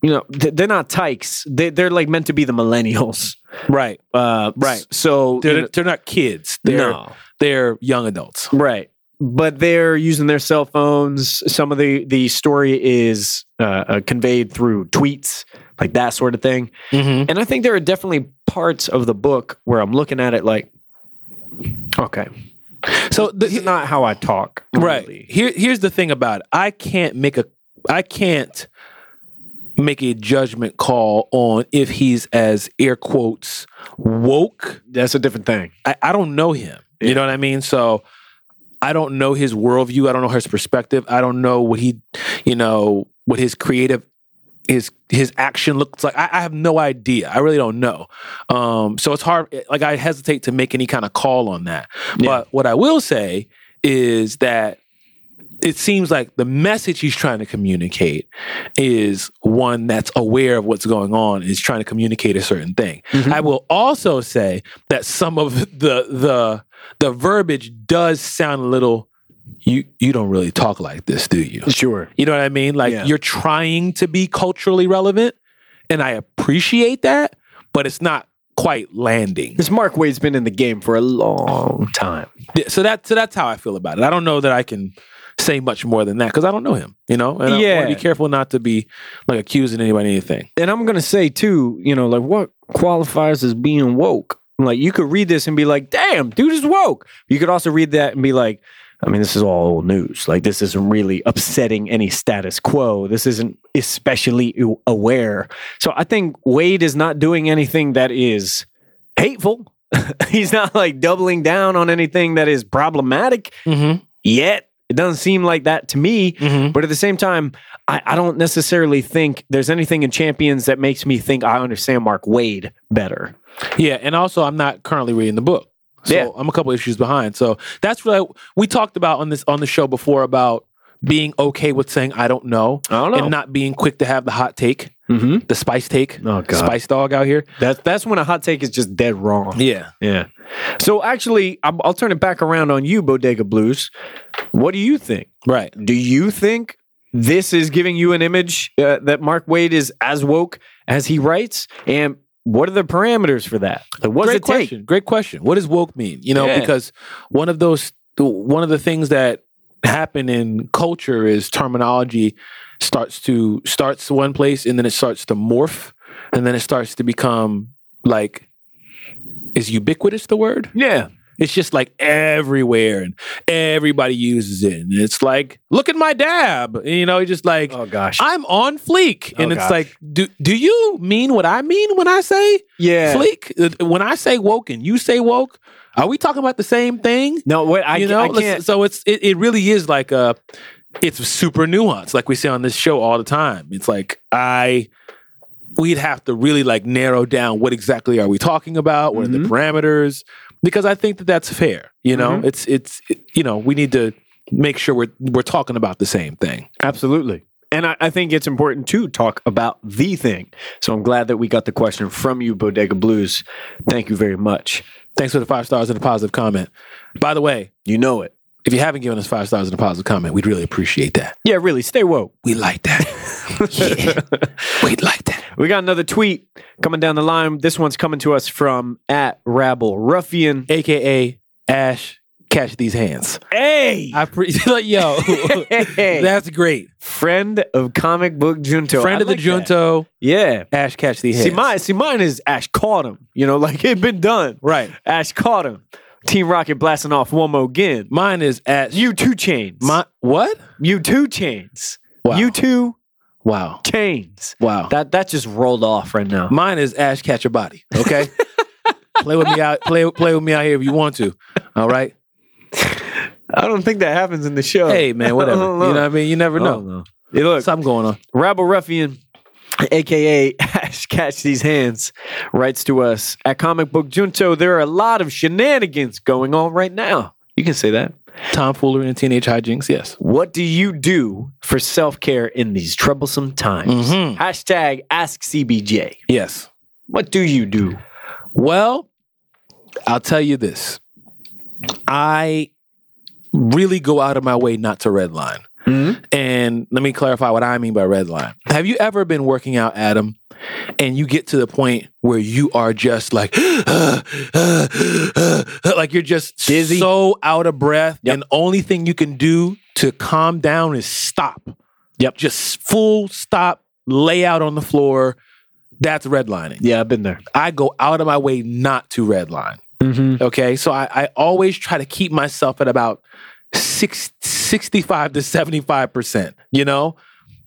[SPEAKER 2] you know, th- they're not tykes. They- they're like meant to be the millennials.
[SPEAKER 1] Right.
[SPEAKER 2] Uh,
[SPEAKER 1] Right.
[SPEAKER 2] So you
[SPEAKER 1] They're,
[SPEAKER 2] know-
[SPEAKER 1] they're not kids. They're
[SPEAKER 2] no,
[SPEAKER 1] they're young adults.
[SPEAKER 2] right. But they're using their cell phones. Some of the the story is uh, uh, conveyed through tweets, like that sort of thing.
[SPEAKER 1] Mm-hmm.
[SPEAKER 2] And I think there are definitely parts of the book where I'm looking at it like, okay,
[SPEAKER 1] So the,
[SPEAKER 2] this is not how I talk.
[SPEAKER 1] right
[SPEAKER 2] really.
[SPEAKER 1] here, here's the thing about it. I can't make a I can't make a judgment call on if he's as air quotes woke.
[SPEAKER 2] That's a different thing.
[SPEAKER 1] I, I don't know him.
[SPEAKER 2] Yeah.
[SPEAKER 1] You know what I mean? So I don't know his worldview. I don't know his perspective. I don't know what he, you know, what his creative his his action looks like. I, I have no idea. I really don't know. Um, so it's hard. Like I hesitate to make any kind of call on that.
[SPEAKER 2] Yeah.
[SPEAKER 1] But what I will say is that it seems like the message he's trying to communicate is one that's aware of what's going on and is trying to communicate a certain thing. I will also say that some of the the the verbiage does sound a little you you don't really talk like this, do you?
[SPEAKER 2] Sure.
[SPEAKER 1] You know what I mean? Like
[SPEAKER 2] Yeah.
[SPEAKER 1] you're trying to be culturally relevant, and I appreciate that, but it's not quite
[SPEAKER 2] (laughs)
[SPEAKER 1] landing.
[SPEAKER 2] This Mark Wade's been in the game for a long time.
[SPEAKER 1] Yeah, So that so that's how I feel about it. I don't know that I can say much more than that because I don't know him. You know, and I want
[SPEAKER 2] Yeah.
[SPEAKER 1] to be careful not to be like accusing anybody of anything.
[SPEAKER 2] and I'm gonna say too, you know, like what qualifies as being woke? Like you could read this and be like, "Damn, dude is woke." You could also read that and be like, "I mean, this is all old news. Like this isn't really upsetting any status quo. This isn't especially u- aware." So I think Wade is not doing anything that is hateful. (laughs) He's not like doubling down on anything that is problematic
[SPEAKER 1] Mm-hmm.
[SPEAKER 2] yet. It doesn't seem like that to me. But at the same time, I, I don't necessarily think there's anything in Champions that makes me think I understand Mark Wade better.
[SPEAKER 1] Yeah, and also I'm not currently reading the book. So
[SPEAKER 2] Yeah.
[SPEAKER 1] I'm a couple issues behind. So that's what I, we talked about on this on the show before about being okay with saying I don't know,
[SPEAKER 2] I don't
[SPEAKER 1] and not being quick to have the hot take,
[SPEAKER 2] mm-hmm.
[SPEAKER 1] the spice take,
[SPEAKER 2] Oh, God.
[SPEAKER 1] spice dog out here.
[SPEAKER 2] That's that's when a hot take is just dead wrong.
[SPEAKER 1] Yeah.
[SPEAKER 2] Yeah. So actually, I'm, I'll turn it back around on you, Bodega Blues. What do you think?
[SPEAKER 1] Right.
[SPEAKER 2] Do you think this is giving you an image uh, that Mark Wade is as woke as he writes? And what are the parameters for that? Like, what's
[SPEAKER 1] Great
[SPEAKER 2] it take?
[SPEAKER 1] question. Great question. What does woke mean? You know,
[SPEAKER 2] Yeah.
[SPEAKER 1] because one of those one of the things that happen in culture is terminology starts to starts one place and then it starts to morph and then it starts to become like is ubiquitous the word?
[SPEAKER 2] Yeah.
[SPEAKER 1] It's just like everywhere and everybody uses it. And it's like, look at my dab. And, you know, it's just like,
[SPEAKER 2] Oh gosh.
[SPEAKER 1] I'm on fleek.
[SPEAKER 2] Oh,
[SPEAKER 1] and it's
[SPEAKER 2] gosh.
[SPEAKER 1] like, do, do you mean what I mean when I say
[SPEAKER 2] yeah.
[SPEAKER 1] fleek? Uh, When I say woke and you say woke, are we talking about the same thing?
[SPEAKER 2] No, wait. I,
[SPEAKER 1] you know,
[SPEAKER 2] I
[SPEAKER 1] Let's-
[SPEAKER 2] can't.
[SPEAKER 1] so it's it, it really is like a it's super nuanced, like we say on this show all the time. It's like I we'd have to really like narrow down what exactly are we talking about, what are
[SPEAKER 2] Mhm.
[SPEAKER 1] the parameters, because I think that that's fair. You know,
[SPEAKER 2] Mhm.
[SPEAKER 1] it's it's it- you know we need to make sure we're we're talking about the same thing.
[SPEAKER 2] Absolutely. And I, I think it's important to talk about the thing. So I'm glad that we got the question from you, Bodega Blues. Thank you very much.
[SPEAKER 1] Thanks for the five stars and a positive comment. By the way,
[SPEAKER 2] You know it.
[SPEAKER 1] if you haven't given us five stars and a positive comment, we'd really appreciate that.
[SPEAKER 2] Yeah, really. Stay woke.
[SPEAKER 1] We like
[SPEAKER 2] (laughs)
[SPEAKER 1] that. yeah, we'd like that.
[SPEAKER 2] We got another tweet coming down the line. This one's coming to us from at Rabble Ruffian.
[SPEAKER 1] aka Ash, catch these hands.
[SPEAKER 2] Hey,
[SPEAKER 1] I pre- (laughs) like,
[SPEAKER 2] (laughs)
[SPEAKER 1] yo, that's great.
[SPEAKER 2] friend of comic book Junto,
[SPEAKER 1] Friend
[SPEAKER 2] I
[SPEAKER 1] of the
[SPEAKER 2] like that.
[SPEAKER 1] Junto,
[SPEAKER 2] Yeah.
[SPEAKER 1] Ash, catch these hands.
[SPEAKER 2] See, mine, see, mine is Ash caught him. You know, (laughs) like it been done.
[SPEAKER 1] right.
[SPEAKER 2] Ash caught him. Team Rocket blasting off one more again.
[SPEAKER 1] Mine is Ash.
[SPEAKER 2] You two chains.
[SPEAKER 1] my what?
[SPEAKER 2] you two chains.
[SPEAKER 1] Wow.
[SPEAKER 2] You two
[SPEAKER 1] Wow,
[SPEAKER 2] chains.
[SPEAKER 1] wow.
[SPEAKER 2] That that just rolled off right now.
[SPEAKER 1] mine is Ash, catch your body.
[SPEAKER 2] (laughs)
[SPEAKER 1] Okay, play with me out. Play play with me out here if you want to. All right.
[SPEAKER 2] I don't think that happens in the show. Oh.
[SPEAKER 1] Hey man, whatever. You know what I mean? You never know.
[SPEAKER 2] Hey, look,
[SPEAKER 1] Something going on.
[SPEAKER 2] Rabble Ruffian, aka (laughs) Ash Catch These Hands, writes to us at Comic Book Junto. There are a lot of shenanigans going on right now. You can say that.
[SPEAKER 1] Tomfoolery and teenage hijinks. Yes.
[SPEAKER 2] What do you do for self care in these troublesome times?
[SPEAKER 1] Mhm.
[SPEAKER 2] Hashtag Ask CBJ.
[SPEAKER 1] Yes.
[SPEAKER 2] What do you do?
[SPEAKER 1] Well, I'll tell you this. I really go out of my way not to redline.
[SPEAKER 2] Mm-hmm.
[SPEAKER 1] And let me clarify what I mean by red line. Have you ever been working out, Adam, and you get to the point where you are just like, (gasps) like you're just
[SPEAKER 2] Dizzy.
[SPEAKER 1] so out of breath,
[SPEAKER 2] Yep.
[SPEAKER 1] and only thing you can do to calm down is stop.
[SPEAKER 2] Yep.
[SPEAKER 1] Just full stop, lay out on the floor. That's redlining.
[SPEAKER 2] Yeah, I've been there.
[SPEAKER 1] I go out of my way not to redline.
[SPEAKER 2] Mm-hmm.
[SPEAKER 1] Okay. So I, I always try to keep myself at about six, 65 to 75%, you know?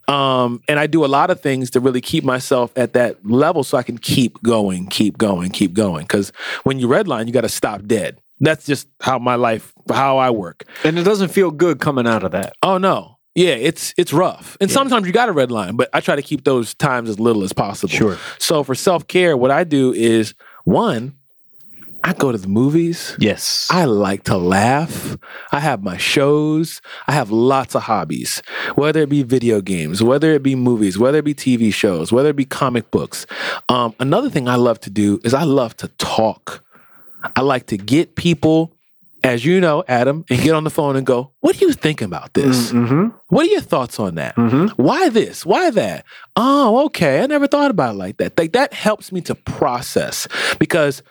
[SPEAKER 1] Um, and I do a lot of things to really keep myself at that level so I can keep going, keep going, keep going. Cause when you redline, you got to stop dead. That's just how my life, how I work.
[SPEAKER 2] And it doesn't feel good coming out of that.
[SPEAKER 1] Oh no. Yeah, it's it's rough. And sometimes you got a red line, but I try to keep those times as little as possible.
[SPEAKER 2] Sure.
[SPEAKER 1] So for self-care, what I do is one, I go to the movies.
[SPEAKER 2] Yes.
[SPEAKER 1] I like to laugh. I have my shows. I have lots of hobbies, whether it be video games, whether it be movies, whether it be TV shows, whether it be comic books. Um, another thing I love to do is I love to talk. I like to get people, as you know, Adam, and get on the phone and go, What do you think about this?
[SPEAKER 2] Mm-hmm.
[SPEAKER 1] What are your thoughts on that?
[SPEAKER 2] Mm-hmm.
[SPEAKER 1] Why this? Why that? Oh, okay. I never thought about it like that. Like that helps me to process because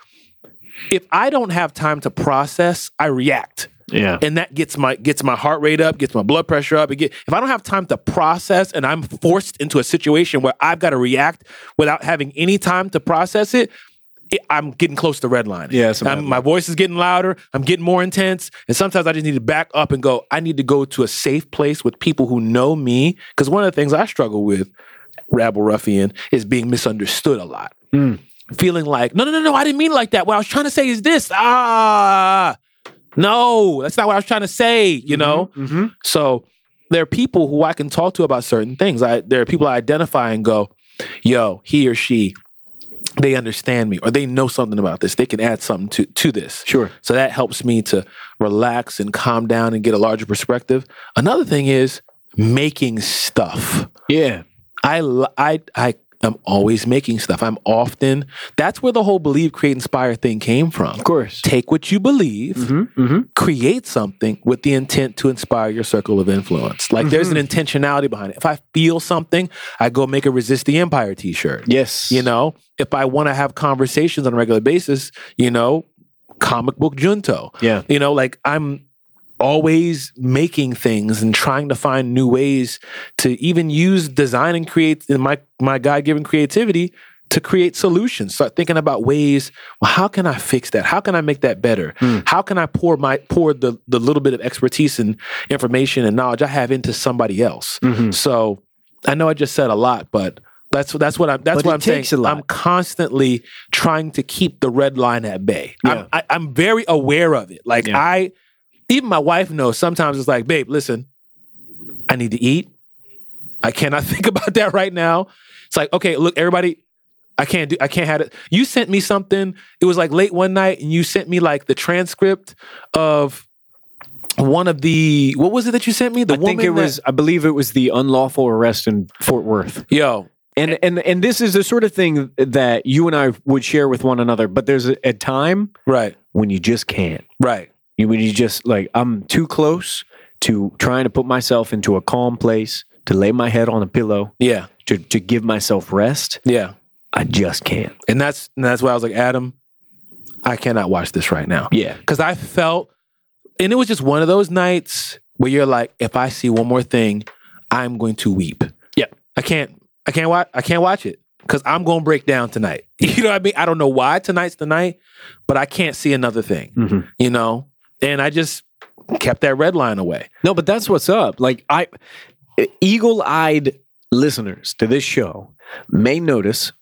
[SPEAKER 1] if I don't have time to process, I react.
[SPEAKER 2] Yeah.
[SPEAKER 1] And that gets my gets my heart rate up, gets my blood pressure up. It get, if I don't have time to process and I'm forced into a situation where I've got to react without having any time to process it, it I'm getting close to redlining.
[SPEAKER 2] Yeah, it's a bad
[SPEAKER 1] I'm- my voice is getting louder. I'm getting more intense. And sometimes I just need to back up and go, I need to go to a safe place with people who know me. Because one of the things I struggle with, Rabble Ruffian, is being misunderstood a lot.
[SPEAKER 2] Hmm.
[SPEAKER 1] Feeling like, no, no, no, no, I didn't mean it like that. What I was trying to say is this. Ah. No, that's not what I was trying to say, you know?
[SPEAKER 2] Mhm.
[SPEAKER 1] So there are people who I can talk to about certain things. I there are people I identify and go, yo, he or she, they understand me or they know something about this. They can add something to to this.
[SPEAKER 2] Sure.
[SPEAKER 1] So that helps me to relax and calm down and get a larger perspective. Another thing is making stuff.
[SPEAKER 2] Yeah.
[SPEAKER 1] I l- I I am always making stuff. I'm often that's where the whole believe, create, inspire thing came from.
[SPEAKER 2] Of course.
[SPEAKER 1] Take what you believe,
[SPEAKER 2] Mm-hmm. Mm-hmm.
[SPEAKER 1] create something with the intent to inspire your circle of influence. Like there's an intentionality behind it. If I feel something, I go make a resist the empire t-shirt.
[SPEAKER 2] Yes.
[SPEAKER 1] You know, if I want to have conversations on a regular basis, you know, comic book junto.
[SPEAKER 2] Yeah.
[SPEAKER 1] You know, like I'm always making things and trying to find new ways to even use design and create in my my God-given creativity to create solutions. Start thinking about ways, well, how can I fix that? How can I make that better?
[SPEAKER 2] Hmm.
[SPEAKER 1] How can I pour my pour the the little bit of expertise and information and knowledge I have into somebody else?
[SPEAKER 2] Mhm.
[SPEAKER 1] So I know I just said a lot, but that's that's what I'm that's
[SPEAKER 2] But
[SPEAKER 1] what
[SPEAKER 2] it
[SPEAKER 1] I'm saying.
[SPEAKER 2] takes a lot.
[SPEAKER 1] I'm constantly trying to keep the red line at bay.
[SPEAKER 2] Yeah.
[SPEAKER 1] I'm, I, I'm very aware of it. Like
[SPEAKER 2] Yeah.
[SPEAKER 1] I, even my wife knows. Sometimes it's like, babe, listen, I need to eat. I cannot (laughs) think about that right now. It's like, okay, look, everybody, I can't do, I can't have it. You sent me something. It was like late one night, and you sent me like the transcript of one of the what was it that you sent me? The
[SPEAKER 2] I think
[SPEAKER 1] woman
[SPEAKER 2] it
[SPEAKER 1] that-
[SPEAKER 2] was. I believe it was the unlawful arrest in Fort Worth.
[SPEAKER 1] yo.
[SPEAKER 2] And and and this is the sort of thing that you and I would share with one another. But there's a, a time
[SPEAKER 1] Right,
[SPEAKER 2] when you just can't.
[SPEAKER 1] right,
[SPEAKER 2] You when you just like I'm too close to trying to put myself into a calm place to lay my head on a pillow
[SPEAKER 1] yeah,
[SPEAKER 2] to to give myself rest.
[SPEAKER 1] yeah.
[SPEAKER 2] I just can't.
[SPEAKER 1] And that's and that's why I was like, Adam, I cannot watch this right now.
[SPEAKER 2] Yeah.
[SPEAKER 1] Cause I felt and it was just one of those nights where you're like, if I see one more thing, I'm going to weep.
[SPEAKER 2] Yeah.
[SPEAKER 1] I can't I can't watch I can't watch it. Cause I'm gonna break down tonight. (laughs) You know what I mean? I don't know why tonight's the night, but I can't see another thing.
[SPEAKER 2] Mhm.
[SPEAKER 1] You know? And I just kept that red line away.
[SPEAKER 2] No, but that's what's up. Like I eagle-eyed listeners to this show may notice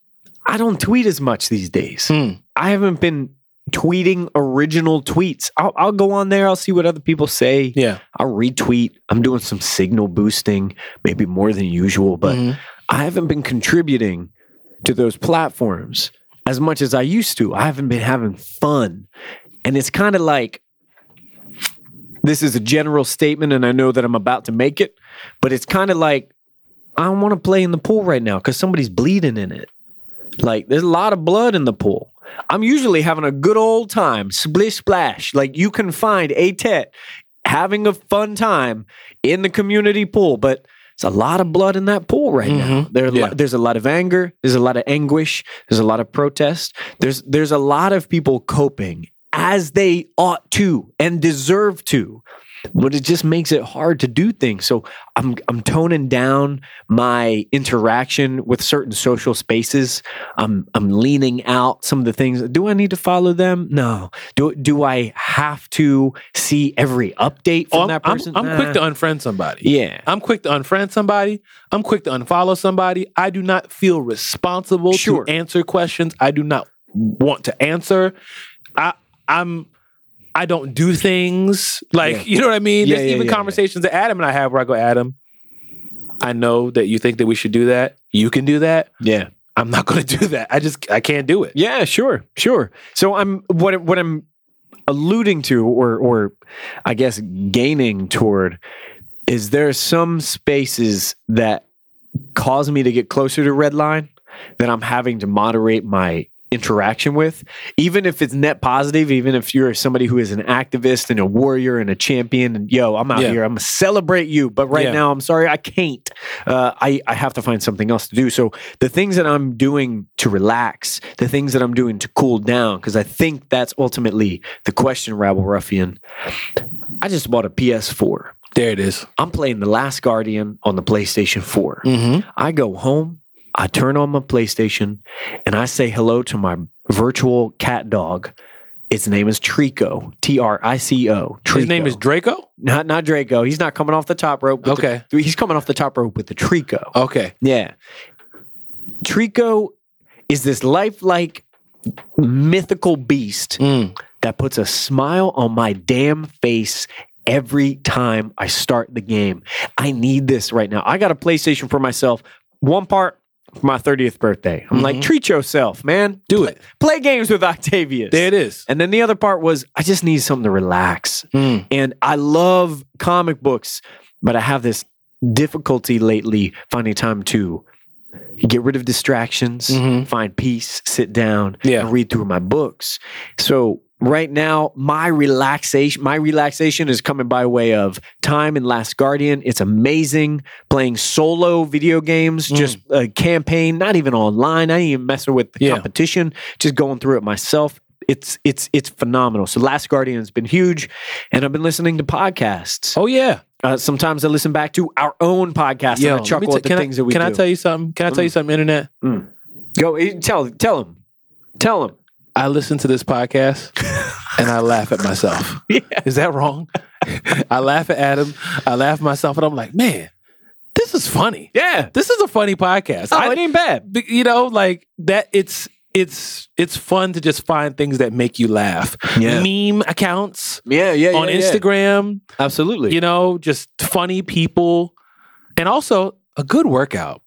[SPEAKER 2] I don't tweet as much these days.
[SPEAKER 1] Hmm.
[SPEAKER 2] I haven't been tweeting original tweets. I'll, I'll go on there. I'll see what other people say.
[SPEAKER 1] Yeah.
[SPEAKER 2] I'll retweet. I'm doing some signal boosting, maybe more than usual, but
[SPEAKER 1] Mhm.
[SPEAKER 2] I haven't been contributing to those platforms as much as I used to. I haven't been having fun. And it's kind of like this is a general statement, and I know that I'm about to make it, but it's kind of like I don't want to play in the pool right now because somebody's bleeding in it. Like there's a lot of blood in the pool. I'm usually having a good old time, splish splash. Like you can find a tet having a fun time in the community pool, but it's a lot of blood in that pool right now.
[SPEAKER 1] Mhm.
[SPEAKER 2] There, are lo-
[SPEAKER 1] Yeah.
[SPEAKER 2] there's a lot of anger. There's a lot of anguish. There's a lot of protest. There's there's a lot of people coping as they ought to and deserve to, but it just makes it hard to do things. So I'm I'm toning down my interaction with certain social spaces. I'm I'm leaning out some of the things. Do I need to follow them? No. Do do I have to see every update from
[SPEAKER 1] Oh, I'm,
[SPEAKER 2] that
[SPEAKER 1] I'm-
[SPEAKER 2] person?
[SPEAKER 1] I'm quick to
[SPEAKER 2] Nah.
[SPEAKER 1] unfriend somebody.
[SPEAKER 2] yeah.
[SPEAKER 1] I'm quick to unfriend somebody. I'm quick to unfollow somebody. I do not feel responsible
[SPEAKER 2] Sure.
[SPEAKER 1] to answer questions. I do not want to answer. I I'm I don't do things like
[SPEAKER 2] Yeah.
[SPEAKER 1] you know what I mean.
[SPEAKER 2] Yeah,
[SPEAKER 1] There's
[SPEAKER 2] yeah,
[SPEAKER 1] even
[SPEAKER 2] yeah, yeah.
[SPEAKER 1] conversations that Adam and I have where I go, Adam, I know that you think that we should do that. You can do that.
[SPEAKER 2] Yeah.
[SPEAKER 1] I'm not (laughs) going to do that. I just I can't do it.
[SPEAKER 2] Yeah, sure, sure. So I'm what what I'm alluding to, or or I guess gaining toward, is there are some spaces that cause me to get closer to red line that I'm having to moderate my interaction with, even if it's net positive, even if you're somebody who is an activist and a warrior and a champion, and yo, I'm out
[SPEAKER 1] Yeah.
[SPEAKER 2] here, I'm gonna celebrate you, but right
[SPEAKER 1] Yeah.
[SPEAKER 2] now, I'm sorry, I can't. Uh, I I have to find something else to do. So the things that I'm doing to relax, the things that I'm doing to cool down, because I think that's ultimately the question, Rabble Ruffian. I just bought a PS4.
[SPEAKER 1] There it is.
[SPEAKER 2] I'm playing The Last Guardian on the PlayStation 4.
[SPEAKER 1] Mm-hmm.
[SPEAKER 2] I go home, I turn on my PlayStation, and I say hello to my virtual cat dog. Its name is Trico, T R I C O.
[SPEAKER 1] His name
[SPEAKER 2] Trico.
[SPEAKER 1] is Draco.
[SPEAKER 2] not not Draco. He's not coming off the top rope. with
[SPEAKER 1] Okay.
[SPEAKER 2] the- he's coming off the top rope with the Trico.
[SPEAKER 1] Okay.
[SPEAKER 2] Yeah. Trico is this lifelike mythical beast
[SPEAKER 1] Mm.
[SPEAKER 2] that puts a smile on my damn face every time I start the game. I need this right now. I got a PlayStation for myself, one part for my 30th birthday. I'm like, treat yourself, man.
[SPEAKER 1] Do
[SPEAKER 2] Play-
[SPEAKER 1] it.
[SPEAKER 2] Play games with Octavius.
[SPEAKER 1] There it is.
[SPEAKER 2] And then the other part was I just need something to relax.
[SPEAKER 1] Mm.
[SPEAKER 2] And I love comic books, but I have this difficulty lately finding time to get rid of distractions,
[SPEAKER 1] Mhm.
[SPEAKER 2] find peace, sit down,
[SPEAKER 1] Yeah.
[SPEAKER 2] and read through my books. So right now, my relaxation, my relaxation is coming by way of time and Last Guardian. It's amazing playing solo video games,
[SPEAKER 1] Mm.
[SPEAKER 2] just a campaign, not even online. I didn't even mess with the
[SPEAKER 1] Yeah.
[SPEAKER 2] competition, just going through it myself. It's it's it's phenomenal. So Last Guardian's been huge, and I've been listening to podcasts.
[SPEAKER 1] Oh yeah.
[SPEAKER 2] Uh, sometimes I listen back to our own podcast
[SPEAKER 1] Yo,
[SPEAKER 2] and I
[SPEAKER 1] let me
[SPEAKER 2] chuckle
[SPEAKER 1] ta-
[SPEAKER 2] at the
[SPEAKER 1] can I-
[SPEAKER 2] things that we
[SPEAKER 1] Can
[SPEAKER 2] do. Mm.
[SPEAKER 1] I tell you something? Can I tell you something, internet?
[SPEAKER 2] Go eh, tell tell him, tell him.
[SPEAKER 1] I listen to this
[SPEAKER 2] (laughs)
[SPEAKER 1] podcast and I laugh at myself. Is that wrong? I laugh at Adam. I laugh at myself, and I'm like, man, this is funny.
[SPEAKER 2] Yeah,
[SPEAKER 1] This is a funny podcast.
[SPEAKER 2] oh,
[SPEAKER 1] I-
[SPEAKER 2] it ain't bad.
[SPEAKER 1] be- you know, like that. It's it's it's fun to just find things that make you laugh.
[SPEAKER 2] Yeah.
[SPEAKER 1] Meme accounts
[SPEAKER 2] Yeah, yeah,
[SPEAKER 1] on Instagram.
[SPEAKER 2] absolutely.
[SPEAKER 1] You know, just funny people, and also a good workout.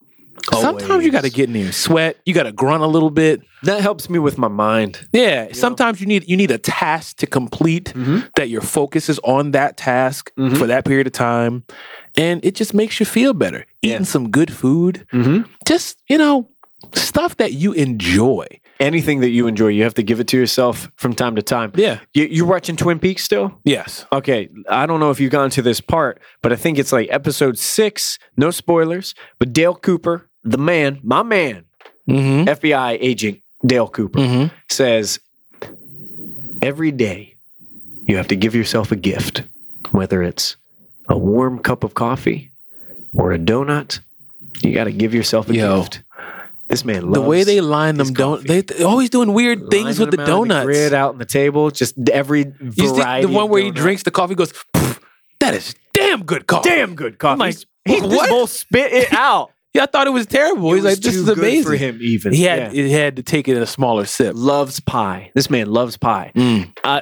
[SPEAKER 1] Sometimes you
[SPEAKER 2] Always.
[SPEAKER 1] got to get in there, sweat. You got to grunt a little bit.
[SPEAKER 2] That helps me with my mind.
[SPEAKER 1] Yeah, sometimes you need you need a task to complete
[SPEAKER 2] Mm-hmm.
[SPEAKER 1] that your focus is on that task
[SPEAKER 2] Mhm.
[SPEAKER 1] for that period of time, and it just makes you feel better.
[SPEAKER 2] Yeah.
[SPEAKER 1] Eating some good food,
[SPEAKER 2] Mm-hmm.
[SPEAKER 1] just you know, stuff that you enjoy.
[SPEAKER 2] Anything that you enjoy, you have to give it to yourself from time to time.
[SPEAKER 1] Yeah.
[SPEAKER 2] You, you're watching Twin Peaks still?
[SPEAKER 1] Yes.
[SPEAKER 2] Okay, I don't know if you've gone to this part, but I think it's like episode six. No spoilers, but Dale Cooper, the man, my man,
[SPEAKER 1] Mm-hmm.
[SPEAKER 2] FBI agent Dale Cooper,
[SPEAKER 1] Mm-hmm.
[SPEAKER 2] says every day you have to give yourself a gift, whether it's a warm cup of coffee or a donut. You got to give yourself a
[SPEAKER 1] Yo.
[SPEAKER 2] gift. This man loves
[SPEAKER 1] The way they line them
[SPEAKER 2] his
[SPEAKER 1] don't
[SPEAKER 2] coffee.
[SPEAKER 1] they they're always doing weird things
[SPEAKER 2] lining
[SPEAKER 1] with the
[SPEAKER 2] them out on
[SPEAKER 1] donuts.
[SPEAKER 2] grid out on the table, just every variety.
[SPEAKER 1] you see the
[SPEAKER 2] of
[SPEAKER 1] one where he
[SPEAKER 2] donut.
[SPEAKER 1] drinks the coffee goes, "Pff, that is damn good coffee.
[SPEAKER 2] damn good coffee.
[SPEAKER 1] like,
[SPEAKER 2] He's- he
[SPEAKER 1] Oh (laughs) what?
[SPEAKER 2] just bowl spit
[SPEAKER 1] (laughs)
[SPEAKER 2] it out.
[SPEAKER 1] Yeah, I thought it was terrible.
[SPEAKER 2] It
[SPEAKER 1] He's
[SPEAKER 2] was
[SPEAKER 1] like, this
[SPEAKER 2] too
[SPEAKER 1] is
[SPEAKER 2] good
[SPEAKER 1] amazing.
[SPEAKER 2] for him. Even
[SPEAKER 1] He had
[SPEAKER 2] Yeah.
[SPEAKER 1] he had to take it in a smaller sip.
[SPEAKER 2] loves pie. This man loves pie.
[SPEAKER 1] Mm.
[SPEAKER 2] uh,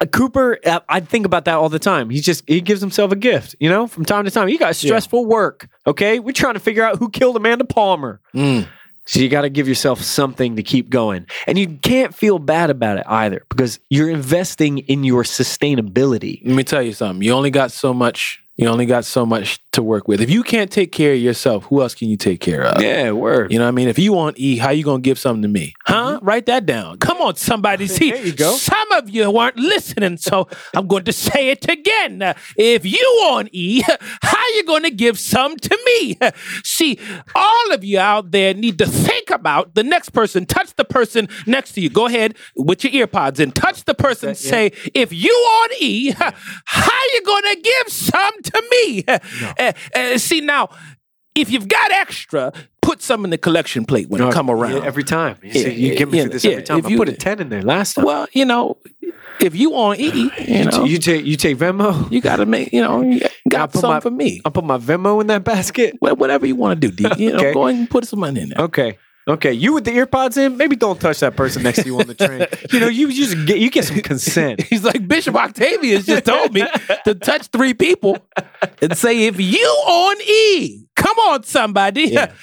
[SPEAKER 2] uh, Cooper, uh, I think about that all the time. He just he gives himself a gift, you know, from time to time. You got stressful work, okay? We're trying to figure out who killed Amanda Palmer.
[SPEAKER 1] Mm.
[SPEAKER 2] So you got to give yourself something to keep going. And you can't feel bad about it either because you're investing in your sustainability.
[SPEAKER 1] Let me tell you something. You only got so much. You only got so much to work with. If you can't take care of yourself, who else can you take care of?
[SPEAKER 2] Yeah, word. Mm-hmm.
[SPEAKER 1] You know what I mean? If you want E, how you gonna give something to me? Huh? Write that down. Come on,
[SPEAKER 2] (laughs)
[SPEAKER 1] somebody. See,
[SPEAKER 2] There you go.
[SPEAKER 1] some of you weren't listening,
[SPEAKER 2] (laughs)
[SPEAKER 1] so I'm going to say it again. Uh, If you want E, how you gonna give some to me? See, all of you out there need to think about the next person. Touch the person next to you. Go ahead with your ear pods and touch the person. Say, if you want E, how you gonna give some to me? Uh, uh, see now if you've got extra, put some in the collection plate when it come around.
[SPEAKER 2] Yeah, every time. You, say,
[SPEAKER 1] Yeah,
[SPEAKER 2] you give me
[SPEAKER 1] yeah,
[SPEAKER 2] through this
[SPEAKER 1] yeah,
[SPEAKER 2] every time.
[SPEAKER 1] if
[SPEAKER 2] I
[SPEAKER 1] you-
[SPEAKER 2] put a 10 in there last time.
[SPEAKER 1] well, you know, if you on
[SPEAKER 2] (sighs)
[SPEAKER 1] E, you know,
[SPEAKER 2] you
[SPEAKER 1] you,
[SPEAKER 2] take you take Venmo.
[SPEAKER 1] gotta make, you know, you got
[SPEAKER 2] put
[SPEAKER 1] some
[SPEAKER 2] my-
[SPEAKER 1] for me.
[SPEAKER 2] I'll put my Venmo in that basket.
[SPEAKER 1] Wha- Whatever you want
[SPEAKER 2] (laughs)
[SPEAKER 1] to do, D. You know,
[SPEAKER 2] Okay.
[SPEAKER 1] go ahead and put some money in there.
[SPEAKER 2] Okay. Okay. You with the earpods in, maybe don't touch that person next to you on the train. you know, you just get you get some consent.
[SPEAKER 1] (laughs) He's like Bishop Octavius just told me to touch three people and say, if you on E, come on, somebody,
[SPEAKER 2] Yeah.
[SPEAKER 1] (laughs)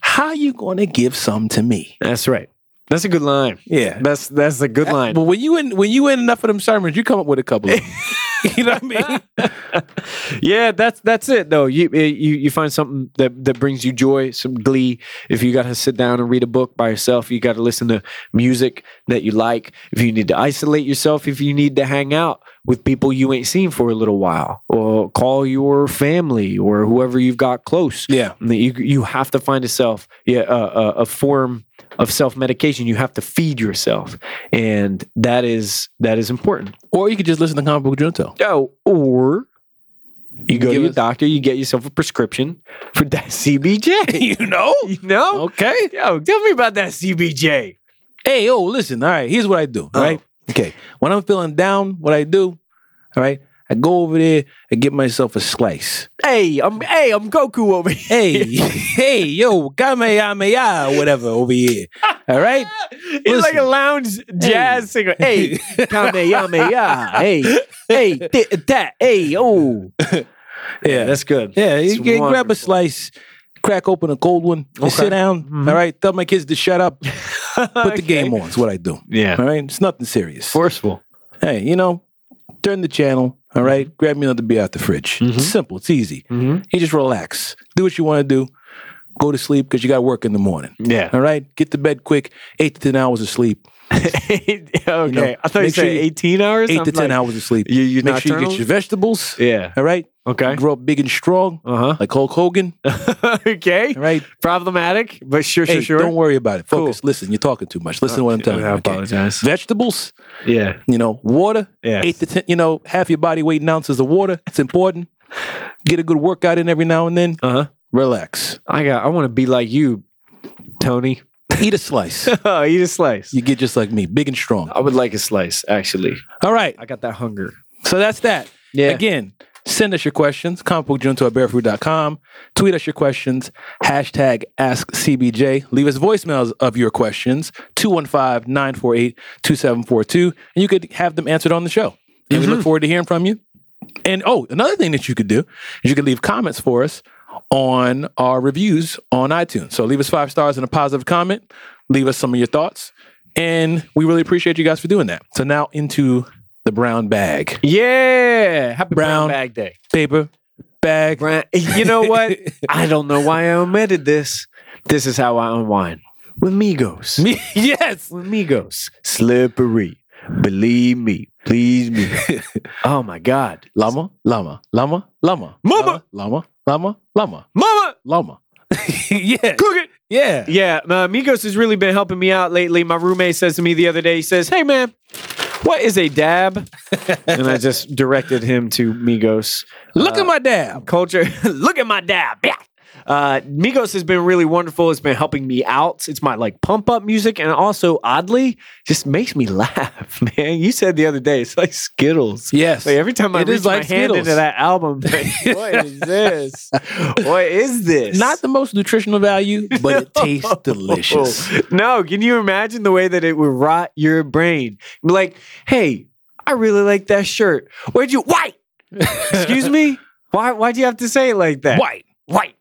[SPEAKER 1] how you gonna give some to me?
[SPEAKER 2] That's right. That's a good line.
[SPEAKER 1] Yeah,
[SPEAKER 2] That's that's a good line.
[SPEAKER 1] But when you in when you in enough of them sermons, you come up with a couple. Of
[SPEAKER 2] (laughs)
[SPEAKER 1] them. (laughs) you know what I mean?
[SPEAKER 2] Yeah, that's that's it though. You eh, you you find something that that brings you joy, some glee. If you got to sit down and read a book by yourself, you got to listen to music that you like. If you need to isolate yourself, if you need to hang out with people you ain't seen for a little while, or call your family or whoever you've got close.
[SPEAKER 1] Yeah.
[SPEAKER 2] And that you you have to find a self yeah a, a, a form of self medication. You have to feed yourself, and that is that is important.
[SPEAKER 1] Or you could just listen to Comic Book Junto. (laughs)
[SPEAKER 2] Oh, or you go to
[SPEAKER 1] Give
[SPEAKER 2] your
[SPEAKER 1] us-
[SPEAKER 2] doctor, you get yourself a prescription for that (laughs) CBJ.
[SPEAKER 1] you know?
[SPEAKER 2] you know?
[SPEAKER 1] Okay.
[SPEAKER 2] Yo, tell me about that CBJ.
[SPEAKER 1] Hey, oh, listen. All right, here's what I do. All
[SPEAKER 2] Oh.
[SPEAKER 1] right. Okay. When I'm feeling down, what I do, all right, I go over there and get myself a slice.
[SPEAKER 2] Hey, I'm hey, I'm Goku over here.
[SPEAKER 1] Hey, hey, yo, Kamehameha, whatever over here. All right.
[SPEAKER 2] He's like a
[SPEAKER 1] Listen.
[SPEAKER 2] lounge jazz singer. (laughs) Hey, kamehameha. Hey, hey, th- that. Hey, oh.
[SPEAKER 1] (laughs) Yeah.
[SPEAKER 2] That's good.
[SPEAKER 1] Yeah,
[SPEAKER 2] It's
[SPEAKER 1] you can grab
[SPEAKER 2] wonderful.
[SPEAKER 1] a slice, crack open a cold one, and
[SPEAKER 2] Okay.
[SPEAKER 1] sit down. all right, tell my kids to shut up. Put
[SPEAKER 2] (laughs) Okay.
[SPEAKER 1] the game on. Is what I do.
[SPEAKER 2] Yeah.
[SPEAKER 1] All right, it's nothing serious.
[SPEAKER 2] Forceful.
[SPEAKER 1] hey, you know, turn the channel. All
[SPEAKER 2] Mm-hmm.
[SPEAKER 1] right, grab me another beer out the fridge. It's simple. It's easy.
[SPEAKER 2] Mhm.
[SPEAKER 1] You just relax. Do what you want to do. Go to sleep because you got work in the morning.
[SPEAKER 2] Yeah.
[SPEAKER 1] (laughs)
[SPEAKER 2] (laughs)
[SPEAKER 1] All right, get to bed quick. Eight to ten hours of sleep.
[SPEAKER 2] okay.
[SPEAKER 1] know,
[SPEAKER 2] I thought you
[SPEAKER 1] make sure
[SPEAKER 2] said
[SPEAKER 1] you-
[SPEAKER 2] 18 hours?
[SPEAKER 1] Eight
[SPEAKER 2] I'm
[SPEAKER 1] to ten
[SPEAKER 2] like-
[SPEAKER 1] hours of sleep.
[SPEAKER 2] You, you
[SPEAKER 1] Make sure you get your Uh-huh.
[SPEAKER 2] nocturnal?
[SPEAKER 1] vegetables.
[SPEAKER 2] Yeah.
[SPEAKER 1] All right,
[SPEAKER 2] Okay.
[SPEAKER 1] grow up big and strong,
[SPEAKER 2] Uh
[SPEAKER 1] like Hulk Hogan.
[SPEAKER 2] huh. (laughs) okay.
[SPEAKER 1] All
[SPEAKER 2] (laughs)
[SPEAKER 1] right,
[SPEAKER 2] Problematic, but sure,
[SPEAKER 1] Hey,
[SPEAKER 2] sure, sure.
[SPEAKER 1] don't worry about it.
[SPEAKER 2] Cool.
[SPEAKER 1] Focus. Listen, you're talking too much. Listen to what I'm telling you.
[SPEAKER 2] I
[SPEAKER 1] okay?
[SPEAKER 2] apologize.
[SPEAKER 1] Vegetables,
[SPEAKER 2] Yeah.
[SPEAKER 1] you know, water,
[SPEAKER 2] Yeah.
[SPEAKER 1] eight to ten, you know, half your body weight in ounces of water. It's important. Get a good workout in every now and then.
[SPEAKER 2] Uh huh.
[SPEAKER 1] Relax.
[SPEAKER 2] I got. I want to be like you, Tony.
[SPEAKER 1] (laughs) Eat a slice.
[SPEAKER 2] oh, eat a slice.
[SPEAKER 1] you get just like me, big and strong.
[SPEAKER 2] I would like a slice, actually.
[SPEAKER 1] All right.
[SPEAKER 2] I got that hunger.
[SPEAKER 1] So that's that.
[SPEAKER 2] Yeah.
[SPEAKER 1] Again, send us your questions, comicbookjunto at barefoot.com. Tweet us your questions, hashtag AskCBJ. Leave us voicemails of your questions, 215 948 2742, and you could have them answered on the show. And we look forward to hearing from you. And oh, another thing that you could do is you could leave comments for us on our reviews on iTunes. So leave us five stars and a positive comment. Leave us some of your thoughts. And we really appreciate you guys for doing that. So now into the brown bag
[SPEAKER 2] yeah. Happy
[SPEAKER 1] Brown-
[SPEAKER 2] Brown, Bag Day.
[SPEAKER 1] paper bag.
[SPEAKER 2] Brown, you know what? I don't know why I omitted this. This is how I unwind with
[SPEAKER 1] (laughs)
[SPEAKER 2] Migos.
[SPEAKER 1] Me- yes.
[SPEAKER 2] with Migos. Slippery. Believe me. Please me. (laughs) oh my God.
[SPEAKER 1] Llama, llama, llama, llama,
[SPEAKER 2] Mama.
[SPEAKER 1] llama, llama, llama,
[SPEAKER 2] Mama,
[SPEAKER 1] llama. (laughs) yeah,
[SPEAKER 2] cook it.
[SPEAKER 1] yeah.
[SPEAKER 2] Yeah, uh, Migos has really been helping me out lately. My roommate says to me the other day, he says, Hey, man, what is a dab? and I (laughs) just directed him to Migos.
[SPEAKER 1] Look at my dab.
[SPEAKER 2] Culture, (laughs) look at my dab. Yeah. Uh, Migos has been really wonderful. It's been helping me out. It's my like pump up music, and also oddly, just makes me (laughs) laugh, man. You said the other day, it's like Skittles.
[SPEAKER 1] Yes.
[SPEAKER 2] Like every time I
[SPEAKER 1] It
[SPEAKER 2] reach
[SPEAKER 1] is like
[SPEAKER 2] my hand
[SPEAKER 1] Skittles.
[SPEAKER 2] into that
[SPEAKER 1] (laughs)
[SPEAKER 2] album, like, what is this? What is this?
[SPEAKER 1] Not
[SPEAKER 2] (laughs)
[SPEAKER 1] the most nutritional value, but it (laughs) tastes delicious.
[SPEAKER 2] No, can you imagine the way that it would rot your brain? Be Like, hey, I really like that shirt. Where'd you white?
[SPEAKER 1] (laughs)
[SPEAKER 2] Excuse me? Why why'd you have to say it like that?
[SPEAKER 1] White, white,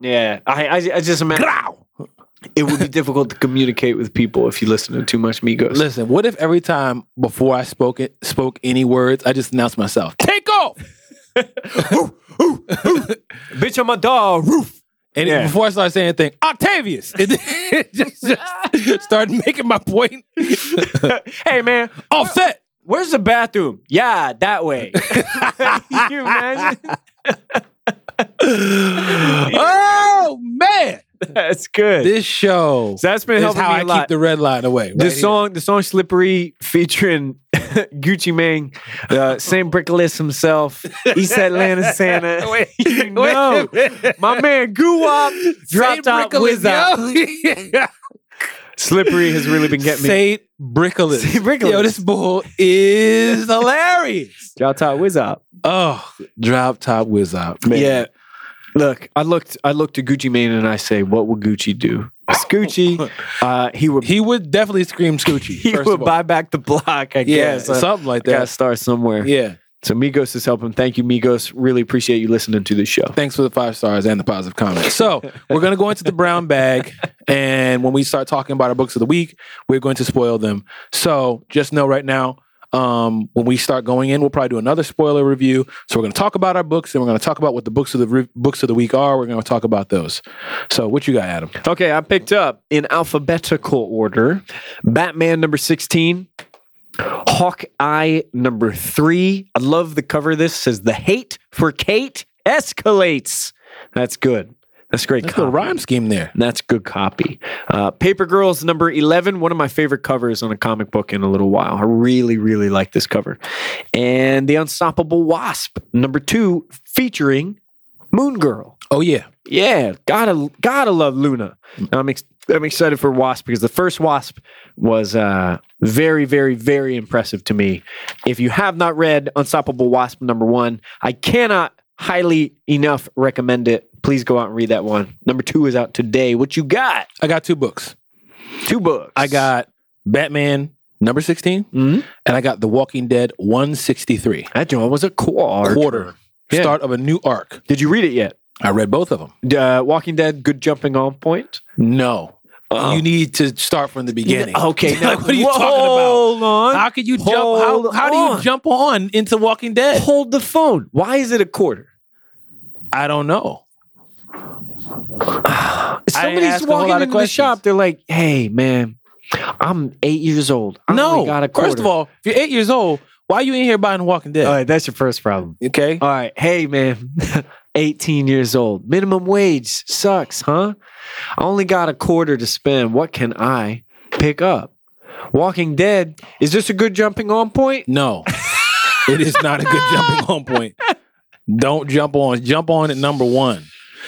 [SPEAKER 2] Yeah. I I, I just imagine
[SPEAKER 1] growl.
[SPEAKER 2] it would be difficult to communicate with people if you listen to too much Migos.
[SPEAKER 1] Listen, what if every time before I spoke it, spoke any words, I just announced myself, take off.
[SPEAKER 2] Bitch on my
[SPEAKER 1] (laughs)
[SPEAKER 2] dog roof.
[SPEAKER 1] And
[SPEAKER 2] Yeah.
[SPEAKER 1] before I started saying anything, Octavius, (laughs) and then just, just started making my (laughs) point.
[SPEAKER 2] hey man,
[SPEAKER 1] (sighs) Offset.
[SPEAKER 2] where's the bathroom? Yeah, that (laughs) way. Can you imagine?
[SPEAKER 1] Oh man,
[SPEAKER 2] That's good.
[SPEAKER 1] this show.
[SPEAKER 2] So that's been
[SPEAKER 1] is
[SPEAKER 2] helping
[SPEAKER 1] how
[SPEAKER 2] me
[SPEAKER 1] I
[SPEAKER 2] a lot.
[SPEAKER 1] keep the red line away.
[SPEAKER 2] the
[SPEAKER 1] right here.
[SPEAKER 2] song, the song "Slippery" featuring (laughs) Gucci Mane, uh, Sam Brickless himself, East Atlanta (laughs) Santa.
[SPEAKER 1] Wait,
[SPEAKER 2] You
[SPEAKER 1] wait
[SPEAKER 2] know,
[SPEAKER 1] a (laughs) minute.
[SPEAKER 2] my man Guwop dropped
[SPEAKER 1] Say
[SPEAKER 2] out
[SPEAKER 1] Brickless,
[SPEAKER 2] with that.
[SPEAKER 1] (laughs) yo.
[SPEAKER 2] Slippery has really been getting me.
[SPEAKER 1] Say Brickless.
[SPEAKER 2] Say Brickless.
[SPEAKER 1] Yo, this bull is
[SPEAKER 2] (laughs)
[SPEAKER 1] hilarious.
[SPEAKER 2] Dropped out whiz up.
[SPEAKER 1] Oh, drop top whiz out. Man.
[SPEAKER 2] Yeah. Look, I looked, I looked at Gucci Mane and I say, what would Gucci do? It's (laughs) Gucci, uh, he would,
[SPEAKER 1] He would definitely scream Scoochie.
[SPEAKER 2] he
[SPEAKER 1] first
[SPEAKER 2] would
[SPEAKER 1] of all.
[SPEAKER 2] buy back the block. I
[SPEAKER 1] yeah,
[SPEAKER 2] guess. I
[SPEAKER 1] something like
[SPEAKER 2] gotta
[SPEAKER 1] that.
[SPEAKER 2] start somewhere.
[SPEAKER 1] Yeah.
[SPEAKER 2] So Migos is helping. Thank you, Migos. Really appreciate you listening to the show.
[SPEAKER 1] Thanks for the five stars and the positive comments. So we're gonna go into the brown bag, and when we start talking about our books of the week, we're going to spoil them. So just know right now, um, when we start going in, we'll probably do another spoiler review. So we're gonna talk about our books, and we're gonna talk about what the books of the re- books of the week are. We're gonna talk about those. So what you got, Adam?
[SPEAKER 2] Okay, I picked up in alphabetical order Batman number 16, Hawkeye number 3. I love the cover of this. It says, The hate for Kate escalates. That's good. That's great
[SPEAKER 1] That's a
[SPEAKER 2] copy.
[SPEAKER 1] little rhyme scheme there.
[SPEAKER 2] That's good copy. Uh, Paper Girls number 11, one of my favorite covers on a comic book in a little while. I really, really like this cover. And The Unstoppable Wasp number 2, featuring Moon Girl.
[SPEAKER 1] Oh yeah,
[SPEAKER 2] Yeah, gotta gotta love Luna. And I'm ex- I'm excited for Wasp because the first Wasp was uh, very very very impressive to me. If you have not read Unstoppable Wasp number one, I cannot highly enough recommend it. Please go out and read that one. Number two is out today. What you got?
[SPEAKER 1] I got two books.
[SPEAKER 2] Two books.
[SPEAKER 1] I got Batman number 16
[SPEAKER 2] Mhm.
[SPEAKER 1] and I got The Walking Dead 163.
[SPEAKER 2] that. John was a quarter.
[SPEAKER 1] Quarter.
[SPEAKER 2] Yeah.
[SPEAKER 1] Start of a new arc.
[SPEAKER 2] Did you read it yet?
[SPEAKER 1] I read both of them.
[SPEAKER 2] Uh, Walking Dead. Good jumping on point.
[SPEAKER 1] No.
[SPEAKER 2] Oh.
[SPEAKER 1] You need to start from the beginning.
[SPEAKER 2] Okay. now-
[SPEAKER 1] Like, (laughs) what are you
[SPEAKER 2] Whoa,
[SPEAKER 1] talking about?
[SPEAKER 2] Hold on.
[SPEAKER 1] How could you jump? How,
[SPEAKER 2] Hold
[SPEAKER 1] how do you
[SPEAKER 2] on.
[SPEAKER 1] jump on into Walking Dead?
[SPEAKER 2] hold the phone. Why is it a quarter?
[SPEAKER 1] I don't know. ask
[SPEAKER 2] Somebody's
[SPEAKER 1] a whole
[SPEAKER 2] walking
[SPEAKER 1] lot of
[SPEAKER 2] into the
[SPEAKER 1] questions.
[SPEAKER 2] shop. They're like, "Hey, man, I'm eight years old. I
[SPEAKER 1] no.
[SPEAKER 2] only got a quarter."
[SPEAKER 1] First of all, if you're eight years old, why are you in here buying Walking Dead?
[SPEAKER 2] all right, that's your first problem.
[SPEAKER 1] okay.
[SPEAKER 2] All right, hey, man, (laughs) eighteen years old. Minimum wage sucks, huh? I only got a quarter to spend. What can I pick up? Walking Dead. Is this a good jumping on point?
[SPEAKER 1] No, it is not a good
[SPEAKER 2] (laughs)
[SPEAKER 1] jumping on point. Don't jump on. Jump on at number one.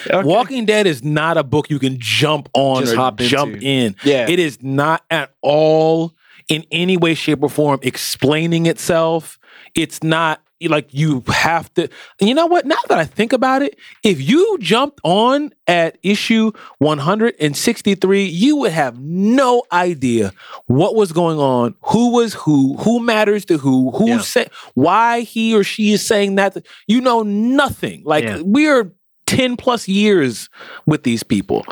[SPEAKER 2] Okay.
[SPEAKER 1] Walking Dead is not a book you can jump on
[SPEAKER 2] Just
[SPEAKER 1] or
[SPEAKER 2] hop into.
[SPEAKER 1] jump in.
[SPEAKER 2] Yeah.
[SPEAKER 1] (laughs) It is not at all in any way, shape, or form explaining itself. It's not like you have to. You know what? Now that I think about it, if you jumped on at issue 163, you would have no idea what was going on, who was who, who matters to who, who
[SPEAKER 2] Yeah.
[SPEAKER 1] said, why he or she is saying that. You know nothing. Like
[SPEAKER 2] Yeah.
[SPEAKER 1] we're 10 plus years with these people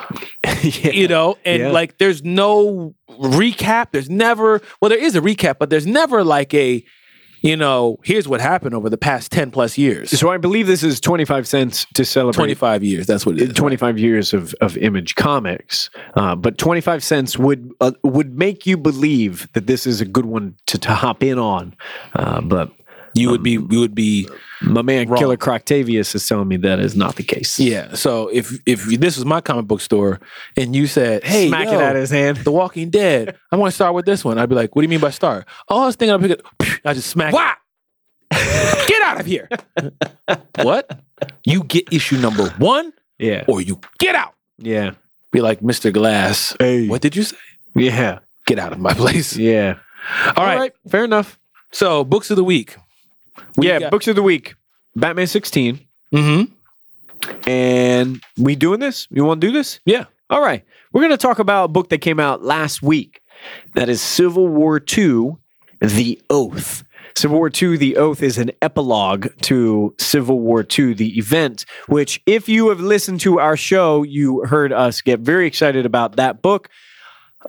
[SPEAKER 2] yeah.
[SPEAKER 1] you know and
[SPEAKER 2] Yeah.
[SPEAKER 1] like there's no recap there's never well there is a recap but there's never like a you know here's what happened over the past 10 plus years
[SPEAKER 2] So I believe this is twenty five cents to celebrate
[SPEAKER 1] 25 years that's what it is
[SPEAKER 2] 25 years of, of image comics uh, but 25 cents would uh, would make you believe that this is a good one to, to hop in on uh, but
[SPEAKER 1] you would be you would be
[SPEAKER 2] my man
[SPEAKER 1] Wrong.
[SPEAKER 2] killer croctavius is telling me that is not the case
[SPEAKER 1] yeah so if if this was my comic book store and you said hey
[SPEAKER 2] smack
[SPEAKER 1] yo,
[SPEAKER 2] it out of his hand
[SPEAKER 1] the Walking Dead. I want to start with this one. I'd be like, "What do you mean by start?" Oh, I was thinking I pick it. (laughs) I just smack. What? (laughs) get out of (laughs) here! what? You get issue number one,
[SPEAKER 2] yeah
[SPEAKER 1] or you get out.
[SPEAKER 2] yeah
[SPEAKER 1] Be like, Mister Glass.
[SPEAKER 2] hey
[SPEAKER 1] What did you say?
[SPEAKER 2] yeah
[SPEAKER 1] Get out of my place.
[SPEAKER 2] yeah
[SPEAKER 1] All right.
[SPEAKER 2] fair enough
[SPEAKER 1] So books of the week. We
[SPEAKER 2] yeah
[SPEAKER 1] got-
[SPEAKER 2] books of the week batman 16
[SPEAKER 1] Mm-hmm.
[SPEAKER 2] and we doing this you want to do this
[SPEAKER 1] Yeah.
[SPEAKER 2] All right. We're going to talk about a book that came out last week. That is Civil War II The Oath. Civil War II The Oath is an epilogue to Civil War II The Event, which, if you have listened to our show, you heard us get very excited about that book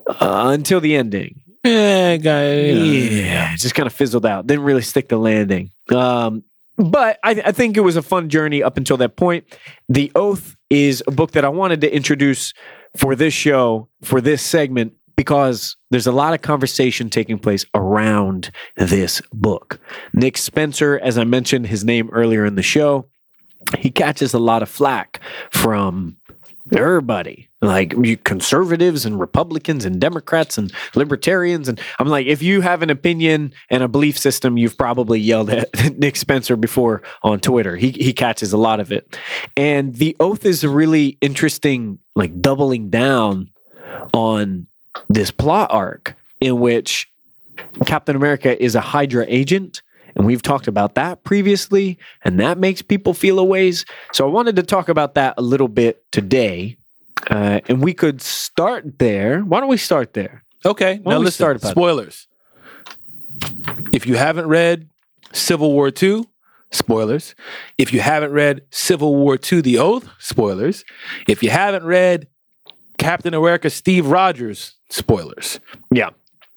[SPEAKER 2] uh, until the ending.
[SPEAKER 1] Yeah, guy.
[SPEAKER 2] Yeah, it just kind of fizzled out. Didn't really stick the landing. Um, but I, I think it was a fun journey up until that point. The Oath is a book that I wanted to introduce for this show, for this segment, because there's a lot of conversation taking place around this book. Nick Spencer, as I mentioned his name earlier in the show, he catches a lot of flack from everybody like you conservatives and republicans and democrats and libertarians and i'm like if you have an opinion and a belief system you've probably yelled at (laughs) nick spencer before on twitter he, he catches a lot of it and the oath is a really interesting like doubling down on this plot arc in which captain america is a hydra agent and we've talked about that previously and that makes people feel a ways so i wanted to talk about that a little bit today uh, and we could start there why don't we start there
[SPEAKER 1] Okay.
[SPEAKER 2] Why
[SPEAKER 1] now
[SPEAKER 2] don't we
[SPEAKER 1] let's
[SPEAKER 2] start
[SPEAKER 1] start.
[SPEAKER 2] about it?
[SPEAKER 1] Spoilers. If you haven't read Civil War II, spoilers. If you haven't read Civil War II: The Oath, spoilers. If you haven't read Captain America: Steve Rogers, spoilers.
[SPEAKER 2] yeah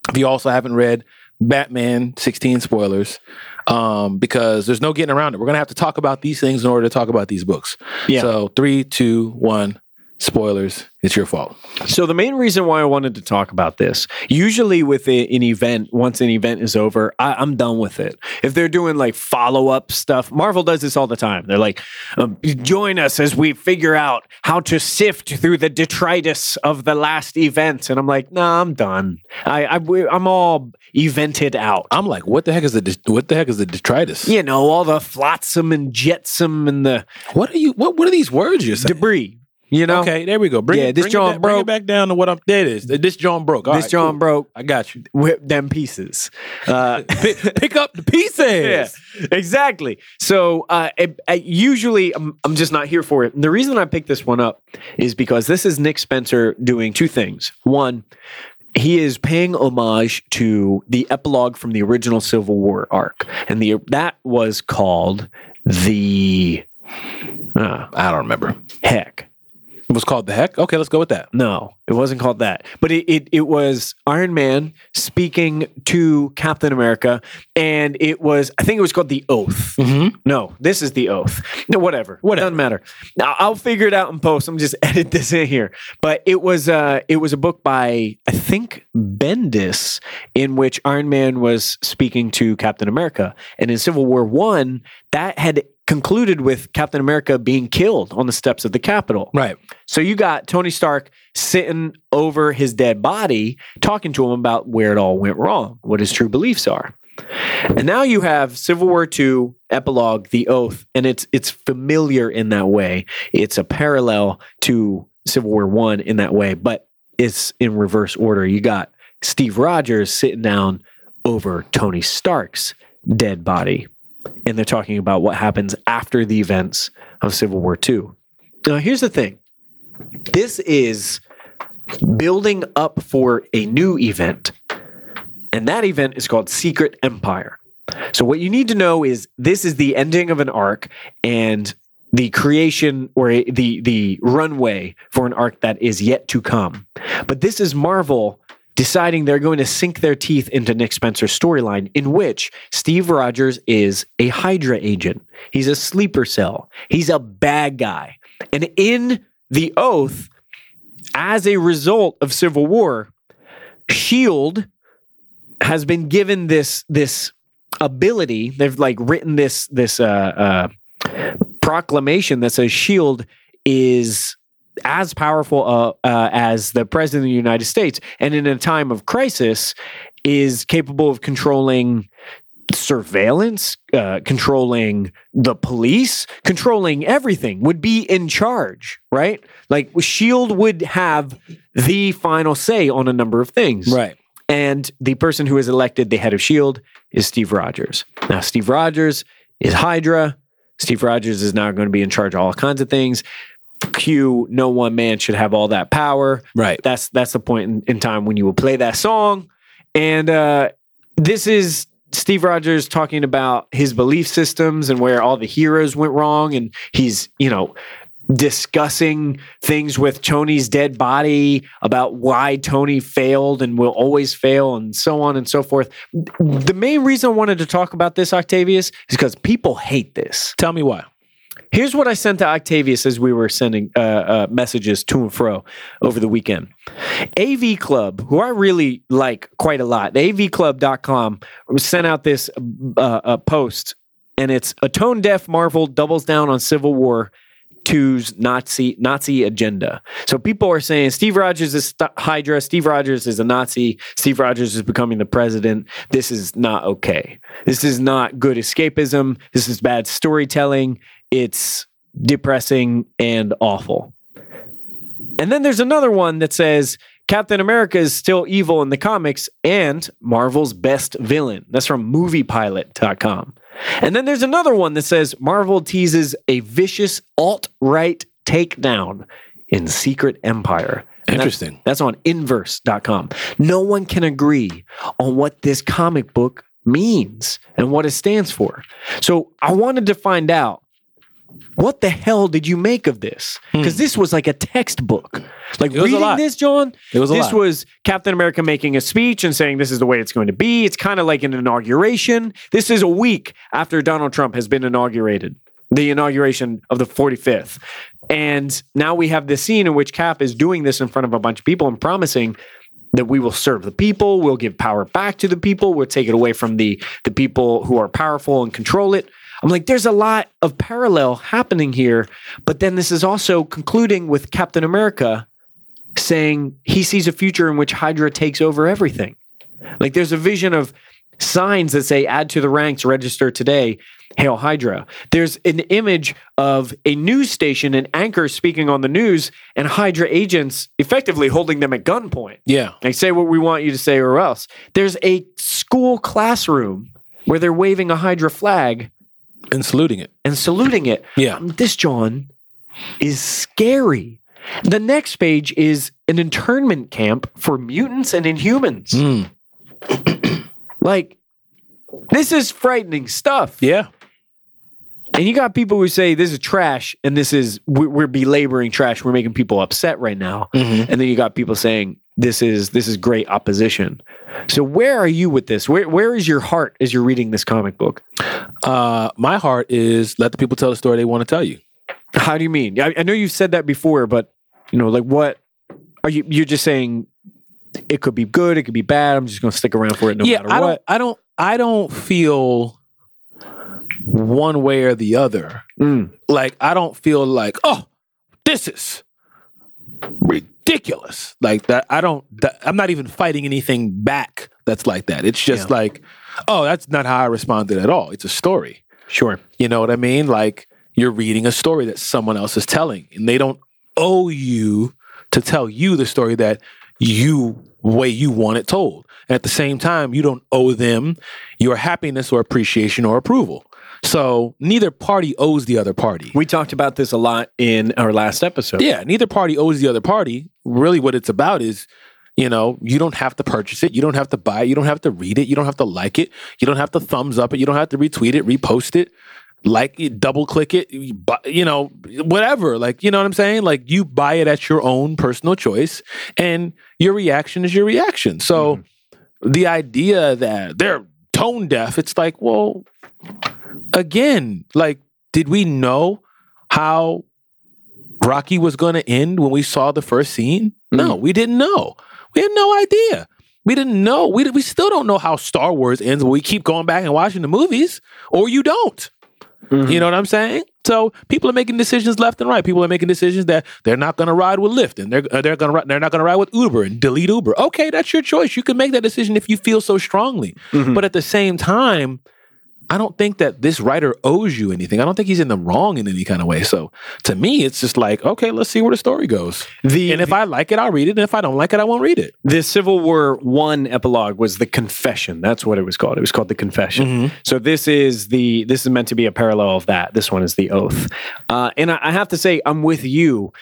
[SPEAKER 1] If you also haven't read Batman 16 spoilers, um, because there's no getting around it. We're gonna have to talk about these things in order to talk about these books.
[SPEAKER 2] Yeah.
[SPEAKER 1] So three, two, one, spoilers. It's your fault.
[SPEAKER 2] So the main reason why I wanted to talk about this, usually with a, an event, once an event is over, I, I'm done with it. If they're doing like follow up stuff, Marvel does this all the time. They're like, um, join us as we figure out how to sift through the detritus of the last event. And I'm like, nah, I'm done. I, I I'm all evented out.
[SPEAKER 1] I'm like, what the heck is the de- what the heck is the detritus?
[SPEAKER 2] You know, all the flotsam and jetsam and the
[SPEAKER 1] What are you? What What are these words you're saying?
[SPEAKER 2] debris. You know,
[SPEAKER 1] Okay, there we go. Bring
[SPEAKER 2] Yeah,
[SPEAKER 1] it,
[SPEAKER 2] this
[SPEAKER 1] bring it
[SPEAKER 2] John
[SPEAKER 1] back, bring it
[SPEAKER 2] broke.
[SPEAKER 1] back down to what I'm. There it is. This John broke. All
[SPEAKER 2] this
[SPEAKER 1] right,
[SPEAKER 2] John
[SPEAKER 1] cool.
[SPEAKER 2] broke
[SPEAKER 1] I got
[SPEAKER 2] (laughs)
[SPEAKER 1] you.
[SPEAKER 2] whip them pieces. Uh,
[SPEAKER 1] Pick, pick up the pieces.
[SPEAKER 2] Yeah, exactly. So uh, I, I usually I'm, I'm just not here for it. And the reason I picked this one up is because this is Nick Spencer doing two things. One, he is paying homage to the epilogue from the original Civil War arc, and the that was called the uh,
[SPEAKER 1] I don't remember.
[SPEAKER 2] heck.
[SPEAKER 1] It was called The Heck? Okay, let's go with that.
[SPEAKER 2] No, it wasn't called that. But it, it, it was Iron Man speaking to Captain America, and it was, I think it was called The Oath.
[SPEAKER 1] Mm-hmm.
[SPEAKER 2] No, this is The Oath. No, whatever.
[SPEAKER 1] Whatever.
[SPEAKER 2] Doesn't matter. Now, I'll figure it out in post. I'm just (laughs) edit this in here. But it was, uh, it was a book by, I think, Bendis, in which Iron Man was speaking to Captain America. And in Civil War One, that had concluded with Captain America being killed on the steps of the Capitol.
[SPEAKER 1] Right.
[SPEAKER 2] So you got Tony Stark sitting over his dead body, talking to him about where it all went wrong, what his true beliefs are. And now you have Civil War II epilogue, The Oath, and it's it's familiar in that way. It's a parallel to Civil War One in that way, but it's in reverse order. You got Steve Rogers sitting down over Tony Stark's dead body, and they're talking about what happens after the events of Civil War II. Now, here's the thing this is building up for a new event. And that event is called Secret Empire. So, what you need to know is this is the ending of an arc and the creation or a- the, the runway for an arc that is yet to come. But this is Marvel deciding they're going to sink their teeth into Nick Spencer's storyline, in which Steve Rogers is a Hydra agent. He's a sleeper cell, he's a bad guy. And in the oath, as a result of civil war, Shield has been given this this ability. They've like written this this uh, uh, proclamation that says Shield E is as powerful uh, uh, as the president of the United States, and in a time of crisis, is capable of controlling surveillance, uh, controlling the police, controlling everything, would be in charge, right? Like Shield E would have the final say on a number of things.
[SPEAKER 1] Right.
[SPEAKER 2] And the person who is elected the head of S.H.I.E.L.D. E is Steve Rogers. Now, Steve Rogers is Hydra. Steve Rogers is now going to be in charge of all kinds of things. Q, no one man should have all that power.
[SPEAKER 1] Right.
[SPEAKER 2] That's that's the point in, in time when you will play that song. And uh, this is Steve Rogers talking about his belief systems and where all the heroes went wrong. And he's, you know, discussing things with Tony's dead body about why Tony failed and will always fail and so on and so forth. The main reason I wanted to talk about this, Octavius, is because people hate this.
[SPEAKER 1] Tell me why.
[SPEAKER 2] Here's what I sent to Octavius as we were sending uh, uh, messages to and fro over the weekend. AV Club, who I really like quite a lot, avclub.com sent out this uh, uh, post, and it's a tone deaf Marvel doubles down on Civil War. Two's Nazi Nazi agenda. So people are saying Steve Rogers is st- Hydra. Steve Rogers is a Nazi. Steve Rogers is becoming the president. This is not okay. This is not good escapism. This is bad storytelling. It's depressing and awful. And then there's another one that says Captain America is still evil in the comics and Marvel's best villain. That's from moviepilot.com. And then there's another one that says Marvel teases a vicious alt right takedown in Secret Empire. And that's-
[SPEAKER 1] Interesting.
[SPEAKER 2] That's on inverse.com. No one can agree on what this comic book means and what it stands for. So I wanted to find out what the hell did you make of this? Because this was like a textbook. Like
[SPEAKER 1] Hmm. It was a
[SPEAKER 2] reading
[SPEAKER 1] lot.
[SPEAKER 2] this, John,
[SPEAKER 1] It was a
[SPEAKER 2] this
[SPEAKER 1] lot.
[SPEAKER 2] was Captain America making a speech and saying this is the way it's going to be. It's kind of like an inauguration. This is a week after Donald Trump has been inaugurated, the inauguration of the 45th. And now we have this scene in which Cap is doing this in front of a bunch of people and promising that we will serve the people, we'll give power back to the people, we'll take it away from the the people who are powerful and control it. I'm like, there's a lot of parallel happening here, but then this is also concluding with Captain America saying he sees a future in which Hydra takes over everything. Like there's a vision of signs that say add to the ranks, register today, hail Hydra. There's an image of a news station, an anchor speaking on the news, and Hydra agents effectively holding them at gunpoint.
[SPEAKER 1] Yeah.
[SPEAKER 2] Like, say what we want you to say or else. There's a school classroom where they're waving a Hydra flag
[SPEAKER 1] And saluting it.
[SPEAKER 2] and saluting it.
[SPEAKER 1] Yeah.
[SPEAKER 2] Um, This, John, is scary. The next page is an internment camp for mutants and inhumans.
[SPEAKER 1] Mm.
[SPEAKER 2] Like, this is frightening stuff.
[SPEAKER 1] Yeah.
[SPEAKER 2] And you got people who say this is trash and this is, we- we're belaboring trash. We're making people upset right now.
[SPEAKER 1] Mm-hmm.
[SPEAKER 2] And then you got people saying, this is this is great opposition. So where are you with this? Where where is your heart as you're reading this comic book?
[SPEAKER 1] Uh, my heart is let the people tell the story they want to tell you.
[SPEAKER 2] How do you mean? I, I know you've said that before, but you know, like what are you? You're just saying it could be good, it could be bad. I'm just going to stick around for it no
[SPEAKER 1] yeah,
[SPEAKER 2] matter
[SPEAKER 1] I
[SPEAKER 2] what.
[SPEAKER 1] don't. I don't. I don't feel one way or the other.
[SPEAKER 2] Mm.
[SPEAKER 1] Like I don't feel like oh, this is ridiculous. Like that. I don't. That, I'm not even fighting anything back. That's like that. It's just
[SPEAKER 2] Yeah.
[SPEAKER 1] like oh, that's not how I responded at all. It's a story.
[SPEAKER 2] Sure.
[SPEAKER 1] You know what I mean? Like you're reading a story that someone else is telling, and they don't owe you to tell you the story that you way you want it told. And at the same time, you don't owe them your happiness or appreciation or approval. So neither party owes the other party.
[SPEAKER 2] We talked about this a lot in our last episode.
[SPEAKER 1] Yeah, neither party owes the other party. Really, what it's about is, you know, you don't have to purchase it, you don't have to buy it, you don't have to read it, you don't have to like it, you don't have to thumbs up it, you don't have to retweet it, repost it, like it, double click it, you bu- you know, whatever. Like, you know what I'm saying? Like, you buy it at your own personal choice, and your reaction is your reaction. So, the idea that they're tone deaf, it's like, well, again, like, did we know how Rocky was going to end when we saw the first scene? No, we didn't know. We had no idea. We didn't know. We, we still don't know how Star Wars ends. But we keep going back and watching the movies, or you don't.
[SPEAKER 2] Mhm.
[SPEAKER 1] You know what I'm saying? So people are making decisions left and right. People are making decisions that they're not going to ride with Lyft and they're uh, they're going to they're not going to ride with Uber and delete Uber. Okay, that's your choice. You can make that decision if you feel so strongly.
[SPEAKER 2] Mhm.
[SPEAKER 1] But at the same time, I don't think that this writer owes you anything. I don't think he's in the wrong in any kind of way. So to me, it's just like, okay, let's see where the story goes.
[SPEAKER 2] The
[SPEAKER 1] And if I like it, I'll read it. And if I don't like it, I won't read it.
[SPEAKER 2] the Civil War one epilogue was the Confession. That's what it was called. It was called the Confession.
[SPEAKER 1] Mm-hmm.
[SPEAKER 2] So this is the this is meant to be a parallel of that. This one is the oath, uh, and I, I have to say I'm with you,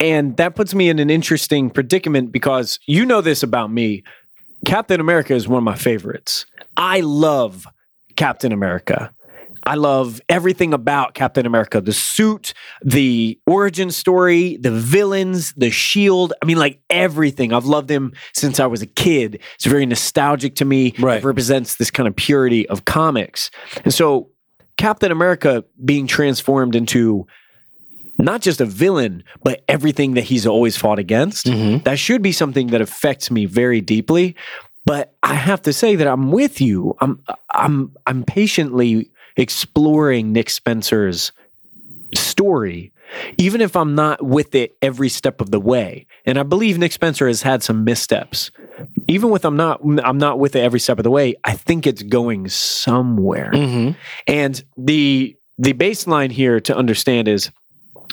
[SPEAKER 2] and that puts me in an interesting predicament because you know this about me. Captain America is one of my favorites. I love Captain America. I love everything about Captain America the suit, the origin story, the villains, the shield. I mean, like everything. I've loved him since I was a kid. It's very nostalgic to me.
[SPEAKER 1] Right.
[SPEAKER 2] It represents this kind of purity of comics. And so, Captain America being transformed into not just a villain, but everything that he's always fought against, that should be something that affects me very deeply. But I have to say that I'm with you. I'm I'm I'm patiently exploring Nick Spencer's story, even if I'm not with it every step of the way. And I believe Nick Spencer has had some missteps. Even with I'm not I'm not with it every step of the way, I think it's going somewhere.
[SPEAKER 1] Mm-hmm.
[SPEAKER 2] And the the baseline here to understand is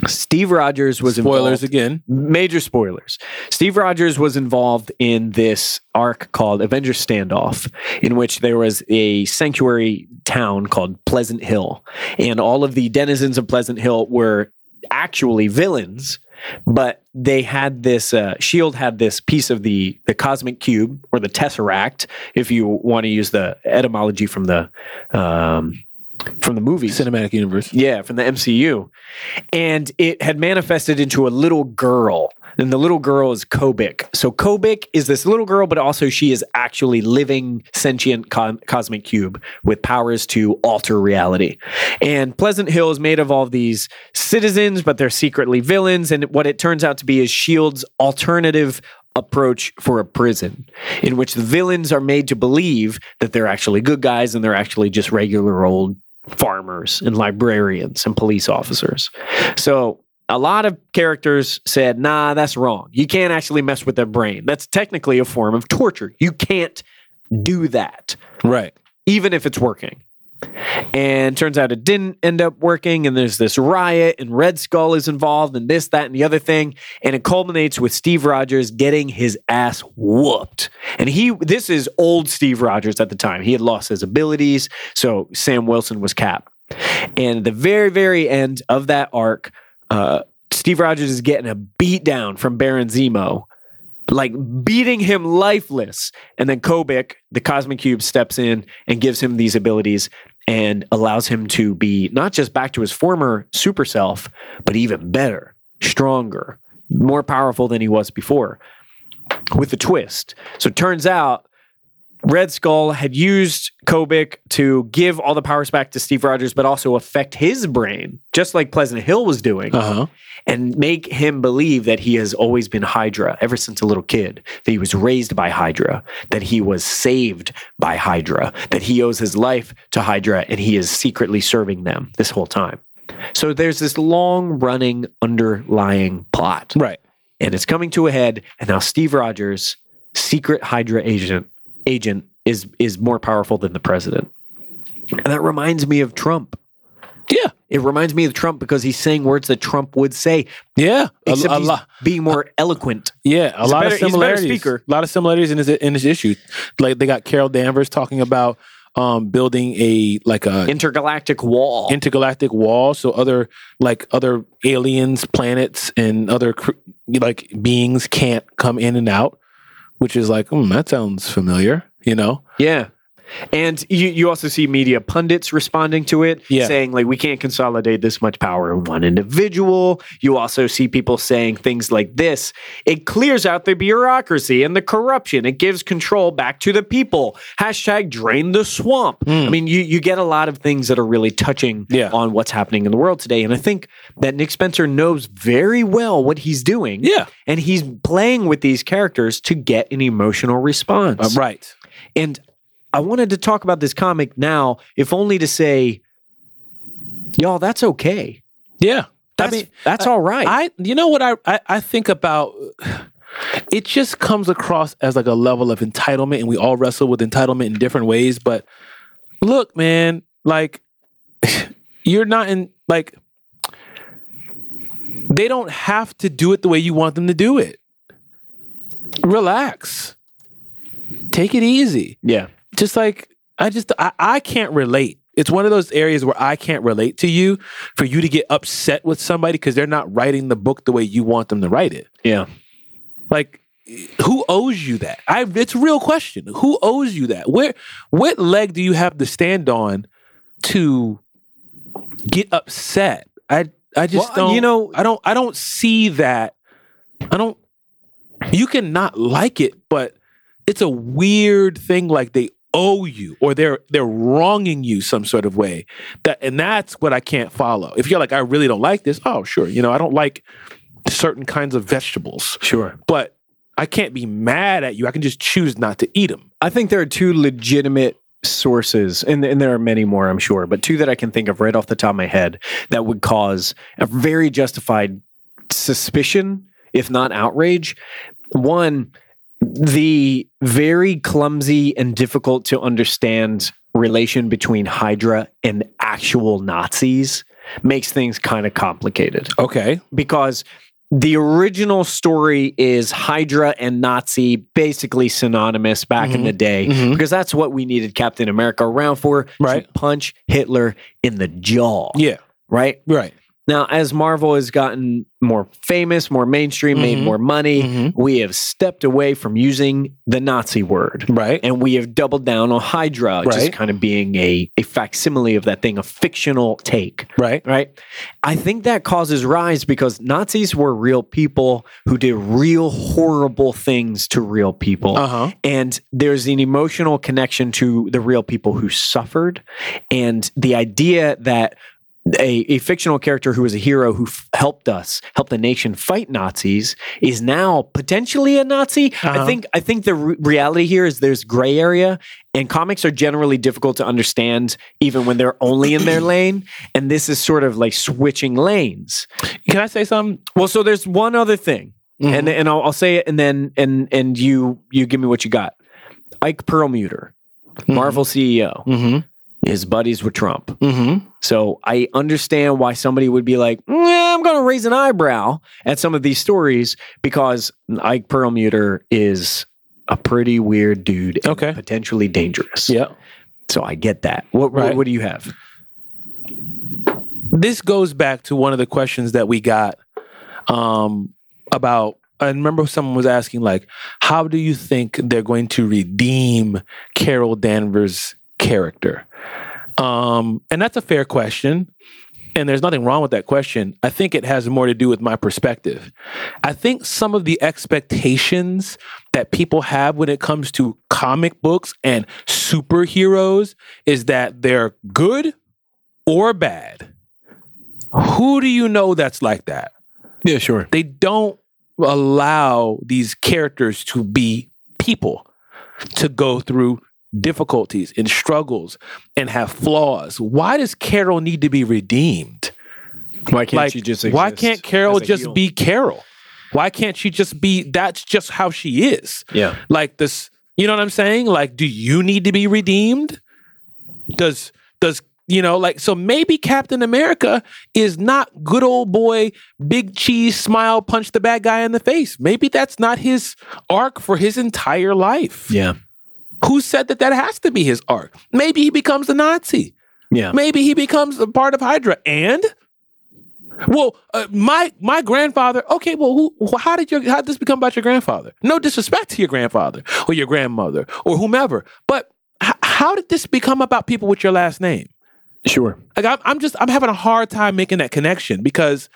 [SPEAKER 2] Steve Rogers was
[SPEAKER 1] Spoilers
[SPEAKER 2] involved
[SPEAKER 1] again.
[SPEAKER 2] major spoilers. Steve Rogers was involved in this arc called Avengers Standoff, in which there was a sanctuary town called Pleasant Hill, and all of the denizens of Pleasant Hill were actually villains. But they had this uh, shield had this piece of the the cosmic cube or the tesseract, if you want to use the etymology from the um, from the movies.
[SPEAKER 1] Cinematic universe.
[SPEAKER 2] Yeah, from the MCU. And it had manifested into a little girl. And the little girl is Kobik. So Kobik is this little girl, but also she is actually living sentient con- cosmic cube with powers to alter reality. And Pleasant Hill is made of all these citizens, but they're secretly villains. And what it turns out to be is Shield's E alternative approach for a prison in which the villains are made to believe that they're actually good guys and they're actually just regular old farmers and librarians and police officers. So a lot of characters said, nah, that's wrong. You can't actually mess with their brain. That's technically a form of torture. You can't do that,
[SPEAKER 1] Right.
[SPEAKER 2] even if it's working. And turns out it didn't end up working. And there's this riot, and Red Skull is involved, and this, that, and the other thing. And it culminates with Steve Rogers getting his ass whooped. And he, this is old Steve Rogers at the time. He had lost his abilities. So Sam Wilson was Cap. And at the very, very end of that arc, uh, Steve Rogers is getting a beat down from Baron Zemo. like beating him lifeless. And then Kobik, the Cosmic Cube, steps in and gives him these abilities and allows him to be not just back to his former super self, but even better, stronger, more powerful than he was before with a twist. So it turns out Red Skull had used Kobik to give all the powers back to Steve Rogers, but also affect his brain, just like Pleasant Hill was doing
[SPEAKER 1] Uh huh.
[SPEAKER 2] and make him believe that he has always been Hydra ever since a little kid, that he was raised by Hydra, that he was saved by Hydra, that he owes his life to Hydra and he is secretly serving them this whole time. So there's this long running underlying plot
[SPEAKER 1] Right.
[SPEAKER 2] and it's coming to a head and now Steve Rogers, secret Hydra agent agent is is more powerful than the president. And that reminds me of Trump.
[SPEAKER 1] Yeah.
[SPEAKER 2] It reminds me of Trump because he's saying words that Trump would say,
[SPEAKER 1] Yeah. A,
[SPEAKER 2] except
[SPEAKER 1] a
[SPEAKER 2] he's
[SPEAKER 1] lot.
[SPEAKER 2] being more (laughs) eloquent.
[SPEAKER 1] Yeah. A
[SPEAKER 2] He's a
[SPEAKER 1] lot
[SPEAKER 2] better-
[SPEAKER 1] of
[SPEAKER 2] he's a better
[SPEAKER 1] similarities.
[SPEAKER 2] speaker.
[SPEAKER 1] A lot of similarities in his in his issue. Like they got Carol Danvers talking about um building a like a
[SPEAKER 2] Intergalactic wall.
[SPEAKER 1] intergalactic wall so other like other aliens planets and other cr- like beings can't come in and out which is like hmm, that sounds familiar you know
[SPEAKER 2] yeah. And you, you also see media pundits responding to it,
[SPEAKER 1] Yeah.
[SPEAKER 2] saying, like, we can't consolidate this much power in one individual. You also see people saying things like this it clears out the bureaucracy and the corruption, it gives control back to the people. Hashtag drain the swamp. I mean, you, you get a lot of things that are really touching
[SPEAKER 1] Yeah.
[SPEAKER 2] on what's happening in the world today. And I think that Nick Spencer knows very well what he's doing.
[SPEAKER 1] yeah
[SPEAKER 2] and he's playing with these characters to get an emotional response.
[SPEAKER 1] Uh, right
[SPEAKER 2] And I wanted to talk about this comic now, if only to say, y'all, that's okay.
[SPEAKER 1] yeah
[SPEAKER 2] That's,
[SPEAKER 1] i mean
[SPEAKER 2] that's all right.
[SPEAKER 1] i you know what I, I i think about it just comes across as like a level of entitlement and we all wrestle with entitlement in different ways but look man like (laughs) you're not in like they don't have to do it the way you want them to do it relax take it easy
[SPEAKER 2] yeah.
[SPEAKER 1] just like I just I, I can't relate. It's one of those areas where I can't relate to you for you to get upset with somebody because they're not writing the book the way you want them to write it.
[SPEAKER 2] Yeah.
[SPEAKER 1] Like who owes you that? I it's a real question. Who owes you that? Where what leg do you have to stand on to get upset? I I just
[SPEAKER 2] Well,
[SPEAKER 1] don't
[SPEAKER 2] you know-
[SPEAKER 1] I don't I don't see that. I don't you can not like it, but it's a weird thing like they owe you or they're they're wronging you some sort of way. That and that's what I can't follow. If you're like, I really don't like this, oh sure. You know, I don't like certain kinds of vegetables
[SPEAKER 2] Sure.
[SPEAKER 1] but I can't be mad at you. I can just choose not to eat them.
[SPEAKER 2] I think there are two legitimate sources, and, and there are many more, I'm sure, but two that I can think of right off the top of my head that would cause a very justified suspicion, if not outrage. One, the very clumsy and difficult to understand relation between Hydra and actual Nazis makes things kind of complicated
[SPEAKER 1] Okay.
[SPEAKER 2] because the original story is Hydra and Nazi basically synonymous back in
[SPEAKER 1] Mhm.
[SPEAKER 2] the day
[SPEAKER 1] Mhm.
[SPEAKER 2] because that's what we needed Captain America around for
[SPEAKER 1] Right.
[SPEAKER 2] to punch Hitler in the jaw,
[SPEAKER 1] Yeah.
[SPEAKER 2] right?
[SPEAKER 1] Right.
[SPEAKER 2] Now, as Marvel has gotten more famous, more mainstream, made
[SPEAKER 1] Mhm.
[SPEAKER 2] more money,
[SPEAKER 1] Mhm.
[SPEAKER 2] we have stepped away from using the Nazi word.
[SPEAKER 1] Right.
[SPEAKER 2] And we have doubled down on Hydra, just
[SPEAKER 1] Right.
[SPEAKER 2] kind of being a, a facsimile of that thing, a fictional take
[SPEAKER 1] Right.
[SPEAKER 2] right? I think that causes rise because Nazis were real people who did real horrible things to real people.
[SPEAKER 1] Uh huh.
[SPEAKER 2] And there's an emotional connection to the real people who suffered. And the idea that a, a fictional character who is a hero who f- helped us, helped the nation fight Nazis, is now potentially a Nazi. I
[SPEAKER 1] Uh-huh.
[SPEAKER 2] think I think the re- reality here is there's gray area, and comics are generally difficult to understand, even when they're only in their lane. And this is sort of like switching lanes.
[SPEAKER 1] Can I say something?
[SPEAKER 2] Well, so there's one other thing,
[SPEAKER 1] Mm-hmm.
[SPEAKER 2] and and I'll, I'll say it, and then and and you you give me what you got. Ike Perlmutter,
[SPEAKER 1] Mm-hmm.
[SPEAKER 2] Marvel CEO,
[SPEAKER 1] Mm
[SPEAKER 2] his buddies with Trump.
[SPEAKER 1] hmm. Mm hmm.
[SPEAKER 2] So I understand why somebody would be like, "Mm, I'm going to raise an eyebrow at some of these stories because Ike Perlmutter is a pretty weird dude and
[SPEAKER 1] Okay.
[SPEAKER 2] potentially dangerous.
[SPEAKER 1] Yeah.
[SPEAKER 2] So I get that. What, what-
[SPEAKER 1] Right.
[SPEAKER 2] what, do you have?
[SPEAKER 1] This goes back to one of the questions that we got um, about I remember someone was asking, like, how do you think they're going to redeem Carol Danvers' character? Um, and that's a fair question. And there's nothing wrong with that question. I think it has more to do with my perspective. I think some of the expectations that people have when it comes to comic books and superheroes is that they're good or bad. Who do you know that's like that?
[SPEAKER 3] Yeah, sure.
[SPEAKER 1] they don't allow these characters to be people to go through difficulties and struggles and have flaws why does carol need to be redeemed
[SPEAKER 2] Why can't
[SPEAKER 1] like
[SPEAKER 2] she just?
[SPEAKER 1] why
[SPEAKER 2] exist
[SPEAKER 1] can't carol
[SPEAKER 2] as a
[SPEAKER 1] just
[SPEAKER 2] heel?
[SPEAKER 1] be carol why can't she just be that's just how she is
[SPEAKER 2] Yeah.
[SPEAKER 1] like this you know what i'm saying like do you need to be redeemed does does you know like so maybe captain america is not good old boy big cheese smile punch the bad guy in the face maybe that's not his arc for his entire life
[SPEAKER 2] Yeah.
[SPEAKER 1] who said that that has to be his arc maybe he becomes a nazi
[SPEAKER 2] Yeah.
[SPEAKER 1] maybe he becomes a part of hydra and well, uh, my my grandfather. Okay, well, who, wh- how did your how did this become about your grandfather? No disrespect to your grandfather or your grandmother or whomever, but h- how did this become about people with your last name?
[SPEAKER 2] Sure.
[SPEAKER 1] Like I'm, I'm just I'm having a hard time making that connection because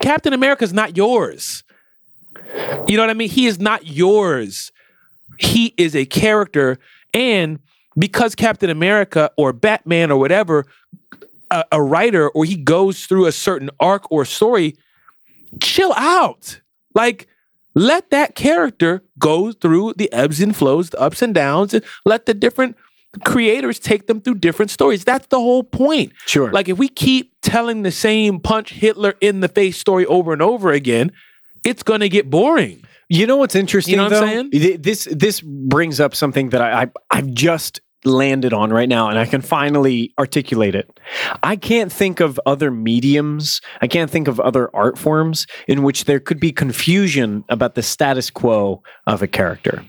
[SPEAKER 1] Captain America's not yours. You know what I mean? He is not yours. He is a character, and because Captain America or Batman or whatever, a, a writer or he goes through a certain arc or story, chill out. Like let that character go through the ebbs and flows, the ups and downs, and let the different creators take them through different stories. That's the whole point.
[SPEAKER 2] Sure.
[SPEAKER 1] Like if we keep telling the same punch Hitler in the face story over and over again, it's gonna get boring.
[SPEAKER 2] You know what's interesting?
[SPEAKER 1] You know what
[SPEAKER 2] though?
[SPEAKER 1] I'm saying?
[SPEAKER 2] Th- This this brings up something that I, I I've just landed on right now, and I can finally articulate it. I can't think of other mediums. I can't think of other art forms in which there could be confusion about the status quo of a character.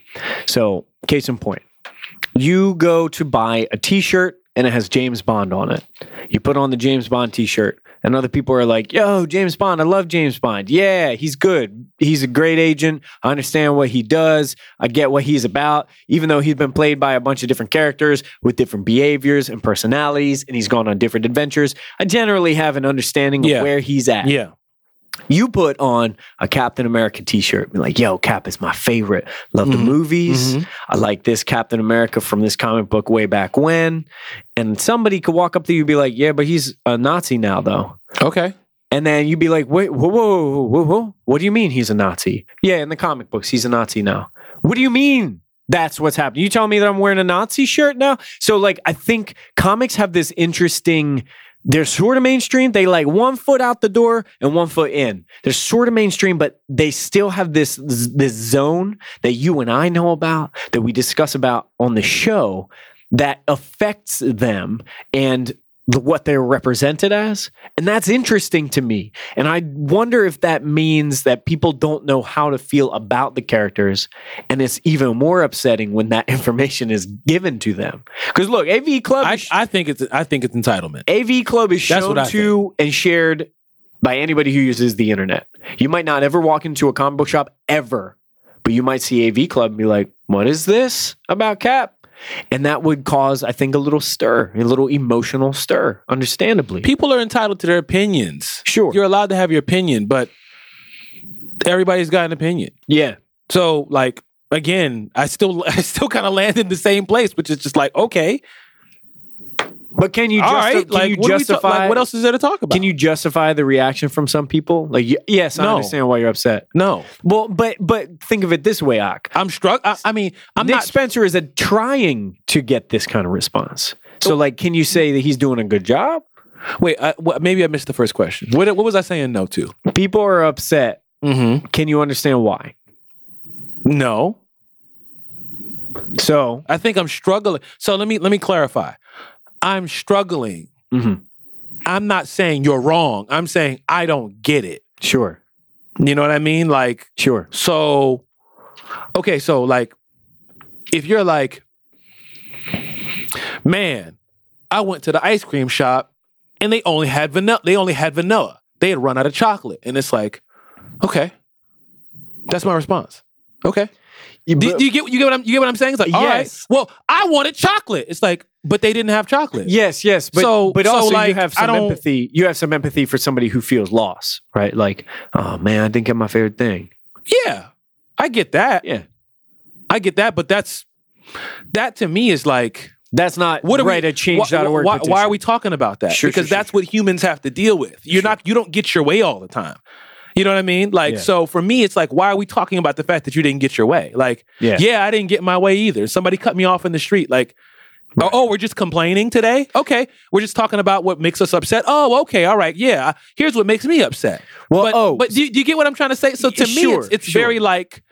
[SPEAKER 2] So, case in point, you go to buy a T-shirt. And it has James Bond on it. You put on the James Bond t shirt, and other people are like, yo, James Bond, I love James Bond. Yeah, he's good. He's a great agent. I understand what he does. I get what he's about, even though he's been played by a bunch of different characters with different behaviors and personalities, and he's gone on different adventures. I generally have an understanding of
[SPEAKER 1] Yeah.
[SPEAKER 2] where he's at
[SPEAKER 1] Yeah.
[SPEAKER 2] you put on a Captain America t-shirt be like, yo, Cap is my favorite. Love the
[SPEAKER 1] Mhm.
[SPEAKER 2] movies. I like this Captain America from this comic book way back when. And somebody could walk up to you and be like, yeah, but he's a Nazi now though.
[SPEAKER 1] Okay.
[SPEAKER 2] And then you'd be like, wait, whoa, whoa, whoa, whoa, whoa. What do you mean he's a Nazi? Yeah, in the comic books, he's a Nazi now. What do you mean? That's what's happening. You telling me that I'm wearing a Nazi shirt now? So, like, I think comics have this interesting. They're sort of mainstream. They like one foot out the door and one foot in. They're sort of mainstream, but they still have this this zone that you and I know about that we discuss about on the show that affects them and the, what they're represented as. And that's interesting to me. And I wonder if that means that people don't know how to feel about the characters. And it's even more upsetting when that (laughs) information is given to them. Because look, AV Club,
[SPEAKER 1] I,
[SPEAKER 2] is-
[SPEAKER 1] I think it's I think it's entitlement.
[SPEAKER 2] AV Club is
[SPEAKER 1] That's what I
[SPEAKER 2] shown to and shared by anybody who uses the internet. You might not ever walk into a comic book shop ever, but you might see AV Club and be like, what is this about Cap? And that would cause, I think, a little stir, a little emotional stir, understandably.
[SPEAKER 1] People are entitled to their opinions.
[SPEAKER 2] sure.
[SPEAKER 1] You're allowed to have your opinion, but everybody's got an opinion.
[SPEAKER 2] Yeah.
[SPEAKER 1] So like again, I still (laughs) I still kind of land in the same place, which is just like okay,
[SPEAKER 2] But can you,
[SPEAKER 1] all
[SPEAKER 2] justi-
[SPEAKER 1] right,
[SPEAKER 2] can
[SPEAKER 1] like,
[SPEAKER 2] you
[SPEAKER 1] what are we ta-
[SPEAKER 2] justify
[SPEAKER 1] like, what else is there to talk about?
[SPEAKER 2] Can you justify the reaction from some people? Like, y- yes, I
[SPEAKER 1] No.
[SPEAKER 2] understand why you're upset.
[SPEAKER 1] No,
[SPEAKER 2] Well, but but think of it this way, Ak.
[SPEAKER 1] I'm struck. I, I mean, I'm
[SPEAKER 2] Nick
[SPEAKER 1] not.
[SPEAKER 2] Spencer is a trying to get this kind of response. So, like, can you say that he's doing a good job?
[SPEAKER 1] Wait, I, what, maybe I missed the first question. What what was I saying no to?
[SPEAKER 2] People are upset.
[SPEAKER 1] Mm-hmm.
[SPEAKER 2] Can you understand why?
[SPEAKER 1] No,
[SPEAKER 2] So,
[SPEAKER 1] I think I'm struggling. So let me let me clarify. I'm struggling.
[SPEAKER 2] mhm,
[SPEAKER 1] I'm not saying you're wrong. I'm saying I don't get it.
[SPEAKER 2] sure,
[SPEAKER 1] You know what I mean? Like
[SPEAKER 2] sure,
[SPEAKER 1] so. Okay, so like, if you're like, man, I went to the ice cream shop and they only had vanilla. They only had vanilla. They had run out of chocolate, and it's like, okay, That's my response. Okay.
[SPEAKER 2] You-
[SPEAKER 1] Do,
[SPEAKER 2] but-
[SPEAKER 1] do you get you get what I'm you get what I'm saying? It's like, all right.
[SPEAKER 2] Yes.
[SPEAKER 1] Well, I wanted chocolate. It's like, but they didn't have chocolate.
[SPEAKER 2] yes, yes, but
[SPEAKER 1] So-
[SPEAKER 2] but
[SPEAKER 1] so,
[SPEAKER 2] also you
[SPEAKER 1] like,
[SPEAKER 2] have
[SPEAKER 1] I
[SPEAKER 2] some
[SPEAKER 1] don't-
[SPEAKER 2] empathy. You have some empathy for somebody who feels loss, right? Like, oh man, I didn't get my favorite thing.
[SPEAKER 1] Yeah. I get that.
[SPEAKER 2] Yeah.
[SPEAKER 1] I get that, but that's that to me is like
[SPEAKER 2] That's not
[SPEAKER 1] what are
[SPEAKER 2] right
[SPEAKER 1] we
[SPEAKER 2] at change.org.
[SPEAKER 1] Why, why, why are we talking about that?
[SPEAKER 2] Sure,
[SPEAKER 1] because
[SPEAKER 2] sure, sure,
[SPEAKER 1] that's what humans have to deal with. You're not you don't get your way all the time. You know what I mean? Like
[SPEAKER 2] Yeah.
[SPEAKER 1] so for me it's like why are we talking about the fact that you didn't get your way? Like
[SPEAKER 2] Yeah.
[SPEAKER 1] I didn't get my way either. Somebody cut me off in the street like oh, oh, we're just complaining today? Okay. We're just talking about what makes us upset. Oh, okay. All right. Yeah. Here's what makes me upset.
[SPEAKER 2] Well,
[SPEAKER 1] but,
[SPEAKER 2] oh.
[SPEAKER 1] but do, you- do you get what I'm trying to say? So to me
[SPEAKER 2] Sure,
[SPEAKER 1] it's, it's
[SPEAKER 2] sure.
[SPEAKER 1] very like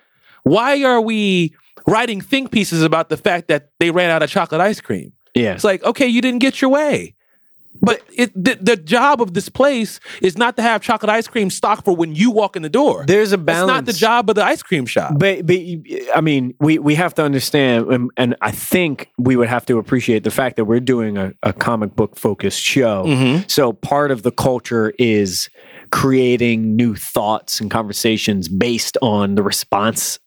[SPEAKER 1] why are we writing think pieces about the fact that they ran out of chocolate ice cream?
[SPEAKER 2] Yeah.
[SPEAKER 1] It's like, okay, you didn't get your way. But it, the, the job of this place is not to have chocolate ice cream stock for when you walk in the door.
[SPEAKER 2] There's a
[SPEAKER 1] That's
[SPEAKER 2] balance.
[SPEAKER 1] not the job of the ice cream shop.
[SPEAKER 2] But, but you- I mean, we, we have to understand, and, and I think we would have to appreciate the fact that we're doing a, a comic book focused show.
[SPEAKER 1] Mhm.
[SPEAKER 2] So part of the culture is creating new thoughts and conversations based on the response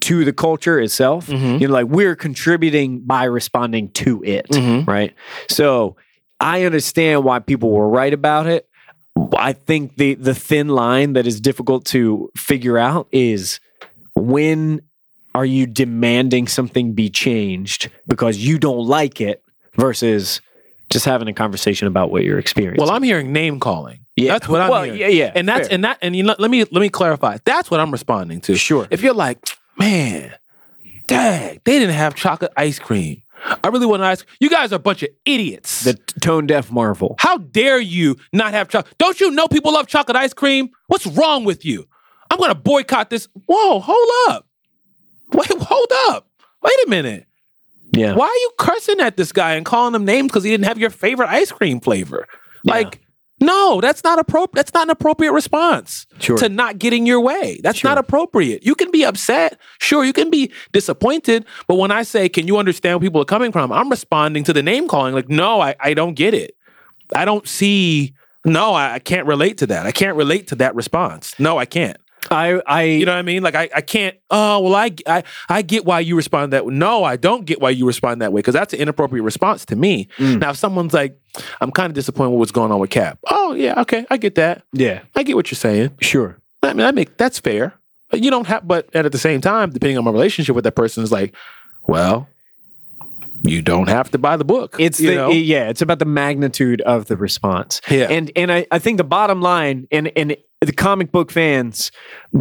[SPEAKER 2] to the culture itself. You know, like we're contributing by responding to it,
[SPEAKER 1] Mhm.
[SPEAKER 2] right? So I understand why people were right about it. I think the the thin line that is difficult to figure out is when are you demanding something be changed because you don't like it versus just having a conversation about what you're experiencing.
[SPEAKER 1] Well, I'm hearing name calling.
[SPEAKER 2] Yeah.
[SPEAKER 1] That's what I'm
[SPEAKER 2] Well,
[SPEAKER 1] hearing.
[SPEAKER 2] yeah, yeah,
[SPEAKER 1] And that's
[SPEAKER 2] fair.
[SPEAKER 1] and that and you know, let me let me clarify. That's what I'm responding to.
[SPEAKER 2] Sure.
[SPEAKER 1] If you're like, man, dang, they didn't have chocolate ice cream. I really want ice. You guys are a bunch of idiots.
[SPEAKER 2] the tone deaf marvel.
[SPEAKER 1] How dare you not have chocolate? Don't you know people love chocolate ice cream? What's wrong with you? I'm gonna boycott this. Whoa, hold up. Wait, hold up. Wait a minute.
[SPEAKER 2] Yeah.
[SPEAKER 1] Why are you cursing at this guy and calling him names because he didn't have your favorite ice cream flavor?
[SPEAKER 2] Yeah.
[SPEAKER 1] Like, no, that's not appropriate. That's not an appropriate response
[SPEAKER 2] Sure.
[SPEAKER 1] to not getting your way. That's
[SPEAKER 2] Sure.
[SPEAKER 1] not appropriate. You can be upset. Sure, you can be disappointed. But when I say, can you understand where people are coming from? I'm responding to the name calling, like, no, I, I don't get it. I don't see, no, I, I can't relate to that. I can't relate to that response. No, I can't.
[SPEAKER 2] I I
[SPEAKER 1] You know what I mean? Like I, I can't. Oh well, I, I, I get why you respond that. way. No, I don't get why you respond that way because that's an inappropriate response to me.
[SPEAKER 2] Mm.
[SPEAKER 1] Now, if someone's like, I'm kind of disappointed with what's going on with Cap. Oh yeah, okay, I get that.
[SPEAKER 2] yeah,
[SPEAKER 1] I get what you're saying.
[SPEAKER 2] sure.
[SPEAKER 1] I mean, I make that's fair. But You don't have, but and at the same time, depending on my relationship with that person, is like, well, you don't have to buy the book.
[SPEAKER 2] It's
[SPEAKER 1] you
[SPEAKER 2] the
[SPEAKER 1] know?
[SPEAKER 2] yeah, it's about the magnitude of the response.
[SPEAKER 1] Yeah.
[SPEAKER 2] And and I, I think the bottom line and and the comic book fans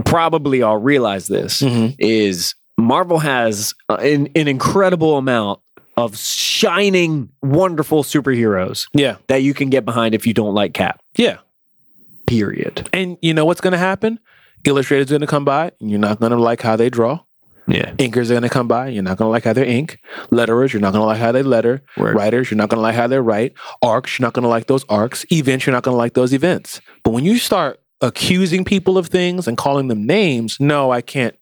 [SPEAKER 2] probably all realize this
[SPEAKER 1] Mhm.
[SPEAKER 2] is Marvel has uh, an, an incredible amount of shining wonderful superheroes
[SPEAKER 1] yeah,
[SPEAKER 2] that you can get behind if you don't like Cap.
[SPEAKER 1] yeah.
[SPEAKER 2] Period.
[SPEAKER 1] And you know what's going to happen? Illustrators are going to come by, and you're not going to like how they draw.
[SPEAKER 2] Yeah.
[SPEAKER 1] Inkers are going to come by. You're not going to like how they ink. Letterers, you're not going to like how they letter.
[SPEAKER 2] Word.
[SPEAKER 1] Writers, you're not going to like how they write. Arcs, you're not going to like those arcs. Events, you're not going to like those events. But when you start accusing people of things and calling them names, no, I can't.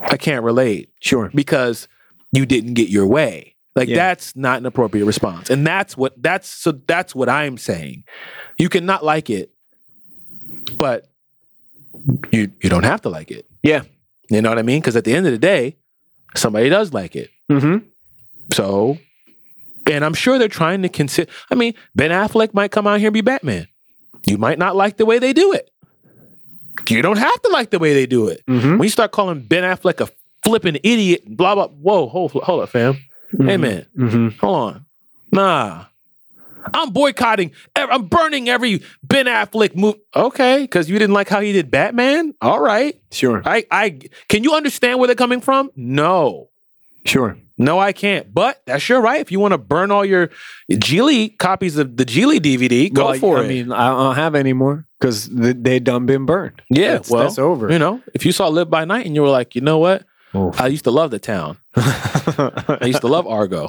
[SPEAKER 1] I can't relate
[SPEAKER 2] Sure.
[SPEAKER 1] because you didn't get your way. Like
[SPEAKER 2] Yeah.
[SPEAKER 1] that's not an appropriate response. And that's what that's so that's what I'm saying. You can not like it, but you you don't have to like it.
[SPEAKER 2] Yeah.
[SPEAKER 1] You know what I mean? Because at the end of the day, somebody does like it.
[SPEAKER 2] Mm-hmm.
[SPEAKER 1] So, and I'm sure they're trying to consider. I mean, Ben Affleck might come out here and be Batman. You might not like the way they do it. You don't have to like the way they do it.
[SPEAKER 2] Mhm.
[SPEAKER 1] When you start calling Ben Affleck a flipping idiot, blah blah. Whoa, hold, hold up, fam. Hey man,
[SPEAKER 2] Mm-hmm.
[SPEAKER 1] hold on. Nah, I'm boycotting. ev- I'm burning every Ben Affleck move. Okay, because you didn't like how he did Batman. All right.
[SPEAKER 2] Sure.
[SPEAKER 1] I, I can you understand where they're coming from? No.
[SPEAKER 2] Sure.
[SPEAKER 1] No, I can't. But that's your right. If you want to burn all your Geely copies of the Geely DVD, go
[SPEAKER 2] Well,
[SPEAKER 1] for
[SPEAKER 2] I
[SPEAKER 1] it.
[SPEAKER 2] mean, I don't have any more because th- they done been burned.
[SPEAKER 1] yeah,
[SPEAKER 2] that's,
[SPEAKER 1] well,
[SPEAKER 2] that's over.
[SPEAKER 1] You know, if you saw Live by Night and you were like, you know what,
[SPEAKER 2] (laughs)
[SPEAKER 1] I used to love the town. I used to love
[SPEAKER 2] (laughs)
[SPEAKER 1] Argo.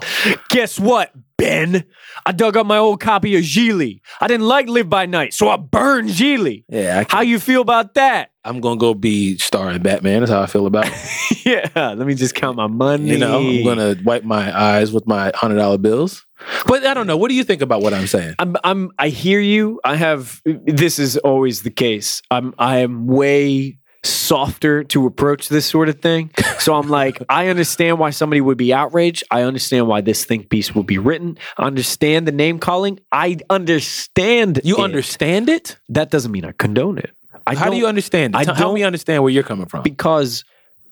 [SPEAKER 2] Guess what, Ben? I dug up my old copy of Gili. I didn't like Live by Night, so I burned Gili.
[SPEAKER 1] Yeah, I
[SPEAKER 2] How you feel about that?
[SPEAKER 1] am gonna go be starring Batman. That's how I feel about it.
[SPEAKER 2] (laughs) yeah, let me just count my money.
[SPEAKER 1] You know, I'm gonna wipe my eyes with my hundred dollar bills. But I don't know. What do you think about what I'm saying?
[SPEAKER 2] I'm, I'm, I hear you. I have. This is always the case. I'm, I am way softer to approach this sort of thing. So I'm like, (laughs) I understand why somebody would be outraged. I understand why this think piece would be written. I understand the name calling. I understand.
[SPEAKER 1] You
[SPEAKER 2] it.
[SPEAKER 1] understand it?
[SPEAKER 2] That doesn't mean I condone it. I
[SPEAKER 1] How do
[SPEAKER 2] don't-
[SPEAKER 1] you understand it?
[SPEAKER 2] I
[SPEAKER 1] Tell- Help
[SPEAKER 2] don't-
[SPEAKER 1] me understand where you're coming from.
[SPEAKER 2] because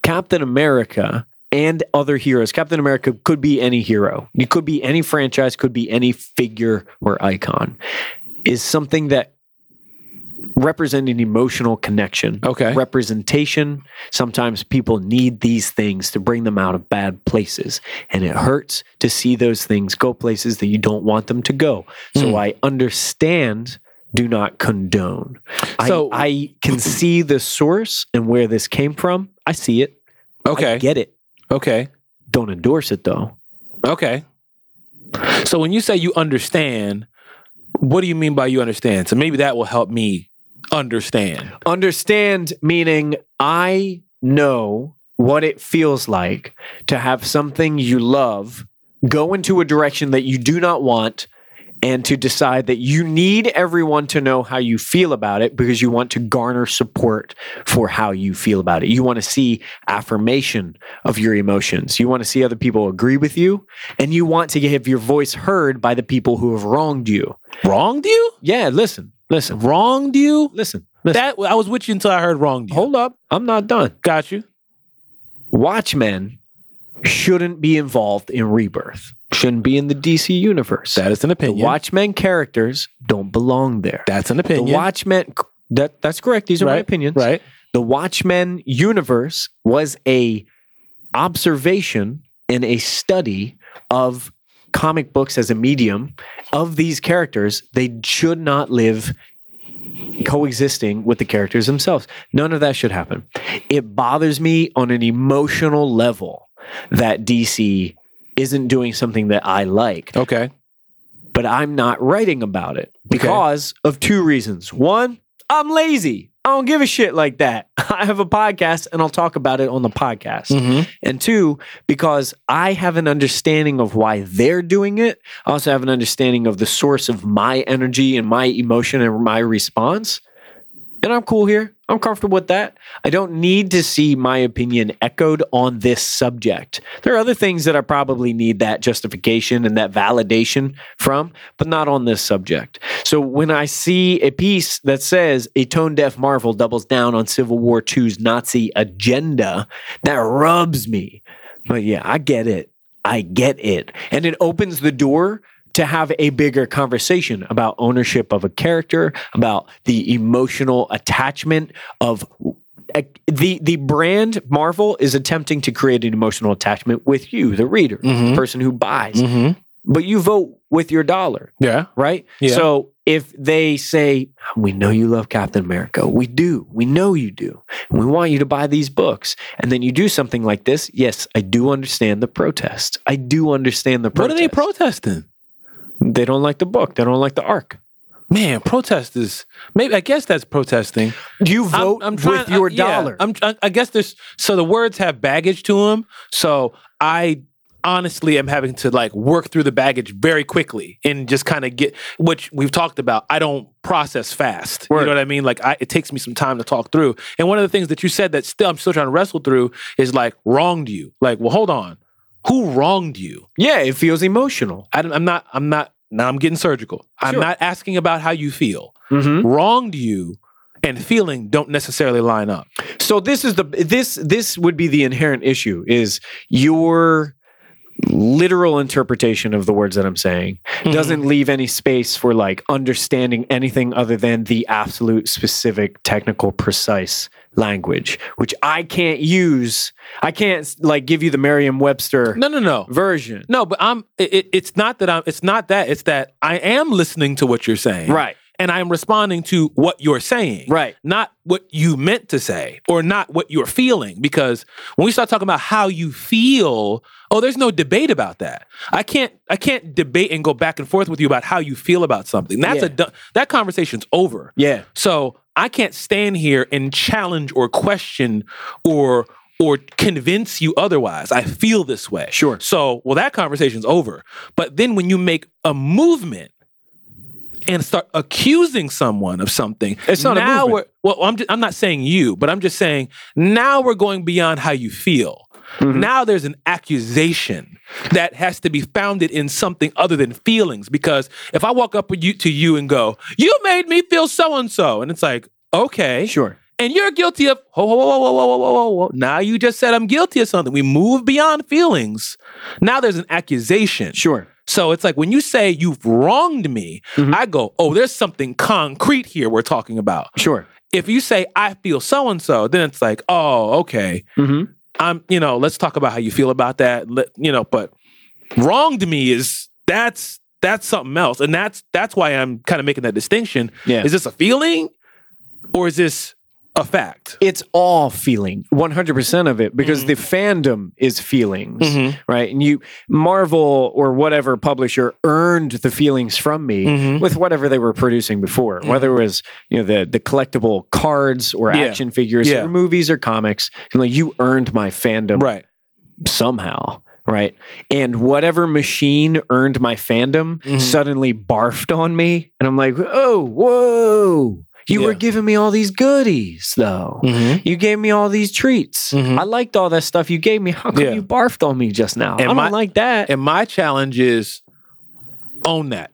[SPEAKER 2] Captain America and other heroes, Captain America could be any hero. You could be any franchise, could be any figure or icon, is something that represent an emotional connection.
[SPEAKER 1] Okay.
[SPEAKER 2] Representation. Sometimes people need these things to bring them out of bad places. And it hurts to see those things go places that you don't want them to go. So
[SPEAKER 1] Hmm.
[SPEAKER 2] I understand do not condone.
[SPEAKER 1] So-
[SPEAKER 2] So I, I can see the source and where this came from. I see it. I
[SPEAKER 1] Okay.
[SPEAKER 2] get it.
[SPEAKER 1] Okay.
[SPEAKER 2] Don't endorse it though.
[SPEAKER 1] Okay. So when you say you understand, what do you mean by you understand? So maybe that will help me understand.
[SPEAKER 2] Understand meaning I know what it feels like to have something you love go into a direction that you do not want and to decide that you need everyone to know how you feel about it because you want to garner support for how you feel about it. You want to see affirmation of your emotions. You want to see other people agree with you and you want to have your voice heard by the people who have wronged you.
[SPEAKER 1] Wronged you?
[SPEAKER 2] Yeah, listen. Listen.
[SPEAKER 1] Wronged you?
[SPEAKER 2] Listen. Listen.
[SPEAKER 1] That I was with you until I heard wronged you.
[SPEAKER 2] Hold up. I'm not done.
[SPEAKER 1] Got you.
[SPEAKER 2] Watchmen shouldn't be involved in rebirth. Shouldn't be in the DC universe.
[SPEAKER 1] That is an
[SPEAKER 2] the
[SPEAKER 1] opinion.
[SPEAKER 2] Watchmen characters don't belong there.
[SPEAKER 1] That's an
[SPEAKER 2] the
[SPEAKER 1] opinion.
[SPEAKER 2] Watchmen that that's correct. These are my
[SPEAKER 1] Right,
[SPEAKER 2] opinions.
[SPEAKER 1] Right.
[SPEAKER 2] The Watchmen universe was a observation and a study of comic books as a medium of these characters. They should not live coexisting with the characters themselves. None of that should happen. It bothers me on an emotional level that DC isn't doing something that I like
[SPEAKER 1] Okay.
[SPEAKER 2] but I'm not writing about it because of two reasons. One, I'm lazy. I don't give a shit like that. (laughs) I have a podcast and I'll talk about it on the podcast.
[SPEAKER 1] Mm-hmm.
[SPEAKER 2] And two, because I have an understanding of why they're doing it. I also have an understanding of the source of my energy and my emotion and my response. And I'm cool here. I'm comfortable with that. I don't need to see my opinion echoed on this subject. There are other things that I probably need that justification and that validation from, but not on this subject. So when I see a piece that says a tone deaf Marvel doubles down on Civil War II's Nazi agenda, that rubs me. But yeah, I get it. I get it. And it opens the door to have a bigger conversation about ownership of a character, about the emotional attachment of eh, the the brand Marvel is attempting to create an emotional attachment with you, the reader, the
[SPEAKER 1] Mhm.
[SPEAKER 2] person who buys.
[SPEAKER 1] Mm-hmm.
[SPEAKER 2] But you vote with your dollar
[SPEAKER 1] Yeah.
[SPEAKER 2] right?
[SPEAKER 1] Yeah.
[SPEAKER 2] So if they say, We know you love Captain America, we do, we know you do, and we want you to buy these books, and then you do something like this, yes, I do understand the protest. I do understand the
[SPEAKER 1] What
[SPEAKER 2] protest.
[SPEAKER 1] are they protesting?
[SPEAKER 2] They don't like the book, they don't like the arc.
[SPEAKER 1] Man, protesters. Maybe I guess that's protesting.
[SPEAKER 2] You
[SPEAKER 1] I'm-
[SPEAKER 2] vote
[SPEAKER 1] I'm trying-
[SPEAKER 2] with your
[SPEAKER 1] I- yeah,
[SPEAKER 2] dollar.
[SPEAKER 1] I'm, I, I guess there's so the words have baggage to them. So I honestly am having to like work through the baggage very quickly and just kind of get which we've talked about. I don't process fast. You
[SPEAKER 2] Word.
[SPEAKER 1] know what I mean? Like I, it takes me some time to talk through. And one of the things that you said that still I'm still trying to wrestle through is like wronged you. Like well, hold on, who wronged you?
[SPEAKER 2] yeah, it feels emotional.
[SPEAKER 1] I don't, I'm not. I'm not. Now I'm getting surgical. I'm
[SPEAKER 2] Sure.
[SPEAKER 1] not asking about how you feel.
[SPEAKER 2] Mm-hmm.
[SPEAKER 1] Wronged you and feeling don't necessarily line up.
[SPEAKER 2] So this is the this this would be the inherent issue is your literal interpretation of the words that I'm saying
[SPEAKER 1] Mm-hmm.
[SPEAKER 2] doesn't leave any space for like understanding anything other than the absolute specific technical precise language which I can't use. I can't like give you the Merriam-Webster
[SPEAKER 1] No, no, no.
[SPEAKER 2] version.
[SPEAKER 1] No, but I'm. It, it- it's not that I'm. It's not that. It's that I am listening to what you're saying,
[SPEAKER 2] Right.
[SPEAKER 1] And I'm responding to what you're saying,
[SPEAKER 2] Right.
[SPEAKER 1] Not what you meant to say, or not what you're feeling. Because when we start talking about how you feel, oh, there's no debate about that. I can't. I can't debate and go back and forth with you about how you feel about something. That's
[SPEAKER 2] Yeah.
[SPEAKER 1] a du- that conversation's over.
[SPEAKER 2] Yeah.
[SPEAKER 1] So I can't stand here and challenge or question or or convince you otherwise. I feel this way.
[SPEAKER 2] Sure.
[SPEAKER 1] So well, that conversation's over. But then when you make a movement and start accusing someone of something.
[SPEAKER 2] It's not a
[SPEAKER 1] now
[SPEAKER 2] movement.
[SPEAKER 1] we're well. I'm just, I'm not saying you, but I'm just saying now we're going beyond how you feel. Now there's an accusation that has to be founded in something other than feelings. Because if I walk up with you to you and go, "You made me feel so and so," and it's like, okay,
[SPEAKER 2] Sure.
[SPEAKER 1] and you're guilty of whoa, whoa, whoa, whoa, whoa, whoa, whoa, whoa, whoa. Now you just said I'm guilty of something. We move beyond feelings. Now there's an accusation.
[SPEAKER 2] Sure.
[SPEAKER 1] So it's like when you say you've wronged me, I go, oh, there's something concrete here we're talking about.
[SPEAKER 2] Sure.
[SPEAKER 1] If you say I feel so and so, then it's like, oh, okay,
[SPEAKER 2] Mm-hmm.
[SPEAKER 1] I'm, you know, let's talk about how you feel about that. Let, you know, but wronged me is that's that's something else, and that's that's why I'm kind of making that distinction.
[SPEAKER 2] Yeah.
[SPEAKER 1] Is this a feeling, or is this a fact?
[SPEAKER 2] It's all feeling, 100% of it,
[SPEAKER 1] Mm.
[SPEAKER 2] because the fandom is feelings,
[SPEAKER 1] Mhm.
[SPEAKER 2] right? And you, Marvel or whatever publisher earned the feelings from me
[SPEAKER 1] Mhm.
[SPEAKER 2] with whatever they were producing before, whether it was, you know, the, the collectible cards or
[SPEAKER 1] Mm-hmm. Yeah.
[SPEAKER 2] action figures
[SPEAKER 1] Yeah.
[SPEAKER 2] or movies or comics. You, know, you earned my fandom
[SPEAKER 1] Right.
[SPEAKER 2] somehow, right? And whatever machine earned my fandom
[SPEAKER 1] Mhm.
[SPEAKER 2] suddenly barfed on me. And I'm like, oh, whoa. You were
[SPEAKER 1] Yeah.
[SPEAKER 2] giving me all these goodies, though.
[SPEAKER 1] Mm-hmm.
[SPEAKER 2] You gave me all these treats.
[SPEAKER 1] Mhm.
[SPEAKER 2] I liked all that stuff you gave me. How come
[SPEAKER 1] Yeah.
[SPEAKER 2] you barfed on me just now? I don't
[SPEAKER 1] my-
[SPEAKER 2] like that.
[SPEAKER 1] And my challenge is own that.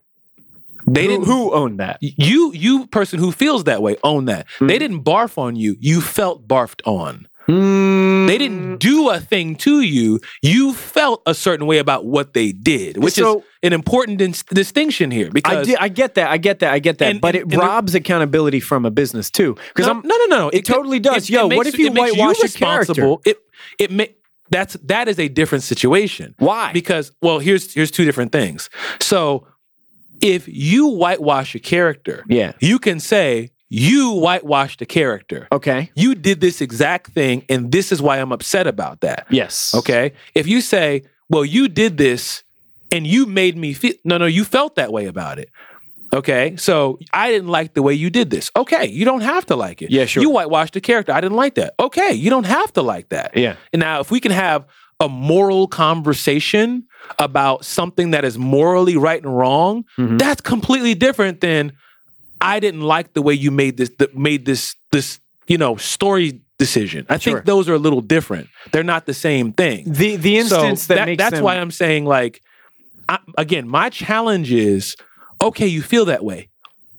[SPEAKER 1] They
[SPEAKER 2] who,
[SPEAKER 1] didn't.
[SPEAKER 2] who owned that?
[SPEAKER 1] you you person who feels that way own that they
[SPEAKER 2] Mm-hmm.
[SPEAKER 1] didn't barf on you you felt barfed on they didn't do a thing to you you felt a certain way about what they did which is
[SPEAKER 2] So-
[SPEAKER 1] an important dis- distinction here because
[SPEAKER 2] I, di- I get that. I get that. I get that.
[SPEAKER 1] And-
[SPEAKER 2] but
[SPEAKER 1] and-
[SPEAKER 2] it
[SPEAKER 1] and the-
[SPEAKER 2] robs accountability from a business too. Because
[SPEAKER 1] no,
[SPEAKER 2] I'm
[SPEAKER 1] no no no
[SPEAKER 2] it totally does. Yo, what if you
[SPEAKER 1] it makes
[SPEAKER 2] whitewash a
[SPEAKER 1] responsible it it may that's that is a different situation
[SPEAKER 2] why?
[SPEAKER 1] because well here's here's two different things so if you whitewash a character
[SPEAKER 2] yeah.
[SPEAKER 1] you can say you whitewashed a character
[SPEAKER 2] Okay.
[SPEAKER 1] you did this exact thing and this is why I'm upset about that.
[SPEAKER 2] Yes.
[SPEAKER 1] Okay? If you say, "Well, you did this and you made me feel No, no, you felt that way about it. Okay? So, I didn't like the way you did this. Okay, you don't have to like it.
[SPEAKER 2] Yeah, sure.
[SPEAKER 1] You whitewashed the character. I didn't like that. Okay, you don't have to like that.
[SPEAKER 2] Yeah.
[SPEAKER 1] And now if we can have a moral conversation about something that is morally right and wrong, that's completely different than I didn't like the way you made this th- made this this you know story decision. I
[SPEAKER 2] Sure.
[SPEAKER 1] think those are a little different. They're not the same thing.
[SPEAKER 2] The the instance that, makes
[SPEAKER 1] that's
[SPEAKER 2] them-
[SPEAKER 1] why I'm saying like I, again, my challenge is okay, you feel that way.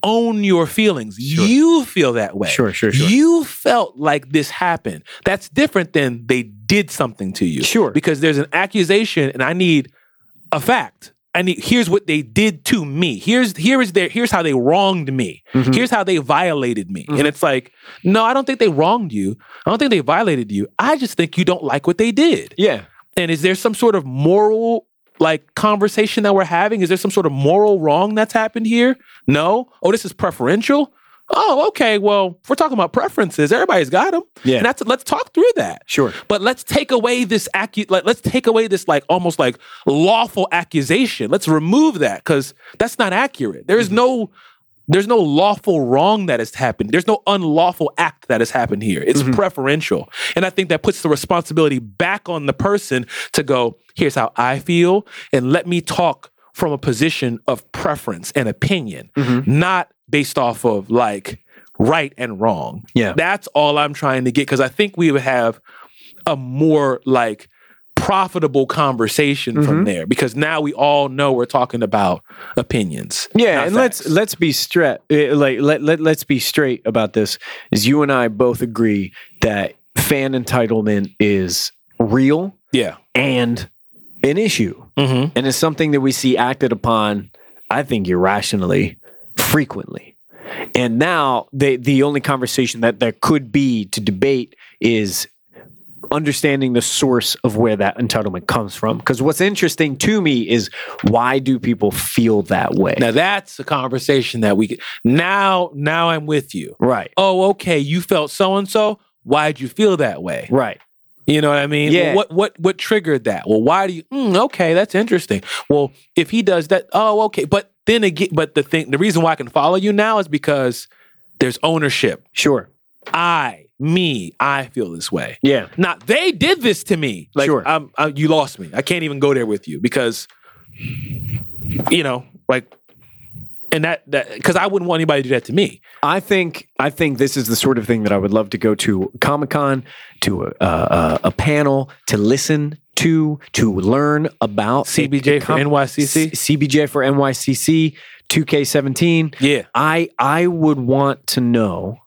[SPEAKER 1] Own your feelings. You feel that way.
[SPEAKER 2] Sure, sure, sure.
[SPEAKER 1] You felt like this happened. That's different than they did something to you.
[SPEAKER 2] Sure.
[SPEAKER 1] Because there's an accusation and I need a fact. I need here's what they did to me. Here's here is their here's how they wronged me.
[SPEAKER 2] Mhm. Mm-hmm.
[SPEAKER 1] Here's how they violated me. And it's like, no, I don't think they wronged you. I don't think they violated you. I just think you don't like what they did.
[SPEAKER 2] yeah.
[SPEAKER 1] And is there some sort of moral like conversation that we're having? Is there some sort of moral wrong that's happened here? No. Oh, this is preferential. Oh, okay. Well, if we're talking about preferences. Everybody's got them.
[SPEAKER 2] Yeah.
[SPEAKER 1] And that's let's talk through that.
[SPEAKER 2] Sure.
[SPEAKER 1] But let's take away this acu- like, let's take away this like almost like lawful accusation. Let's remove that because that's not accurate. There is no there's no lawful wrong that has happened. There's no unlawful act that has happened here. It's preferential. And I think that puts the responsibility back on the person to go, here's how I feel, and let me talk from a position of preference and opinion, not based off of like right and wrong.
[SPEAKER 2] Yeah.
[SPEAKER 1] That's all I'm trying to get because I think we would have a more like profitable conversation
[SPEAKER 2] Mm-hmm.
[SPEAKER 1] from there because now we all know we're talking about opinions.
[SPEAKER 2] Yeah,
[SPEAKER 1] not
[SPEAKER 2] and
[SPEAKER 1] facts.
[SPEAKER 2] let's let's be straight. Like let let let's be straight about this. Is you and I both agree that fan entitlement is real
[SPEAKER 1] Yeah.
[SPEAKER 2] and an issue,
[SPEAKER 1] Mm-hmm.
[SPEAKER 2] and it's something that we see acted upon. I think irrationally, frequently, and now the the only conversation that there could be to debate is understanding the source of where that entitlement comes from. Because what's interesting to me is why do people feel that way?
[SPEAKER 1] Now that's a conversation that we get. Now, now I'm with you.
[SPEAKER 2] right.
[SPEAKER 1] Oh, okay. You felt so and so. Why'd you feel that way?
[SPEAKER 2] Right.
[SPEAKER 1] You know what I mean? Well,
[SPEAKER 2] Yeah.
[SPEAKER 1] what what what triggered that? Well, why do you? Mm, okay, that's interesting. Well, if he does that, oh, okay. But then again, but the thing, the reason why I can follow you now is because there's ownership.
[SPEAKER 2] Sure.
[SPEAKER 1] I, me, I feel this way.
[SPEAKER 2] Yeah.
[SPEAKER 1] Not they did this to me. Like
[SPEAKER 2] Sure.
[SPEAKER 1] I'm, I, you lost me. I can't even go there with you because, you know, like and that that because I wouldn't want anybody to do that to me.
[SPEAKER 2] I think I think this is the sort of thing that I would love to go to Comic Con, to a, a, a panel, to listen to, to learn about
[SPEAKER 1] CBJ for NYCC?
[SPEAKER 2] C- CBJ for NYCC, 2K17.
[SPEAKER 1] Yeah.
[SPEAKER 2] I I would want to know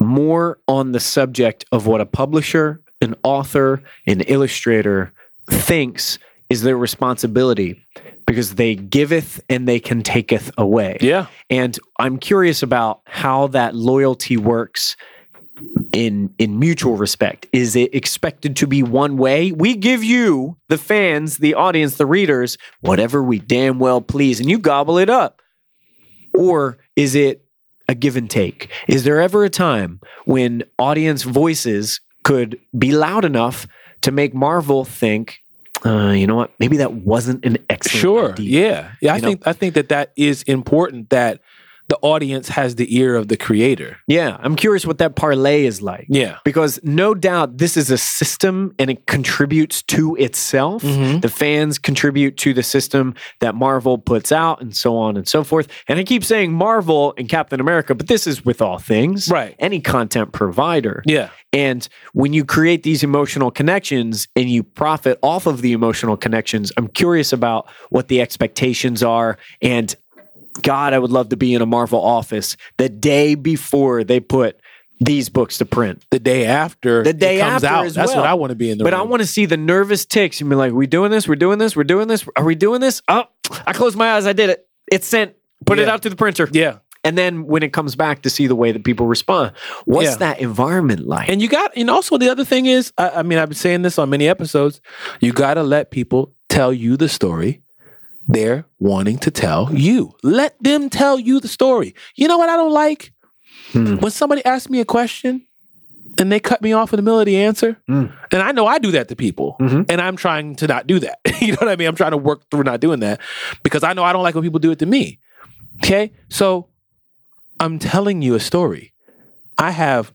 [SPEAKER 2] more on the subject of what a publisher, an author, an illustrator thinks is their responsibility because they giveth and they can taketh away.
[SPEAKER 1] Yeah.
[SPEAKER 2] And I'm curious about how that loyalty works in in mutual respect. Is it expected to be one way? We give you the fans, the audience, the readers whatever we damn well please and you gobble it up. Or is it a give and take? Is there ever a time when audience voices could be loud enough to make Marvel think, uh, you know what, maybe that wasn't an excellent
[SPEAKER 1] Sure.
[SPEAKER 2] idea?
[SPEAKER 1] Yeah. Yeah. I
[SPEAKER 2] You know?
[SPEAKER 1] think I think that that is important that the audience has the ear of the creator.
[SPEAKER 2] Yeah, I'm curious what that parlay is like.
[SPEAKER 1] Yeah.
[SPEAKER 2] Because no doubt this is a system and it contributes to itself.
[SPEAKER 1] Mm-hmm.
[SPEAKER 2] The fans contribute to the system that Marvel puts out and so on and so forth. And I keep saying Marvel and Captain America, but this is with all things.
[SPEAKER 1] Right.
[SPEAKER 2] Any content provider.
[SPEAKER 1] Yeah.
[SPEAKER 2] And when you create these emotional connections and you profit off of the emotional connections, I'm curious about what the expectations are. And God, I would love to be in a Marvel office the day before they put these books to print.
[SPEAKER 1] The day after
[SPEAKER 2] The day
[SPEAKER 1] it comes
[SPEAKER 2] after
[SPEAKER 1] out.
[SPEAKER 2] as
[SPEAKER 1] That's
[SPEAKER 2] well.
[SPEAKER 1] what I want to be in the
[SPEAKER 2] But I
[SPEAKER 1] room.
[SPEAKER 2] want to see the nervous ticks and be like, we doing this? We're doing this? We're doing this? Are we doing this? Oh, I closed my eyes. I did it. It's sent. Put it
[SPEAKER 1] Yeah.
[SPEAKER 2] out to the printer.
[SPEAKER 1] yeah.
[SPEAKER 2] And then when it comes back to see the way that people respond, what's
[SPEAKER 1] Yeah.
[SPEAKER 2] that environment like?
[SPEAKER 1] And you got, and also the other thing is, I, I mean, I've been saying this on many episodes. You got to let people tell you the story they're wanting to tell you. Let them tell you the story. You know what I don't like?
[SPEAKER 2] Hmm.
[SPEAKER 1] When somebody asks me a question and they cut me off in the middle of the answer,
[SPEAKER 2] Mm.
[SPEAKER 1] and I know I do that to people,
[SPEAKER 2] Mhm.
[SPEAKER 1] and I'm trying to not do that. (laughs) you know what I mean? I'm trying to work through not doing that because I know I don't like when people do it to me. Okay, so I'm telling you a story. I have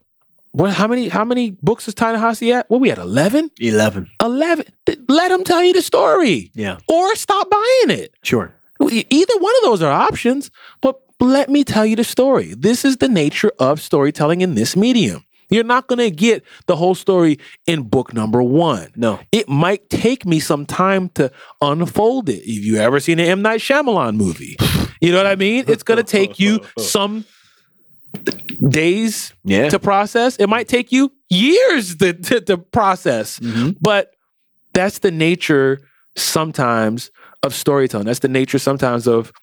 [SPEAKER 1] what? How many? How many books is Ta-Nehisi at? What we at? Eleven?
[SPEAKER 2] 11.
[SPEAKER 1] Eleven? Th- Let him tell you the story,
[SPEAKER 2] Yeah,
[SPEAKER 1] or stop buying it.
[SPEAKER 2] sure.
[SPEAKER 1] E- Either one of those are options, but let me tell you the story. This is the nature of storytelling in this medium. You're not going to get the whole story in book number one.
[SPEAKER 2] No.
[SPEAKER 1] It might take me some time to unfold it. If you ever seen an M Night Shyamalan movie, you know what I mean. It's going to take you some days
[SPEAKER 2] Yeah. (laughs)
[SPEAKER 1] to process. It might take you years to, to, to process,
[SPEAKER 2] Mm-hmm.
[SPEAKER 1] but that's the nature sometimes of storytelling. That's the nature sometimes of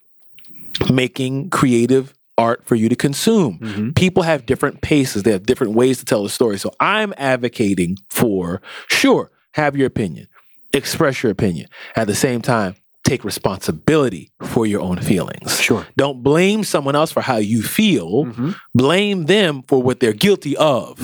[SPEAKER 1] making creative art for you to consume.
[SPEAKER 2] Mm-hmm.
[SPEAKER 1] People have different paces, they have different ways to tell a story. So I'm advocating for sure, have your opinion, express your opinion. At the same time, take responsibility for your own feelings.
[SPEAKER 2] Sure.
[SPEAKER 1] Don't blame someone else for how you feel.
[SPEAKER 2] Mm-hmm.
[SPEAKER 1] Blame them for what they're guilty of.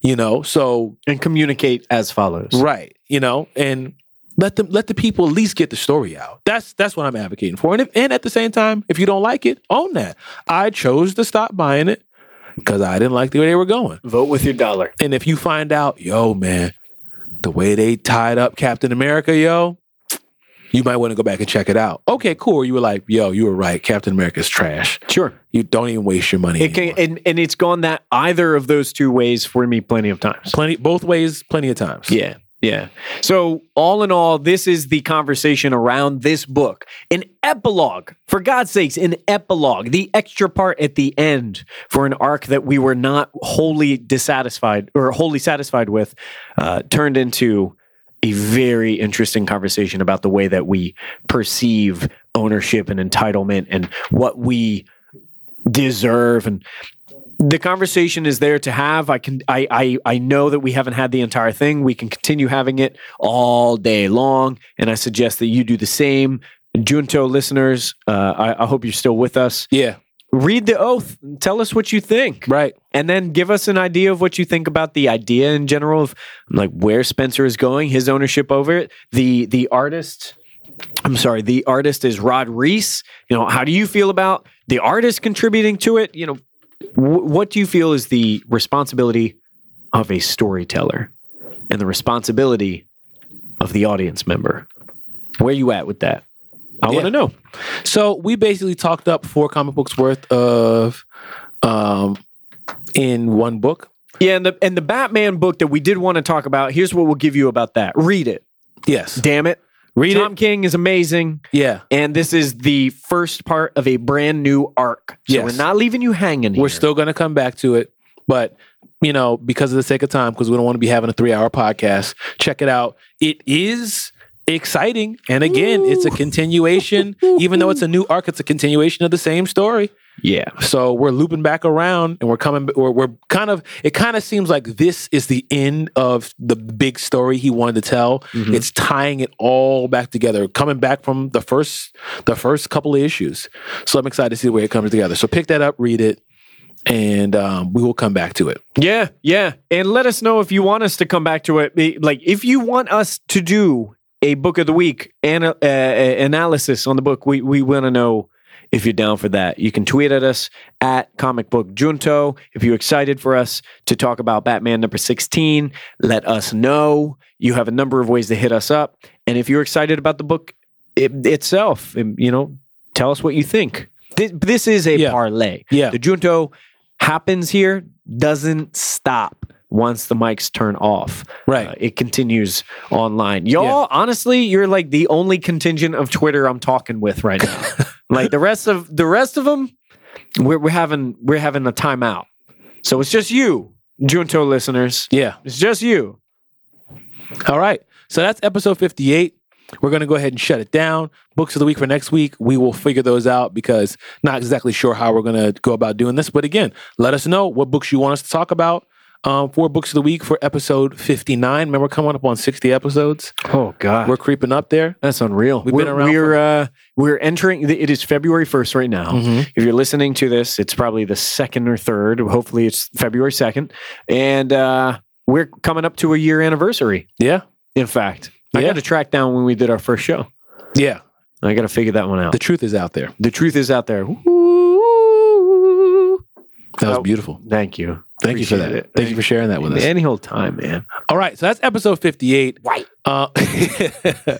[SPEAKER 1] You know, so
[SPEAKER 2] And communicate as follows.
[SPEAKER 1] right, you know, and let them let the people at least get the story out. That's that's what I'm advocating for. And if, and at the same time, if you don't like it, own that. I chose to stop buying it because I didn't like the way they were going.
[SPEAKER 2] Vote with your dollar.
[SPEAKER 1] And if you find out, yo, man, the way they tied up Captain America, yo, you might want to go back and check it out. Okay, cool. You were like, yo, you were right. Captain America's trash.
[SPEAKER 2] Sure.
[SPEAKER 1] You don't even waste your money.
[SPEAKER 2] It can,
[SPEAKER 1] anymore.
[SPEAKER 2] and, and it's gone that either of those two ways for me plenty of times.
[SPEAKER 1] plenty both ways, plenty of times.
[SPEAKER 2] Yeah. Yeah. So, all in all, this is the conversation around this book. An epilogue, for God's sakes, an epilogue, the extra part at the end for an arc that we were not wholly dissatisfied or wholly satisfied with, uh, turned into a very interesting conversation about the way that we perceive ownership and entitlement and what we deserve and the conversation is there to have. I can I, I I know that we haven't had the entire thing. We can continue having it all day long, and I suggest that you do the same. Junto listeners, uh, I, I hope you're still with us.
[SPEAKER 1] Yeah.
[SPEAKER 2] Read the oath. and Tell us what you think,
[SPEAKER 1] Right.
[SPEAKER 2] and then give us an idea of what you think about the idea in general of like where Spencer is going, his ownership over it, the the artist. I'm sorry, the artist is Rod Reese. You know, how do you feel about the artist contributing to it? You know, wh- what do you feel is the responsibility of a storyteller and the responsibility of the audience member? Where you at with that? I want
[SPEAKER 1] Yeah.
[SPEAKER 2] to know.
[SPEAKER 1] So we basically talked up four comic books worth of um in one book.
[SPEAKER 2] Yeah, and the and the Batman book that we did want to talk about. Here's what we'll give you about that. Read it.
[SPEAKER 1] Yes.
[SPEAKER 2] Damn it.
[SPEAKER 1] Read
[SPEAKER 2] Tom
[SPEAKER 1] it.
[SPEAKER 2] King is amazing,
[SPEAKER 1] Yeah.
[SPEAKER 2] and this is the first part of a brand new arc. So
[SPEAKER 1] Yes.
[SPEAKER 2] we're not leaving you hanging.
[SPEAKER 1] We're
[SPEAKER 2] here.
[SPEAKER 1] still going to come back to it, but you know, because of the sake of time, because we don't want to be having a three-hour podcast. Check it out. It is exciting, and again, it's a continuation. even though it's a new arc, it's a continuation of the same story.
[SPEAKER 2] yeah.
[SPEAKER 1] So we're looping back around, and we're coming. We're, we're kind of. It kind of seems like this is the end of the big story he wanted to tell. It's tying it all back together, coming back from the first the first couple of issues. So I'm excited to see where it comes together. So pick that up, read it, and um, we will come back to it.
[SPEAKER 2] Yeah, yeah. And let us know if you want us to come back to it. Be- Like, if you want us to do a book of the week ana- uh, uh, analysis on the book, we, we want to know if you're down for that. You can tweet at us at Comic Book Junto. If you're excited for us to talk about Batman number 16, let us know. You have a number of ways to hit us up. And if you're excited about the book i itself, um, you know, tell us what you think. This, this is a
[SPEAKER 1] Yeah.
[SPEAKER 2] parlay.
[SPEAKER 1] Yeah.
[SPEAKER 2] The junto happens here, doesn't stop once the mics turn off.
[SPEAKER 1] Right.
[SPEAKER 2] Uh, it continues online. Y'all, honestly, you're like the only contingent of Twitter I'm talking with
[SPEAKER 1] (laughs)
[SPEAKER 2] right now. like the rest of the rest of them, we're, we're having we're having a timeout. So it's just you, junto listeners.
[SPEAKER 1] Yeah.
[SPEAKER 2] It's just you.
[SPEAKER 1] All right. So that's episode 58. We're going to go ahead and shut it down. Books of the week for next week, we will figure those out because not exactly sure how we're going to go about doing this. But again, let us know what books you want us to talk about um, for Books of the Week for episode 59. Man, we're coming up on 60 episodes.
[SPEAKER 2] Oh God.
[SPEAKER 1] We're creeping up there.
[SPEAKER 2] That's unreal. We've
[SPEAKER 1] been
[SPEAKER 2] we're,
[SPEAKER 1] around
[SPEAKER 2] We're uh, we're entering. It is February first right
[SPEAKER 1] Mm-hmm.
[SPEAKER 2] now. If you're listening to this, it's probably the second or third. Hopefully, it's February second, and uh, we're coming up to a year anniversary.
[SPEAKER 1] Yeah.
[SPEAKER 2] In fact, I
[SPEAKER 1] Yeah.
[SPEAKER 2] got to track down when we did our first show.
[SPEAKER 1] Yeah.
[SPEAKER 2] I got to figure that one out.
[SPEAKER 1] The
[SPEAKER 2] The,
[SPEAKER 1] truth is out there.
[SPEAKER 2] truth is out there.
[SPEAKER 1] That was
[SPEAKER 2] Oh.
[SPEAKER 1] beautiful.
[SPEAKER 2] Thank you.
[SPEAKER 1] Thank you for that.
[SPEAKER 2] Appreciate it.
[SPEAKER 1] Thank you for sharing that with us.
[SPEAKER 2] Any whole time, man.
[SPEAKER 1] All right, so that's episode 58.
[SPEAKER 2] Right.
[SPEAKER 1] Uh,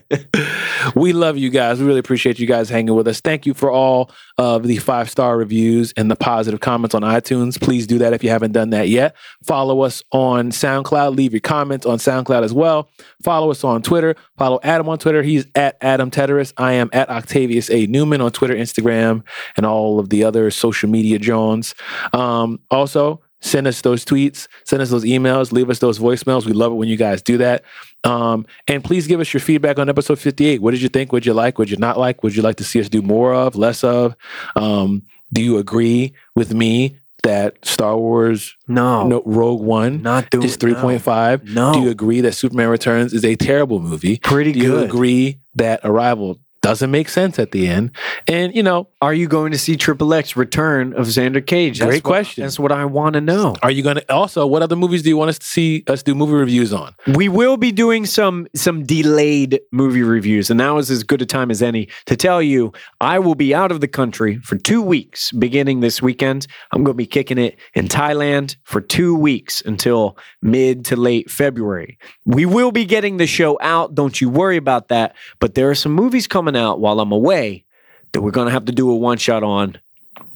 [SPEAKER 1] (laughs) we love you guys. We really appreciate you guys hanging with us. Thank you for all of the five star reviews and the positive comments on iTunes. Please do that if you haven't done that yet. Follow us on SoundCloud. Leave your comments on SoundCloud as well. Follow us on Twitter. Follow Adam on Twitter. He's at Adam Teteris. I am at Octavius A. Newman on Twitter, Instagram, and all of the other social media Johns. Um, also, send us those tweets, send us those emails, leave us those voicemails. We love it when you guys do that. Um, and please give us your feedback on episode 58. What did you think? Would you like? Would you not like? Would you like to see us do more of, less of? Um, do you agree with me that Star Wars
[SPEAKER 2] No,
[SPEAKER 1] no, Rogue One
[SPEAKER 2] not doing
[SPEAKER 1] is 3.5?
[SPEAKER 2] Oh. No,
[SPEAKER 1] Do you agree that Superman Returns is a terrible movie?
[SPEAKER 2] pretty
[SPEAKER 1] Do you
[SPEAKER 2] good.
[SPEAKER 1] agree that Arrival doesn't make sense at the end? And, you know,
[SPEAKER 2] Are you going to see Triple X return of Xander Cage?
[SPEAKER 1] Great
[SPEAKER 2] what-
[SPEAKER 1] question.
[SPEAKER 2] That's what I want to know.
[SPEAKER 1] are you going to also, what other movies do you want us to see us do movie reviews on?
[SPEAKER 2] We will be doing some some delayed movie reviews, and now is as good a time as any to tell you I will be out of the country for two weeks beginning this weekend. I'm going to be kicking it in Thailand for two weeks until mid to late February. We will be getting the show out. Don't you worry about that. But there are some movies coming out while I'm away that we're going to have to do a one shot on,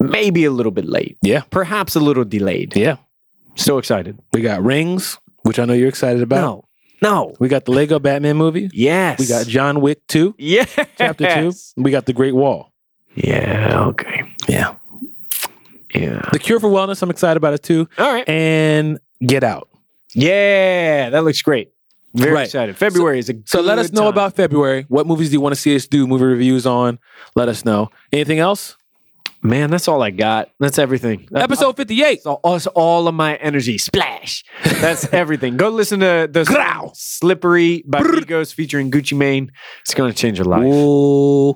[SPEAKER 2] maybe a little bit late.
[SPEAKER 1] Yeah.
[SPEAKER 2] perhaps a little delayed.
[SPEAKER 1] Yeah.
[SPEAKER 2] So excited.
[SPEAKER 1] We got Rings, which I know you're excited about.
[SPEAKER 2] No, no.
[SPEAKER 1] We got the Lego Batman movie.
[SPEAKER 2] Yes.
[SPEAKER 1] We got John Wick 2,
[SPEAKER 2] Yeah.
[SPEAKER 1] Chapter 2. We got The Great Wall.
[SPEAKER 2] Yeah. Okay.
[SPEAKER 1] Yeah.
[SPEAKER 2] Yeah.
[SPEAKER 1] The Cure for Wellness, I'm excited about it too.
[SPEAKER 2] All right.
[SPEAKER 1] And Get Out.
[SPEAKER 2] Yeah. That looks great. Very
[SPEAKER 1] Right.
[SPEAKER 2] excited. February is a
[SPEAKER 1] So let
[SPEAKER 2] good
[SPEAKER 1] us know
[SPEAKER 2] time.
[SPEAKER 1] about February. What movies do you want to see us do movie reviews on? Let us know. Anything else?
[SPEAKER 2] man. That's all I got. That's everything. That's
[SPEAKER 1] Episode 58.
[SPEAKER 2] all, that's all of my energy. Splash.
[SPEAKER 1] (laughs)
[SPEAKER 2] That's everything. Go listen to the
[SPEAKER 1] Growl.
[SPEAKER 2] "Slippery" by Migos featuring Gucci Mane. It's gonna change your life.
[SPEAKER 1] Ooh.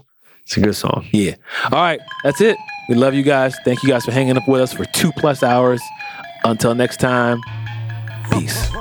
[SPEAKER 2] It's a good song.
[SPEAKER 1] Yeah. All right. That's it. We love you guys. Thank you guys for hanging up with us for two plus hours. Until next time, peace.